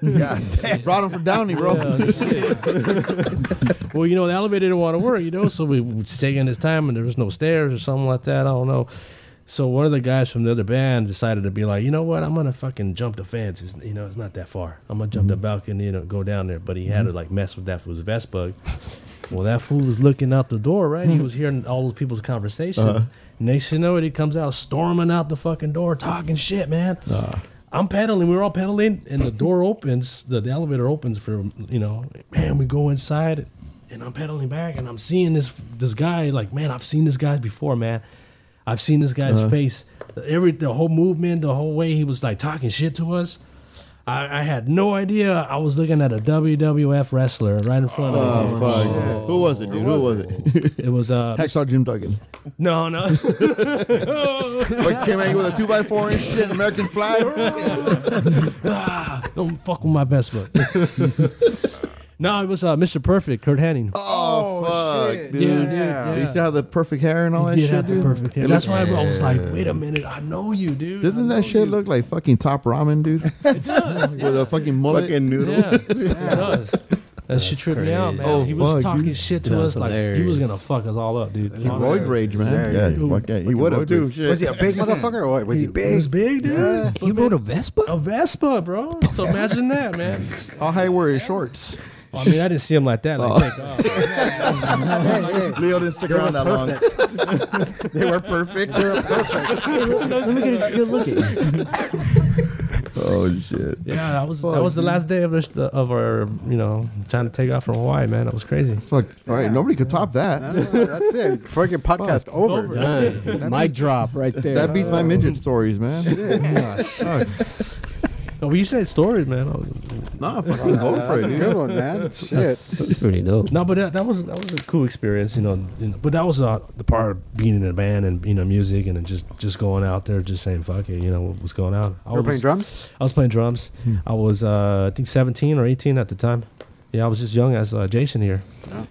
[SPEAKER 2] Brought him from Downey, bro.
[SPEAKER 4] yeah, shit. well, you know, the elevator didn't want to work, you know, so we were taking this time and there was no stairs or something like that. I don't know. So one of the guys from the other band decided to be like, you know what, I'm gonna fucking jump the fence. It's, you know, it's not that far. I'm gonna jump the balcony and go down there. But he had to like mess with that fool's vest bug. Well, that fool was looking out the door, right? He was hearing all those people's conversations. Next thing you know, it, he comes out storming out the fucking door, talking shit, man. I'm pedaling. We were all pedaling, and the door opens. The, the elevator opens for you know, man. We go inside, and I'm pedaling back, and I'm seeing this this guy. Like, man, I've seen this guy before, man. I've seen this guy's
[SPEAKER 2] Uh-huh.
[SPEAKER 4] face. Every the whole movement, the whole way he was like talking shit to us. I, I had no idea I was looking at a WWF wrestler right in front of me.
[SPEAKER 2] Oh, Fuck. Who was it, dude? Who was it?
[SPEAKER 4] Oh. It was uh
[SPEAKER 2] Hacksaw Jim Duggan.
[SPEAKER 4] no no
[SPEAKER 2] Like came at you with a two by four inch shit, American flag.
[SPEAKER 4] Ah, don't fuck with my best book. no, it was uh, Mr. Perfect, Kurt Hanning.
[SPEAKER 2] Oh, fuck, dude.
[SPEAKER 4] Yeah, dude, yeah.
[SPEAKER 2] He used to have the perfect hair and all that
[SPEAKER 4] Did
[SPEAKER 2] shit,
[SPEAKER 4] have the
[SPEAKER 2] dude.
[SPEAKER 4] perfect hair.
[SPEAKER 2] It
[SPEAKER 4] That's
[SPEAKER 2] looked-
[SPEAKER 4] why I was like, wait a minute, I know you, dude.
[SPEAKER 2] Doesn't that shit look like fucking top ramen, dude? With a fucking mullet.
[SPEAKER 3] Fucking noodle.
[SPEAKER 4] Yeah, it does. That shit tripped me out, man.
[SPEAKER 2] Oh,
[SPEAKER 4] he was
[SPEAKER 2] fuck,
[SPEAKER 4] talking
[SPEAKER 2] dude.
[SPEAKER 4] shit to
[SPEAKER 8] That's
[SPEAKER 4] us like he was
[SPEAKER 8] hilarious.
[SPEAKER 4] gonna fuck us all up, dude. Honestly.
[SPEAKER 2] Roid rage, man.
[SPEAKER 3] Yeah, fuck yeah. He would have too. Shit.
[SPEAKER 6] Was he a big motherfucker or what? Was he big?
[SPEAKER 4] He was big, dude.
[SPEAKER 8] He wrote a Vespa?
[SPEAKER 4] A Vespa, bro. So imagine that, man.
[SPEAKER 2] All high wear is shorts.
[SPEAKER 4] Well, I mean, I didn't see him like that. Like, take off.
[SPEAKER 3] Leo didn't stick around that long. they were perfect.
[SPEAKER 5] Let me get a good look at you.
[SPEAKER 3] oh shit.
[SPEAKER 4] Yeah, that was that was the last day of this, of our you know trying to take off from Hawaii, man. That was crazy.
[SPEAKER 2] Fuck. All right, nobody could top that.
[SPEAKER 6] That's it. Fucking podcast over.
[SPEAKER 8] Mic drop right there.
[SPEAKER 2] That beats my midget stories, man.
[SPEAKER 4] No, but you said stories, man. I was-
[SPEAKER 2] No, fucking go for it,
[SPEAKER 6] That's a
[SPEAKER 2] dude.
[SPEAKER 6] good one, man. Shit.
[SPEAKER 8] That's pretty dope.
[SPEAKER 4] No, but that, that was that was a cool experience, you know. you know, but that was uh, the part of being in a band and you know music and then just just going out there, just saying fuck it, you know what was going on. I
[SPEAKER 6] We're
[SPEAKER 4] was
[SPEAKER 6] playing drums.
[SPEAKER 4] I was playing drums. I was uh, I think 17 or 18 at the time. Yeah, I was just young as uh, Jason here.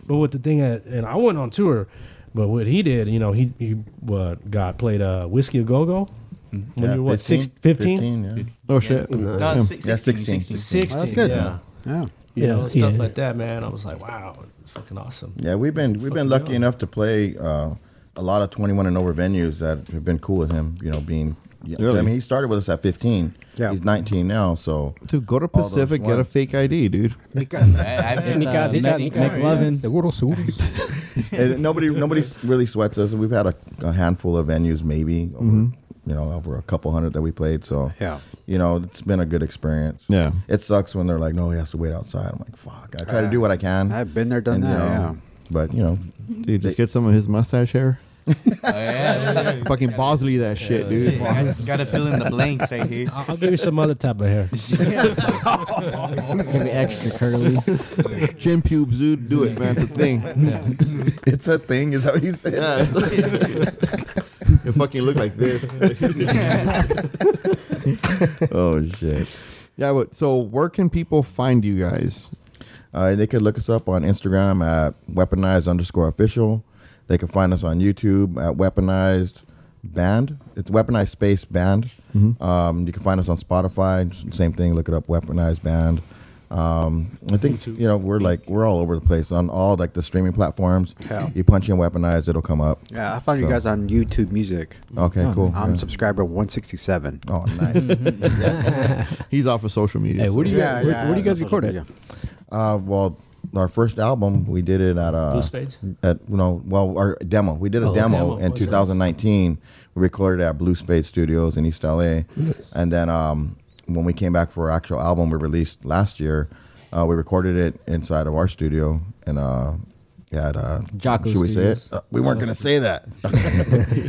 [SPEAKER 4] But with the thing that, and I went on tour, but what he did, you know, he he what got played uh, whiskey a go go when
[SPEAKER 3] Yeah,
[SPEAKER 4] you were what 15,
[SPEAKER 3] 15?
[SPEAKER 4] 15?
[SPEAKER 3] yeah.
[SPEAKER 2] Oh shit.
[SPEAKER 7] No,
[SPEAKER 2] Yeah.
[SPEAKER 7] six,
[SPEAKER 3] Yeah,
[SPEAKER 7] 16,
[SPEAKER 3] 16,
[SPEAKER 7] 16.
[SPEAKER 4] 16,
[SPEAKER 6] that's good.
[SPEAKER 4] Yeah.
[SPEAKER 6] Yeah.
[SPEAKER 4] You know,
[SPEAKER 8] Yeah,
[SPEAKER 4] stuff
[SPEAKER 8] yeah.
[SPEAKER 4] like that, man. I was like, wow, it's fucking awesome.
[SPEAKER 3] Yeah, we've been we've
[SPEAKER 4] Fucking
[SPEAKER 3] been lucky
[SPEAKER 4] hell.
[SPEAKER 3] enough to play uh, a lot of 21 and over venues that have been cool with him. You know, being yeah,
[SPEAKER 2] Really?
[SPEAKER 3] I mean, he started with us at 15.
[SPEAKER 6] Yeah.
[SPEAKER 3] he's 19 now, so
[SPEAKER 2] Dude, go to
[SPEAKER 3] those
[SPEAKER 2] Pacific, get a
[SPEAKER 3] ones.
[SPEAKER 2] fake ID, dude.
[SPEAKER 7] I, I've been, uh,
[SPEAKER 5] McLovin.
[SPEAKER 3] and nobody nobody s- really sweats us. We've had a, a handful of venues, maybe over,
[SPEAKER 2] Mm-hmm.
[SPEAKER 3] you know over a couple hundred that we played. So
[SPEAKER 6] Yeah.
[SPEAKER 3] you know, it's been a good experience.
[SPEAKER 2] Yeah.
[SPEAKER 3] it sucks when they're like, no, he has to wait outside. I'm like, fuck. I try to do what I can.
[SPEAKER 6] I've been there, done
[SPEAKER 3] you
[SPEAKER 6] that,
[SPEAKER 3] know,
[SPEAKER 5] uh,
[SPEAKER 6] yeah.
[SPEAKER 3] But you know,
[SPEAKER 2] Dude, just get some of his mustache hair.
[SPEAKER 7] Oh, yeah.
[SPEAKER 2] Fucking Bosley that shit, dude.
[SPEAKER 7] I just gotta fill in the blanks right here.
[SPEAKER 4] I'll, I'll give you some other type of hair.
[SPEAKER 5] Give me extra curly.
[SPEAKER 2] Chin pubes, dude. Do it, man. It's a thing.
[SPEAKER 3] it's a thing. Is how you say. it.
[SPEAKER 2] Yeah. it fucking look like this.
[SPEAKER 3] Oh shit.
[SPEAKER 2] yeah, but so where can people find you guys?
[SPEAKER 3] Uh, they could look us up on Instagram at weaponized underscore official. They can find us on YouTube at weaponized band. It's weaponized space band. Um, you can find us on Spotify. s- Same thing. Look it up, weaponized band. Um, I think you know we're like we're all over the place on all like the streaming platforms.
[SPEAKER 6] Yeah.
[SPEAKER 3] You punch in weaponized, it'll come up.
[SPEAKER 6] Yeah, I found you guys on YouTube Music.
[SPEAKER 3] Okay, cool.
[SPEAKER 6] I'm
[SPEAKER 3] Yeah.
[SPEAKER 6] subscriber 167.
[SPEAKER 3] oh, nice.
[SPEAKER 2] He's off of social media.
[SPEAKER 8] Hey,
[SPEAKER 2] so-
[SPEAKER 8] where do you
[SPEAKER 6] Yeah,
[SPEAKER 8] guys, where,
[SPEAKER 6] yeah,
[SPEAKER 8] where do you guys
[SPEAKER 6] that's
[SPEAKER 8] record
[SPEAKER 6] what-
[SPEAKER 8] at?
[SPEAKER 3] uh, well, our first album we did it at uh,
[SPEAKER 4] Blue Spades?
[SPEAKER 3] at you know well our demo we did a
[SPEAKER 4] Oh,
[SPEAKER 3] demo,
[SPEAKER 4] demo.
[SPEAKER 3] in
[SPEAKER 4] Oh,
[SPEAKER 3] 2019 we recorded at blue spade studios in east la and then um, when we came back for our actual album we released last year uh, we recorded it inside of our studio and uh at uh
[SPEAKER 5] Jocko
[SPEAKER 3] should we
[SPEAKER 5] Studios.
[SPEAKER 3] say it Uh, we weren't gonna say that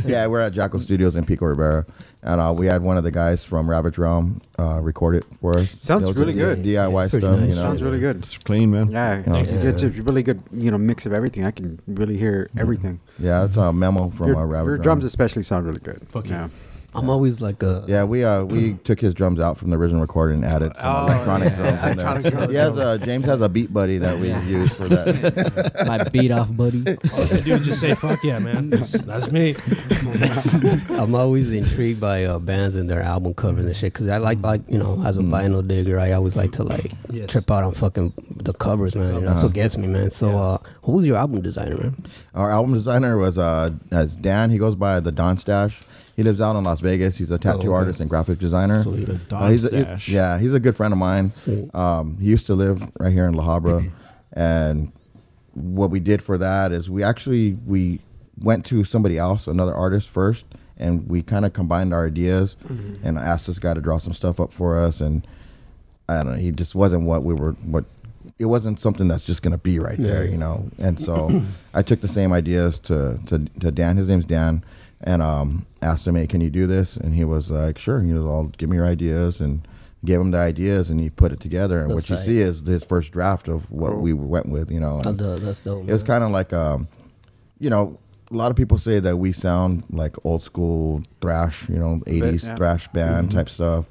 [SPEAKER 3] yeah we're at jocko studios in pico rivera and uh, we had one of the guys from Ravage Realm uh, record it for us.
[SPEAKER 6] Sounds
[SPEAKER 3] It was
[SPEAKER 6] really
[SPEAKER 3] a
[SPEAKER 6] good.
[SPEAKER 3] DIY stuff. Um, You know? Oh,
[SPEAKER 6] Sounds really good.
[SPEAKER 2] It's clean, man.
[SPEAKER 6] Yeah, it's a really good you know mix of everything. I can really hear everything.
[SPEAKER 3] Yeah, it's a memo Mm-hmm. from
[SPEAKER 6] Your,
[SPEAKER 3] our Ravage
[SPEAKER 6] your
[SPEAKER 3] Realm.
[SPEAKER 6] drums especially sound really good.
[SPEAKER 4] Fuck
[SPEAKER 6] yeah.
[SPEAKER 8] I'm always like a
[SPEAKER 3] Yeah, we uh we took his drums out from the original recording and added some electronic drums. in there. He has a James has a beat buddy that we use for that.
[SPEAKER 5] My beat off buddy.
[SPEAKER 4] All I do is just say fuck yeah, man. That's, that's me.
[SPEAKER 8] I'm always intrigued by uh, bands and their album covers and shit because I like like you know as a
[SPEAKER 3] Mm-hmm.
[SPEAKER 8] vinyl digger I always like to like
[SPEAKER 4] Yes.
[SPEAKER 8] trip out on fucking the covers man
[SPEAKER 3] Uh-huh.
[SPEAKER 8] and that's what gets me man so uh, who was your album designer man
[SPEAKER 3] Our album designer was uh as Dan. He goes by the Don Stash. He lives out in Las Vegas. He's a tattoo
[SPEAKER 8] okay.
[SPEAKER 3] artist and graphic designer.
[SPEAKER 8] Sweet. The
[SPEAKER 3] Uh, he's a- he-
[SPEAKER 2] Don Stash.
[SPEAKER 3] yeah, he's a good friend of mine.
[SPEAKER 8] Sweet.
[SPEAKER 3] Um, he used to live right here in La Habra, and what we did for that is we actually we went to somebody else, another artist first, and we kind of combined our ideas
[SPEAKER 8] Mm-hmm.
[SPEAKER 3] and asked this guy to draw some stuff up for us, and I don't know, he just wasn't what we were what it wasn't something that's just gonna be right there, you know. And so I took the same ideas to, to to Dan. His name's Dan, and um, asked him, "Hey, can you do this?" And he was like, "Sure." He was all, "Give me your ideas," and gave him the ideas, and he put it together. And what
[SPEAKER 8] That's
[SPEAKER 3] you
[SPEAKER 8] tight.
[SPEAKER 3] see is his first draft of what we went with, you know.
[SPEAKER 8] that's,
[SPEAKER 3] And
[SPEAKER 8] dope, Uh, that's dope
[SPEAKER 3] it was
[SPEAKER 8] man.
[SPEAKER 3] kind of like, um, you know, a lot of people say that we sound like old school thrash, you know, '80s
[SPEAKER 6] yeah. Mm-hmm.
[SPEAKER 3] thrash band type stuff,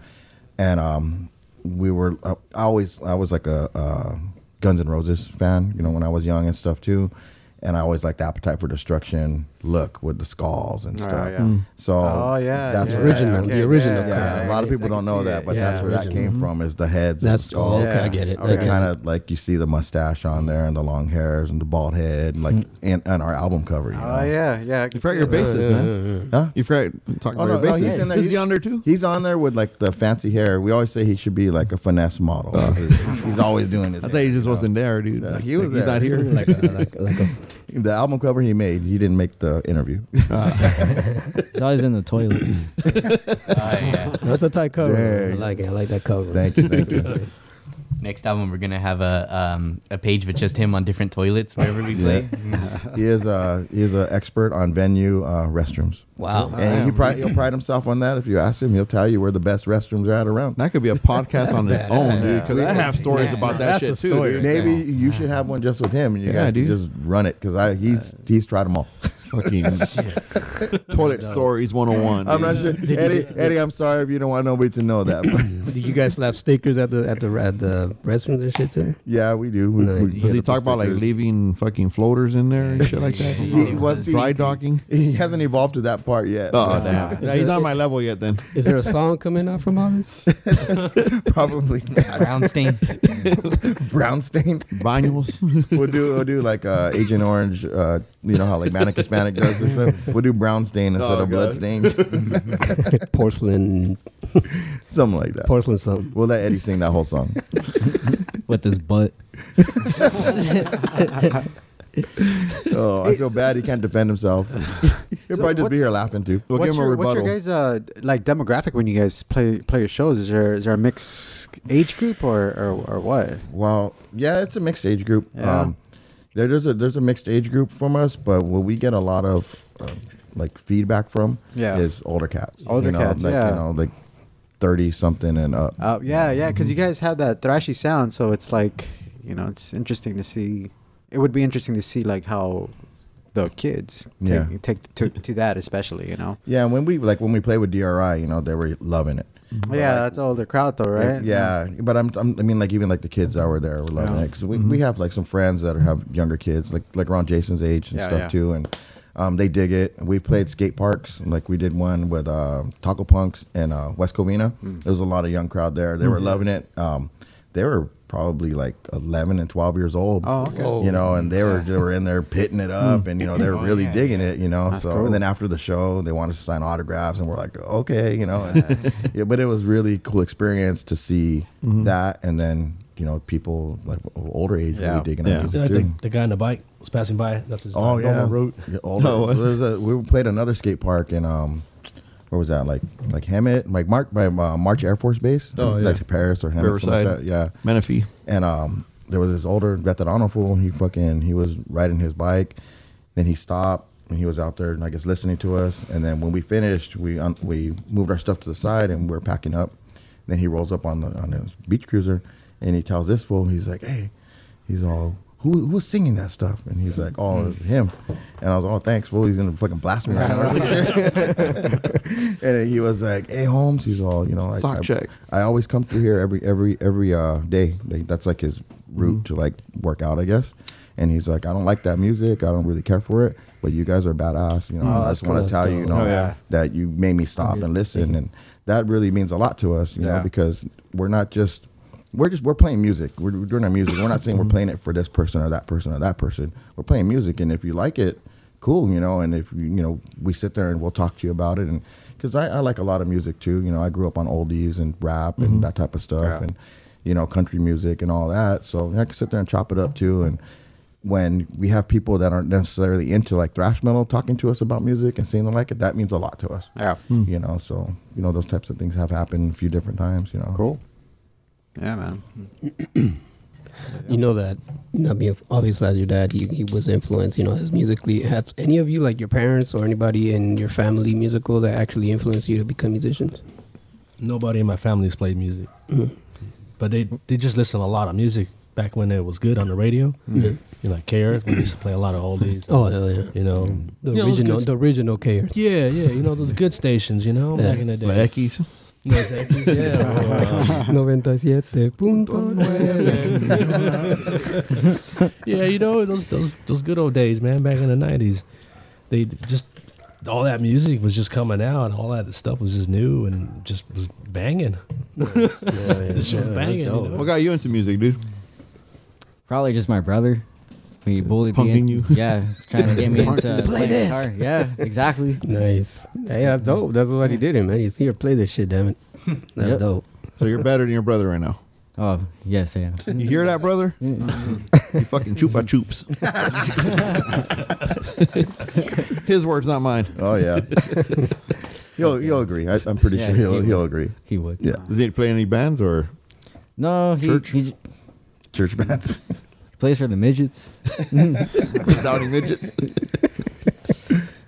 [SPEAKER 3] and um, we were. I I always, I was like a uh, Guns N' Roses fan, you know, when I was young and stuff too, and I always liked the Appetite for Destruction look with the skulls and
[SPEAKER 6] Oh,
[SPEAKER 3] stuff.
[SPEAKER 6] yeah. Mm.
[SPEAKER 3] So,
[SPEAKER 6] Oh yeah.
[SPEAKER 3] that's
[SPEAKER 6] yeah,
[SPEAKER 3] where-
[SPEAKER 8] original, the original
[SPEAKER 3] Yeah,
[SPEAKER 8] Okay,
[SPEAKER 3] a lot of people don't know that, but
[SPEAKER 8] Yeah,
[SPEAKER 3] that's where that
[SPEAKER 8] original.
[SPEAKER 3] came from is the heads. and
[SPEAKER 8] that's
[SPEAKER 3] skulls
[SPEAKER 8] oh, okay
[SPEAKER 6] Yeah.
[SPEAKER 8] I get it
[SPEAKER 6] Okay.
[SPEAKER 8] I
[SPEAKER 3] that
[SPEAKER 8] get
[SPEAKER 3] kind
[SPEAKER 8] it.
[SPEAKER 3] of like you see the mustache on there and the long hairs and the bald head, and like
[SPEAKER 2] Hmm.
[SPEAKER 3] in, on our album cover. You know?
[SPEAKER 6] Oh yeah, yeah. I can
[SPEAKER 2] You forgot
[SPEAKER 6] see
[SPEAKER 2] your
[SPEAKER 6] it.
[SPEAKER 2] bases, man.
[SPEAKER 3] Huh?
[SPEAKER 2] You forgot talking
[SPEAKER 3] Oh,
[SPEAKER 2] about
[SPEAKER 3] no,
[SPEAKER 2] your
[SPEAKER 3] no, he's
[SPEAKER 2] bases.
[SPEAKER 3] in there.
[SPEAKER 2] Is
[SPEAKER 3] He's-
[SPEAKER 2] he on there too?
[SPEAKER 3] He's on there with like the fancy hair. We always say he should be like a finesse model. he's always doing this.
[SPEAKER 2] Uh, I thought he just wasn't there, dude.
[SPEAKER 3] No,
[SPEAKER 2] Like,
[SPEAKER 3] he
[SPEAKER 2] like,
[SPEAKER 3] was
[SPEAKER 2] uh, he's
[SPEAKER 3] there.
[SPEAKER 2] not here.
[SPEAKER 8] like a, like, like a
[SPEAKER 3] the album cover he made. He didn't make the interview.
[SPEAKER 2] Uh,
[SPEAKER 5] It's always in the toilet.
[SPEAKER 7] Oh, yeah.
[SPEAKER 8] that's a tight cover
[SPEAKER 3] There
[SPEAKER 8] man. I
[SPEAKER 3] you
[SPEAKER 8] like it I like that cover
[SPEAKER 3] thank you, thank you.
[SPEAKER 7] Next album, we're gonna have a um, a page with just him on different toilets wherever we play.
[SPEAKER 3] he is a he is an expert on venue uh, restrooms.
[SPEAKER 8] Wow.
[SPEAKER 3] And he pride, he'll pride himself on that. If you ask him, he'll tell you where the best restrooms are at around.
[SPEAKER 2] That could be a podcast on its own, dude. Because I have stories
[SPEAKER 7] Yeah,
[SPEAKER 2] about
[SPEAKER 7] no,
[SPEAKER 2] that
[SPEAKER 8] that's a
[SPEAKER 2] shit too.
[SPEAKER 8] story.
[SPEAKER 2] Dude.
[SPEAKER 3] Maybe you should have one just with him, and you
[SPEAKER 2] Yeah,
[SPEAKER 3] guys
[SPEAKER 2] dude.
[SPEAKER 3] can just run it because I he's he's tried them all.
[SPEAKER 2] Fucking toilet stories 101.
[SPEAKER 3] I'm not
[SPEAKER 2] dude.
[SPEAKER 3] sure, Eddie. Eddie, I'm sorry if you don't want nobody to know that. But
[SPEAKER 8] Did you guys slap stickers at the at the at the restrooms and shit too?
[SPEAKER 3] yeah, we do. We,
[SPEAKER 8] Nice.
[SPEAKER 3] we
[SPEAKER 2] Does
[SPEAKER 3] put
[SPEAKER 2] he
[SPEAKER 3] up
[SPEAKER 2] talk
[SPEAKER 3] the
[SPEAKER 2] about like
[SPEAKER 3] stickers.
[SPEAKER 2] leaving fucking floaters in there and shit like that?
[SPEAKER 3] He- well, see,
[SPEAKER 2] Dry docking?
[SPEAKER 3] He hasn't evolved to that part yet.
[SPEAKER 2] Oh, damn. Yeah, he's not my level yet then.
[SPEAKER 8] Is there a song coming out from all this?
[SPEAKER 3] Probably not.
[SPEAKER 7] Brown stain.
[SPEAKER 3] brown stain.
[SPEAKER 2] Banos.
[SPEAKER 3] We'll do we'll do like uh, Agent Orange. Uh, you know how like Manic Hispanic does this stuff. We'll do brown stain instead
[SPEAKER 2] Oh,
[SPEAKER 3] of blood
[SPEAKER 2] God.
[SPEAKER 3] stain,
[SPEAKER 8] porcelain,
[SPEAKER 3] something like that.
[SPEAKER 8] porcelain something.
[SPEAKER 3] We'll let Eddie sing that whole song.
[SPEAKER 5] with his butt.
[SPEAKER 3] Oh, I feel bad. He can't defend himself. He'll probably just be
[SPEAKER 6] what's-
[SPEAKER 3] here laughing too.
[SPEAKER 2] We'll give
[SPEAKER 6] what's,
[SPEAKER 2] him a
[SPEAKER 6] your, what's
[SPEAKER 2] rebuttal.
[SPEAKER 6] your guys' uh, like demographic when you guys play play your shows? Is there is there a mixed age group or or, or what?
[SPEAKER 3] Well, yeah, it's a mixed age group.
[SPEAKER 6] Yeah.
[SPEAKER 3] Um, there- there's a there's a mixed age group from us, but what we get a lot of um, like feedback from
[SPEAKER 6] Yeah.
[SPEAKER 3] is older cats.
[SPEAKER 6] Older
[SPEAKER 3] you know,
[SPEAKER 6] cats,
[SPEAKER 3] like,
[SPEAKER 6] yeah.
[SPEAKER 3] you know, like thirty something and up.
[SPEAKER 6] Uh, yeah, yeah, because you guys have that thrashy sound, so it's like you know it's interesting to see. It would be interesting to see like how the kids take,
[SPEAKER 3] Yeah.
[SPEAKER 6] take to, to that, especially you know.
[SPEAKER 3] Yeah, and when we like when we play with DRI, you know, they were loving it.
[SPEAKER 6] Yeah, that's older crowd though, right?
[SPEAKER 3] Yeah, but I'm, I'm I mean like even like the kids that were there were loving it. 'Cause we,
[SPEAKER 6] Mm-hmm.
[SPEAKER 3] we have like some friends that have younger kids like like around Jason's age and
[SPEAKER 6] Yeah,
[SPEAKER 3] stuff
[SPEAKER 6] yeah.
[SPEAKER 3] too, and um, they dig it. We played skate parks like we did one with uh, Taco Punks and uh, West Covina.
[SPEAKER 6] Hmm.
[SPEAKER 3] There was a lot of young crowd there. They were
[SPEAKER 6] Mm-hmm.
[SPEAKER 3] loving it. Um, they were probably like 11 and 12 years old.
[SPEAKER 6] Oh, okay. Oh,
[SPEAKER 3] You know, and they were they were in there pitting it up, and you know they were really
[SPEAKER 7] yeah,
[SPEAKER 3] digging it. You know, so
[SPEAKER 6] cool.
[SPEAKER 3] and then after the show, they wanted to sign autographs, and we're like, okay, you know. And, yeah, but it was really cool experience to see
[SPEAKER 6] Mm-hmm.
[SPEAKER 3] that, and then you know people like of older age
[SPEAKER 6] Yeah.
[SPEAKER 3] really digging yeah.
[SPEAKER 2] Yeah.
[SPEAKER 3] music
[SPEAKER 4] Like
[SPEAKER 3] too.
[SPEAKER 4] the, the guy on the bike was passing by. That's his
[SPEAKER 3] oh
[SPEAKER 4] oh,
[SPEAKER 3] yeah,
[SPEAKER 4] normal route.
[SPEAKER 3] Yeah, older.
[SPEAKER 2] Oh, what?
[SPEAKER 3] There's a, we played another skate park in um. Where was that? Like, like Hammett, like Mark by uh, March Air Force Base.
[SPEAKER 2] Oh, yeah.
[SPEAKER 3] like Paris or Hammett, something like
[SPEAKER 2] Riverside.
[SPEAKER 3] that. Yeah,
[SPEAKER 2] Menifee.
[SPEAKER 3] and um, there was this older veterano fool. He fucking he was riding his bike, then he stopped and he was out there, and I guess listening to us. And then when we finished, we un- we moved our stuff to the side and we are packing up. Then he rolls up on the on his beach cruiser, and he tells this fool, he's like, "Hey," he's all. Who, who was singing that stuff? And he's like, "Oh, it was him." And I was, "Oh, thanks, fool. He's gonna fucking blast me right now." and he was like, "Hey, Holmes." He's all, you know, like,
[SPEAKER 2] Sock
[SPEAKER 3] I-
[SPEAKER 2] check.
[SPEAKER 3] I always come through here every every every uh, day. Like, That's like his
[SPEAKER 2] Mm-hmm.
[SPEAKER 3] route to like work out, I guess. And he's like, I don't like that music. I don't really care for it. But you guys are badass. You know,
[SPEAKER 2] Oh,
[SPEAKER 3] I just want to tell you, you know,
[SPEAKER 6] Oh, yeah.
[SPEAKER 3] that you made me stop and listen, and that really means a lot to us. You
[SPEAKER 6] Yeah.
[SPEAKER 3] know, because we're not just we're just we're playing music. We're, we're doing our music. We're not saying we're playing it for this person or that person or that person. We're playing music, and if you like it, cool. You know, and if you you know, we sit there and we'll talk to you about it, and because I, I like a lot of music too. You know, I grew up on oldies and rap and that type of stuff,
[SPEAKER 6] Yeah.
[SPEAKER 3] and you know, country music and all that. So I can sit there and chop it up too, and when we have people that aren't necessarily into like thrash metal talking to us about music and seeing them like it, that means a lot to us.
[SPEAKER 6] Yeah.
[SPEAKER 3] You know, so you know those types of things have happened a few different times. You know,
[SPEAKER 6] Cool. Yeah, man.
[SPEAKER 8] You know that. I mean, obviously, as your dad, he, he was influenced. You know, his musically. Have any of you, like your parents or anybody in your family, musical that actually influenced you to become musicians?
[SPEAKER 4] Nobody in my family's played music,
[SPEAKER 8] Mm.
[SPEAKER 4] but they they just listen a lot of music back when it was good on the radio. You know, like KR, we used to play a lot of oldies.
[SPEAKER 8] Mm. Oh hell yeah!
[SPEAKER 4] you know,
[SPEAKER 8] The
[SPEAKER 4] you know, those
[SPEAKER 8] original,
[SPEAKER 4] good-
[SPEAKER 8] the original K.
[SPEAKER 4] yeah, yeah, you know those good stations. You know,
[SPEAKER 8] Yeah.
[SPEAKER 4] back in the day.
[SPEAKER 2] Like Ekis.
[SPEAKER 4] You know, Zaki's, yeah, or, um,
[SPEAKER 8] Noventa siete punto nueve.
[SPEAKER 4] Yeah, you know those those those good old days, man. Back in the nineties, they d- just all that music was just coming out. All that stuff was just new and just was banging. It's just banging. You know?
[SPEAKER 2] What got you into music, dude?
[SPEAKER 5] Probably just my brother. He bullied me.
[SPEAKER 2] punking
[SPEAKER 5] in-
[SPEAKER 2] you?
[SPEAKER 5] Yeah, trying to get me into
[SPEAKER 8] Play
[SPEAKER 5] playing
[SPEAKER 8] this.
[SPEAKER 5] guitar. Yeah, exactly.
[SPEAKER 8] Nice. Hey, that's dope. That's what he did, it, man. You see her play this shit, damn it. That's
[SPEAKER 5] Yep.
[SPEAKER 8] dope.
[SPEAKER 2] So you're better than your brother right now.
[SPEAKER 5] Oh yes, I am.
[SPEAKER 2] You hear that, brother? you fucking chupa chups. His words, not mine.
[SPEAKER 3] Oh yeah, he'll he'll agree. I, I'm pretty
[SPEAKER 5] Yeah,
[SPEAKER 3] sure he'll
[SPEAKER 5] he
[SPEAKER 3] he'll
[SPEAKER 5] will.
[SPEAKER 3] agree.
[SPEAKER 5] He would.
[SPEAKER 3] Yeah.
[SPEAKER 2] Does he play any bands or?
[SPEAKER 5] No, he,
[SPEAKER 2] Church?
[SPEAKER 5] he j-
[SPEAKER 3] church bands.
[SPEAKER 5] Plays for the midgets.
[SPEAKER 2] Downy midgets.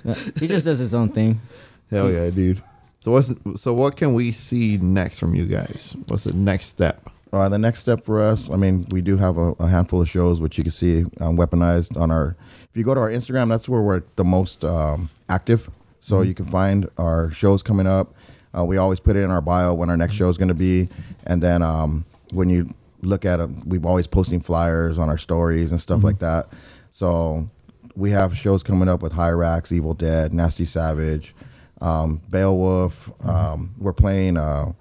[SPEAKER 5] Uh, he just does his own thing.
[SPEAKER 2] Hell yeah, dude. So what's so what can we see next from you guys? What's the next step?
[SPEAKER 3] Uh, the next step for us, I mean, we do have a, a handful of shows, which you can see um, weaponized on our. If you go to our Instagram, that's where we're the most um, active. So you can find our shows coming up. Uh, we always put it in our bio when our next show is going to be, and then um, when you look at them, we've always posting flyers on our stories and stuff like that. So we have shows coming up with Hyrax, Evil Dead, Nasty Savage, um, Beowulf. Um, we're playing. Uh,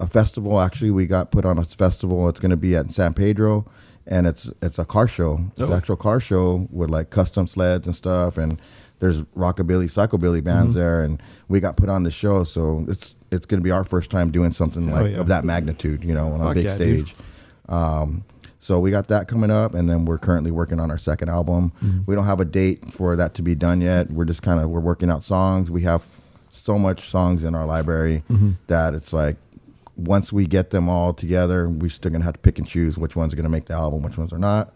[SPEAKER 3] a festival. Actually, we got put on a festival. It's going to be at San Pedro, and it's it's a car show. It's an actual car show with like custom sleds and stuff. And there's rockabilly, psychobilly bands there, and we got put on the show. So it's it's going to be our first time doing something like
[SPEAKER 2] yeah.
[SPEAKER 3] of that magnitude, you know, on a
[SPEAKER 2] Fuck
[SPEAKER 3] big
[SPEAKER 2] yeah, dude.
[SPEAKER 3] stage. Um, so we got that coming up, and then we're currently working on our second album.
[SPEAKER 2] Mm-hmm.
[SPEAKER 3] We don't have a date for that to be done yet. We're just kind of we're working out songs. We have so much songs in our library
[SPEAKER 2] Mm-hmm.
[SPEAKER 3] that it's like once we get them all together, we're still gonna have to pick and choose which ones are gonna make the album, which ones are not.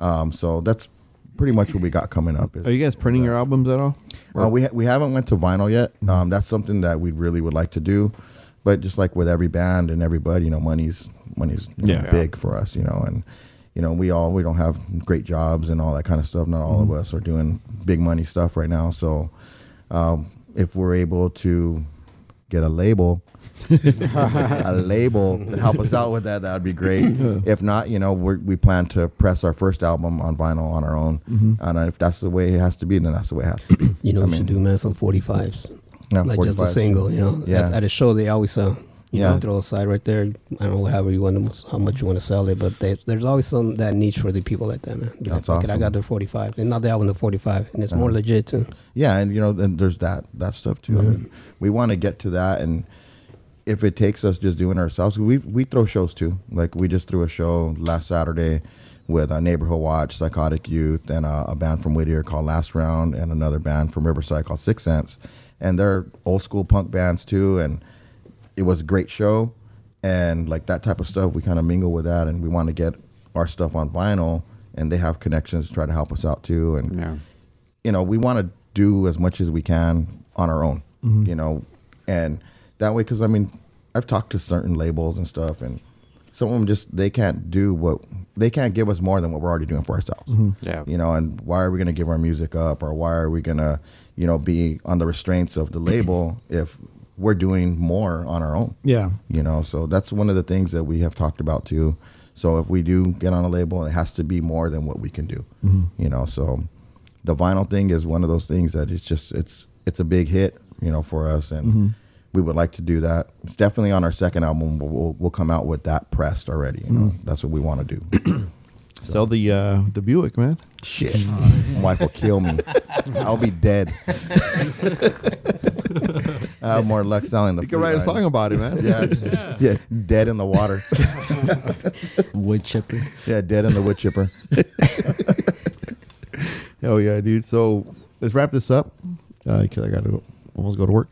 [SPEAKER 3] Um, so that's pretty much what we got coming up. is-
[SPEAKER 2] Are you guys printing your albums at all?
[SPEAKER 3] uh, we ha- we haven't went to vinyl yet. Um, that's something that we really would like to do, but just like with every band and everybody, you know, money's money's you know,
[SPEAKER 2] Yeah.
[SPEAKER 3] big for us, you know, and you know we all we don't have great jobs and all that kind of stuff. Not all of us are doing big money stuff right now. So um, if we're able to get a label. a label to help us out with that that would be great if not you know we're, we plan to press our first album on vinyl on our own and if that's the way it has to be then that's the way it has to be
[SPEAKER 8] You know,
[SPEAKER 3] I
[SPEAKER 8] we should
[SPEAKER 3] mean-
[SPEAKER 8] do man some 45s.
[SPEAKER 3] Yeah,
[SPEAKER 8] like just a
[SPEAKER 3] 45s.
[SPEAKER 8] single, you know.
[SPEAKER 3] Yeah.
[SPEAKER 8] At, at a show, they always sell. You yeah.
[SPEAKER 3] Yeah.
[SPEAKER 8] know, throw a side right there. I don't know whatever you want to, how much you want to sell it, but there's, there's always some that niche for the people like that, man. Be
[SPEAKER 3] That's
[SPEAKER 8] like, "Fuck it, I
[SPEAKER 3] awesome. Uh-huh.
[SPEAKER 8] got the 45, and not the album the 45, and it's more legit too.
[SPEAKER 3] yeah and you know then there's that that stuff too I mean,
[SPEAKER 8] Mm-hmm.
[SPEAKER 3] we want to get to that and if it takes us just doing it ourselves we we throw shows too like we just threw a show last saturday with a neighborhood watch psychotic youth and a, a band from whittier called last round and another band from riverside called six sense and they're old school punk bands too and it was a great show and like that type of stuff we kind of mingle with that and we want to get our stuff on vinyl and they have connections to try to help us out too and
[SPEAKER 6] Yeah.
[SPEAKER 3] you know, we want to do as much as we can on our own, you know, and that way, because I mean, I've talked to certain labels and stuff, and some of them just they can't do what they can't give us more than what we're already doing for ourselves,
[SPEAKER 9] Yeah.
[SPEAKER 3] you know. And why are we going to give our music up, or why are we going to, you know, be on the restraints of the label if we're doing more on our own?
[SPEAKER 9] Yeah.
[SPEAKER 3] you know so that's one of the things that we have talked about too so if we do get on a label it has to be more than what we can do
[SPEAKER 9] Mm-hmm.
[SPEAKER 3] you know so the vinyl thing is one of those things that it's just it's it's a big hit you know for us and
[SPEAKER 9] Mm-hmm.
[SPEAKER 3] we would like to do that it's definitely on our second album we'll, we'll, we'll come out with that pressed already you
[SPEAKER 9] Mm-hmm.
[SPEAKER 3] know that's what we want to do
[SPEAKER 2] Sell the uh, the Buick, man.
[SPEAKER 3] shit
[SPEAKER 5] Oh,
[SPEAKER 3] wife will kill me i'll be dead i have more luck selling the
[SPEAKER 2] You can write a song about it, man.
[SPEAKER 3] yeah, yeah dead in the water
[SPEAKER 5] Wood chipper.
[SPEAKER 3] Yeah, dead in the wood chipper.
[SPEAKER 2] Hell yeah, dude. So let's wrap this up because I got to almost go to work.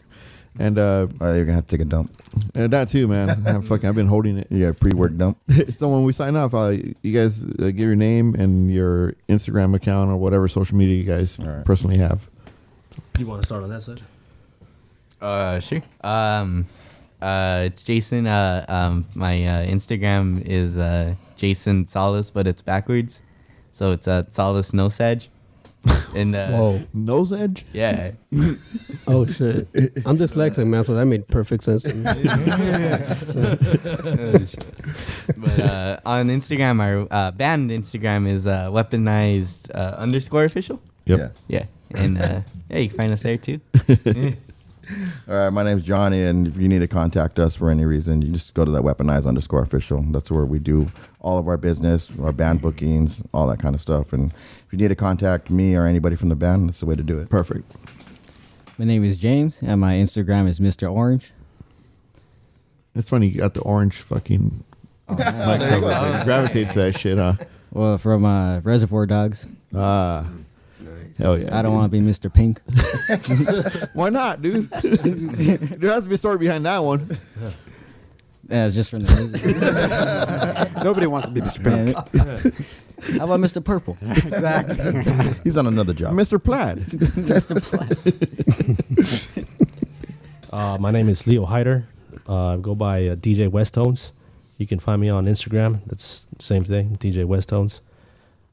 [SPEAKER 2] And uh,
[SPEAKER 3] All right, you're gonna have to take a dump.
[SPEAKER 2] and that too, man. I'm fucking, I've been holding it.
[SPEAKER 3] You got a pre-work dump.
[SPEAKER 2] so when we sign off, uh, you guys uh, give your name and your Instagram account or whatever social media you guys
[SPEAKER 3] right.
[SPEAKER 2] personally have.
[SPEAKER 4] You want to start on that side?
[SPEAKER 7] Uh, sure. Um, uh, it's Jason. Uh, um, my uh, Instagram is uh, Jason Solace, but it's backwards, so it's uh, Solace No Sedge. And uh,
[SPEAKER 2] Oh.
[SPEAKER 8] Whoa.
[SPEAKER 2] Nose Edge.
[SPEAKER 7] yeah,
[SPEAKER 8] Oh shit! I'm dyslexic, man, so that made perfect sense to me.
[SPEAKER 7] but uh, on Instagram, our uh, band Instagram is uh, weaponized uh, underscore official. Yeah, and uh, yeah, you can find us there too.
[SPEAKER 3] Yeah. All right, my name's Johnny, and if you need to contact us for any reason, you just go to that weaponized underscore official. That's where we do all of our business, our band bookings, all that kind of stuff. And if you need to contact me or anybody from the band, that's the way to do it.
[SPEAKER 2] Perfect.
[SPEAKER 5] My name is James, and my Instagram is Mr. Orange.
[SPEAKER 2] It's funny. You got the orange fucking. mic cover thing. Gravitates to that shit, huh?
[SPEAKER 5] Well, from uh, Reservoir Dogs.
[SPEAKER 2] Ah. Hell yeah.
[SPEAKER 5] I don't
[SPEAKER 2] dude.
[SPEAKER 5] want to be Mr. Pink.
[SPEAKER 2] Why not, dude? there has to be a story behind that one.
[SPEAKER 5] Yeah, it's just from the movie.
[SPEAKER 6] Nobody wants to be Mr. Pink.
[SPEAKER 5] Man, How about Mr. Purple?
[SPEAKER 6] exactly.
[SPEAKER 3] He's on another job.
[SPEAKER 2] Mr. Plaid.
[SPEAKER 5] Mr. Plaid.
[SPEAKER 4] Uh, my name is Leo Hyder. Uh, I go by uh, DJ Westtones. You can find me on Instagram. That's same thing, DJ Westtones.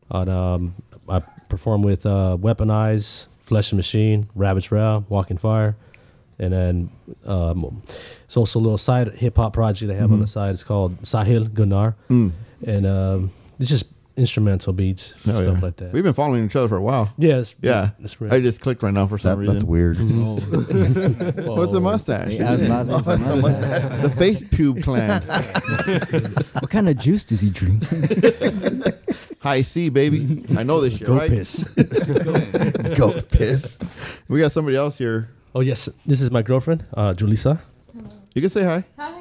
[SPEAKER 4] And, um, I perform with uh, Weaponize, Flesh and Machine, Ravage Row, Walking Fire, and then um, it's also a little side hip hop project I have on
[SPEAKER 2] Mm-hmm.
[SPEAKER 4] the side. It's called Sahil Gunar, and um, it's just instrumental beats,
[SPEAKER 2] Mm. Oh,
[SPEAKER 4] stuff
[SPEAKER 2] yeah.
[SPEAKER 4] like that.
[SPEAKER 2] We've been following each other for a while.
[SPEAKER 4] yeah, it's,
[SPEAKER 2] Yeah,
[SPEAKER 4] it's
[SPEAKER 2] I
[SPEAKER 4] real.
[SPEAKER 2] just clicked right now for some
[SPEAKER 3] That-
[SPEAKER 2] reason.
[SPEAKER 3] that's weird.
[SPEAKER 2] What's the mustache?
[SPEAKER 5] Yeah, I was about to say, it's a mustache.
[SPEAKER 2] the face pube clan.
[SPEAKER 5] what kind of juice does he drink?
[SPEAKER 2] High C, baby. I know this shit,
[SPEAKER 4] Go
[SPEAKER 2] right?
[SPEAKER 4] piss.
[SPEAKER 3] Goat piss.
[SPEAKER 2] We got somebody else here.
[SPEAKER 4] Oh yes, this is my girlfriend, uh, Julissa.
[SPEAKER 2] You can say hi.
[SPEAKER 7] Hi.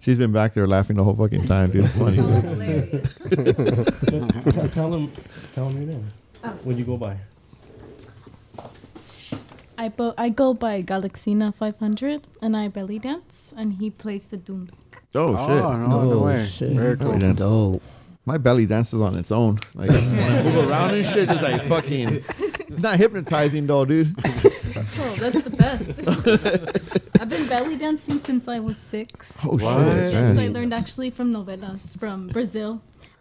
[SPEAKER 2] She's been back there laughing the whole fucking time, dude. It's funny.
[SPEAKER 7] Oh, hilarious.
[SPEAKER 4] tell, tell them, tell them your name. When you go by.
[SPEAKER 7] I, bo- I go by Galaxina 500 and I belly dance and he plays the doom.
[SPEAKER 2] Oh,
[SPEAKER 6] Oh,
[SPEAKER 2] shit.
[SPEAKER 6] no, no way. Very cool.
[SPEAKER 2] Belly dance.
[SPEAKER 5] Dope.
[SPEAKER 2] My belly dances on its own. Like, I just wanna move around and shit. Just like fucking. It's not hypnotizing though, dude.
[SPEAKER 7] Oh, that's the best. I've been belly dancing since I was six.
[SPEAKER 2] Oh shit.
[SPEAKER 7] Yes, I
[SPEAKER 2] man.
[SPEAKER 7] learned actually from novelas from Brazil. Um,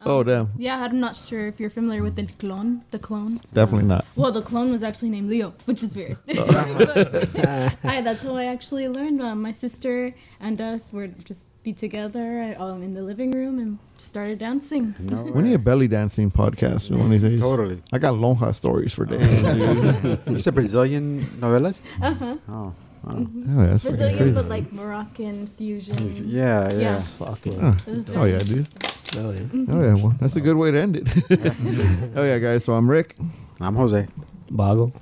[SPEAKER 2] Oh damn.
[SPEAKER 7] Yeah, I'm not sure if you're familiar with El Clone, the clone.
[SPEAKER 2] Definitely Oh. not.
[SPEAKER 7] Well, the clone was actually named Leo, which was weird. But- I, that's how I actually learned. Um, my sister and us would just be together um, in the living room and started dancing.
[SPEAKER 6] No
[SPEAKER 2] We need a belly dancing podcast one of these days.
[SPEAKER 6] Totally.
[SPEAKER 2] I got lonja stories for days.
[SPEAKER 6] You said Brazilian novelas? Uh huh. Oh.
[SPEAKER 2] Oh, yeah, that's fucking
[SPEAKER 7] Uh-huh. Brazilian,
[SPEAKER 2] crazy.
[SPEAKER 7] but like Moroccan fusion.
[SPEAKER 6] Yeah, yeah.
[SPEAKER 7] Yeah.
[SPEAKER 2] Huh.
[SPEAKER 7] It was
[SPEAKER 2] Oh
[SPEAKER 7] very
[SPEAKER 2] yeah, dude.
[SPEAKER 8] Oh, yeah.
[SPEAKER 2] Oh yeah, well, that's a good way to end it. oh yeah, guys. So I'm Rick.
[SPEAKER 6] I'm Jose.
[SPEAKER 3] Um,
[SPEAKER 8] Boggle.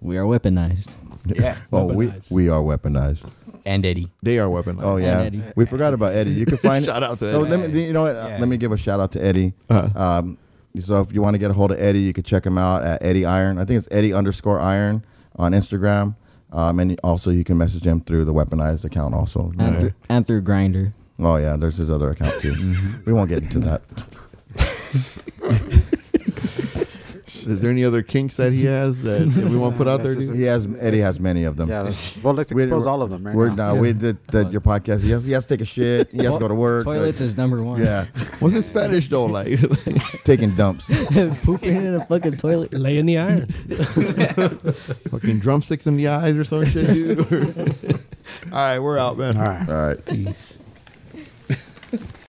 [SPEAKER 5] We are weaponized.
[SPEAKER 3] Yeah. Oh, we,
[SPEAKER 4] Weaponized.
[SPEAKER 3] we are weaponized.
[SPEAKER 10] and Eddie.
[SPEAKER 2] They are weaponized.
[SPEAKER 3] Oh yeah,
[SPEAKER 5] Eddie.
[SPEAKER 3] we forgot about Eddie. You can find
[SPEAKER 2] Shout out to
[SPEAKER 3] So
[SPEAKER 2] Eddie.
[SPEAKER 3] let me, you know what?
[SPEAKER 10] Yeah.
[SPEAKER 3] Let me give a shout out to Eddie.
[SPEAKER 2] Uh-huh.
[SPEAKER 3] Um, so if you want to get a hold of Eddie, you can check him out at Eddie Iron. I think it's Eddie underscore Iron on Instagram. Um, and also you can message him through the weaponized account also.
[SPEAKER 5] And, through, and through Grinder.
[SPEAKER 3] Oh yeah, there's his other account too.
[SPEAKER 2] Mm-hmm.
[SPEAKER 3] we won't get into that.
[SPEAKER 2] Is there any other kinks that he has that that we want to put out there?
[SPEAKER 6] That's
[SPEAKER 2] Dude?
[SPEAKER 3] He has Eddie has many of them.
[SPEAKER 6] Yeah. Let's, well, let's
[SPEAKER 3] We're-
[SPEAKER 6] expose
[SPEAKER 3] we're-
[SPEAKER 6] all of them right
[SPEAKER 3] We're
[SPEAKER 6] now.
[SPEAKER 3] no, we did that your podcast. He has, he has to take a shit. He has to go to work.
[SPEAKER 5] Toilets is number one.
[SPEAKER 3] Yeah,
[SPEAKER 2] What's his fetish though? Like,
[SPEAKER 3] taking dumps.
[SPEAKER 5] Pooping in a fucking toilet.
[SPEAKER 4] Lay in the iron.
[SPEAKER 2] fucking drumsticks in the eyes or some shit, dude. All right, we're out, man.
[SPEAKER 6] All right.
[SPEAKER 3] All right.
[SPEAKER 8] Peace.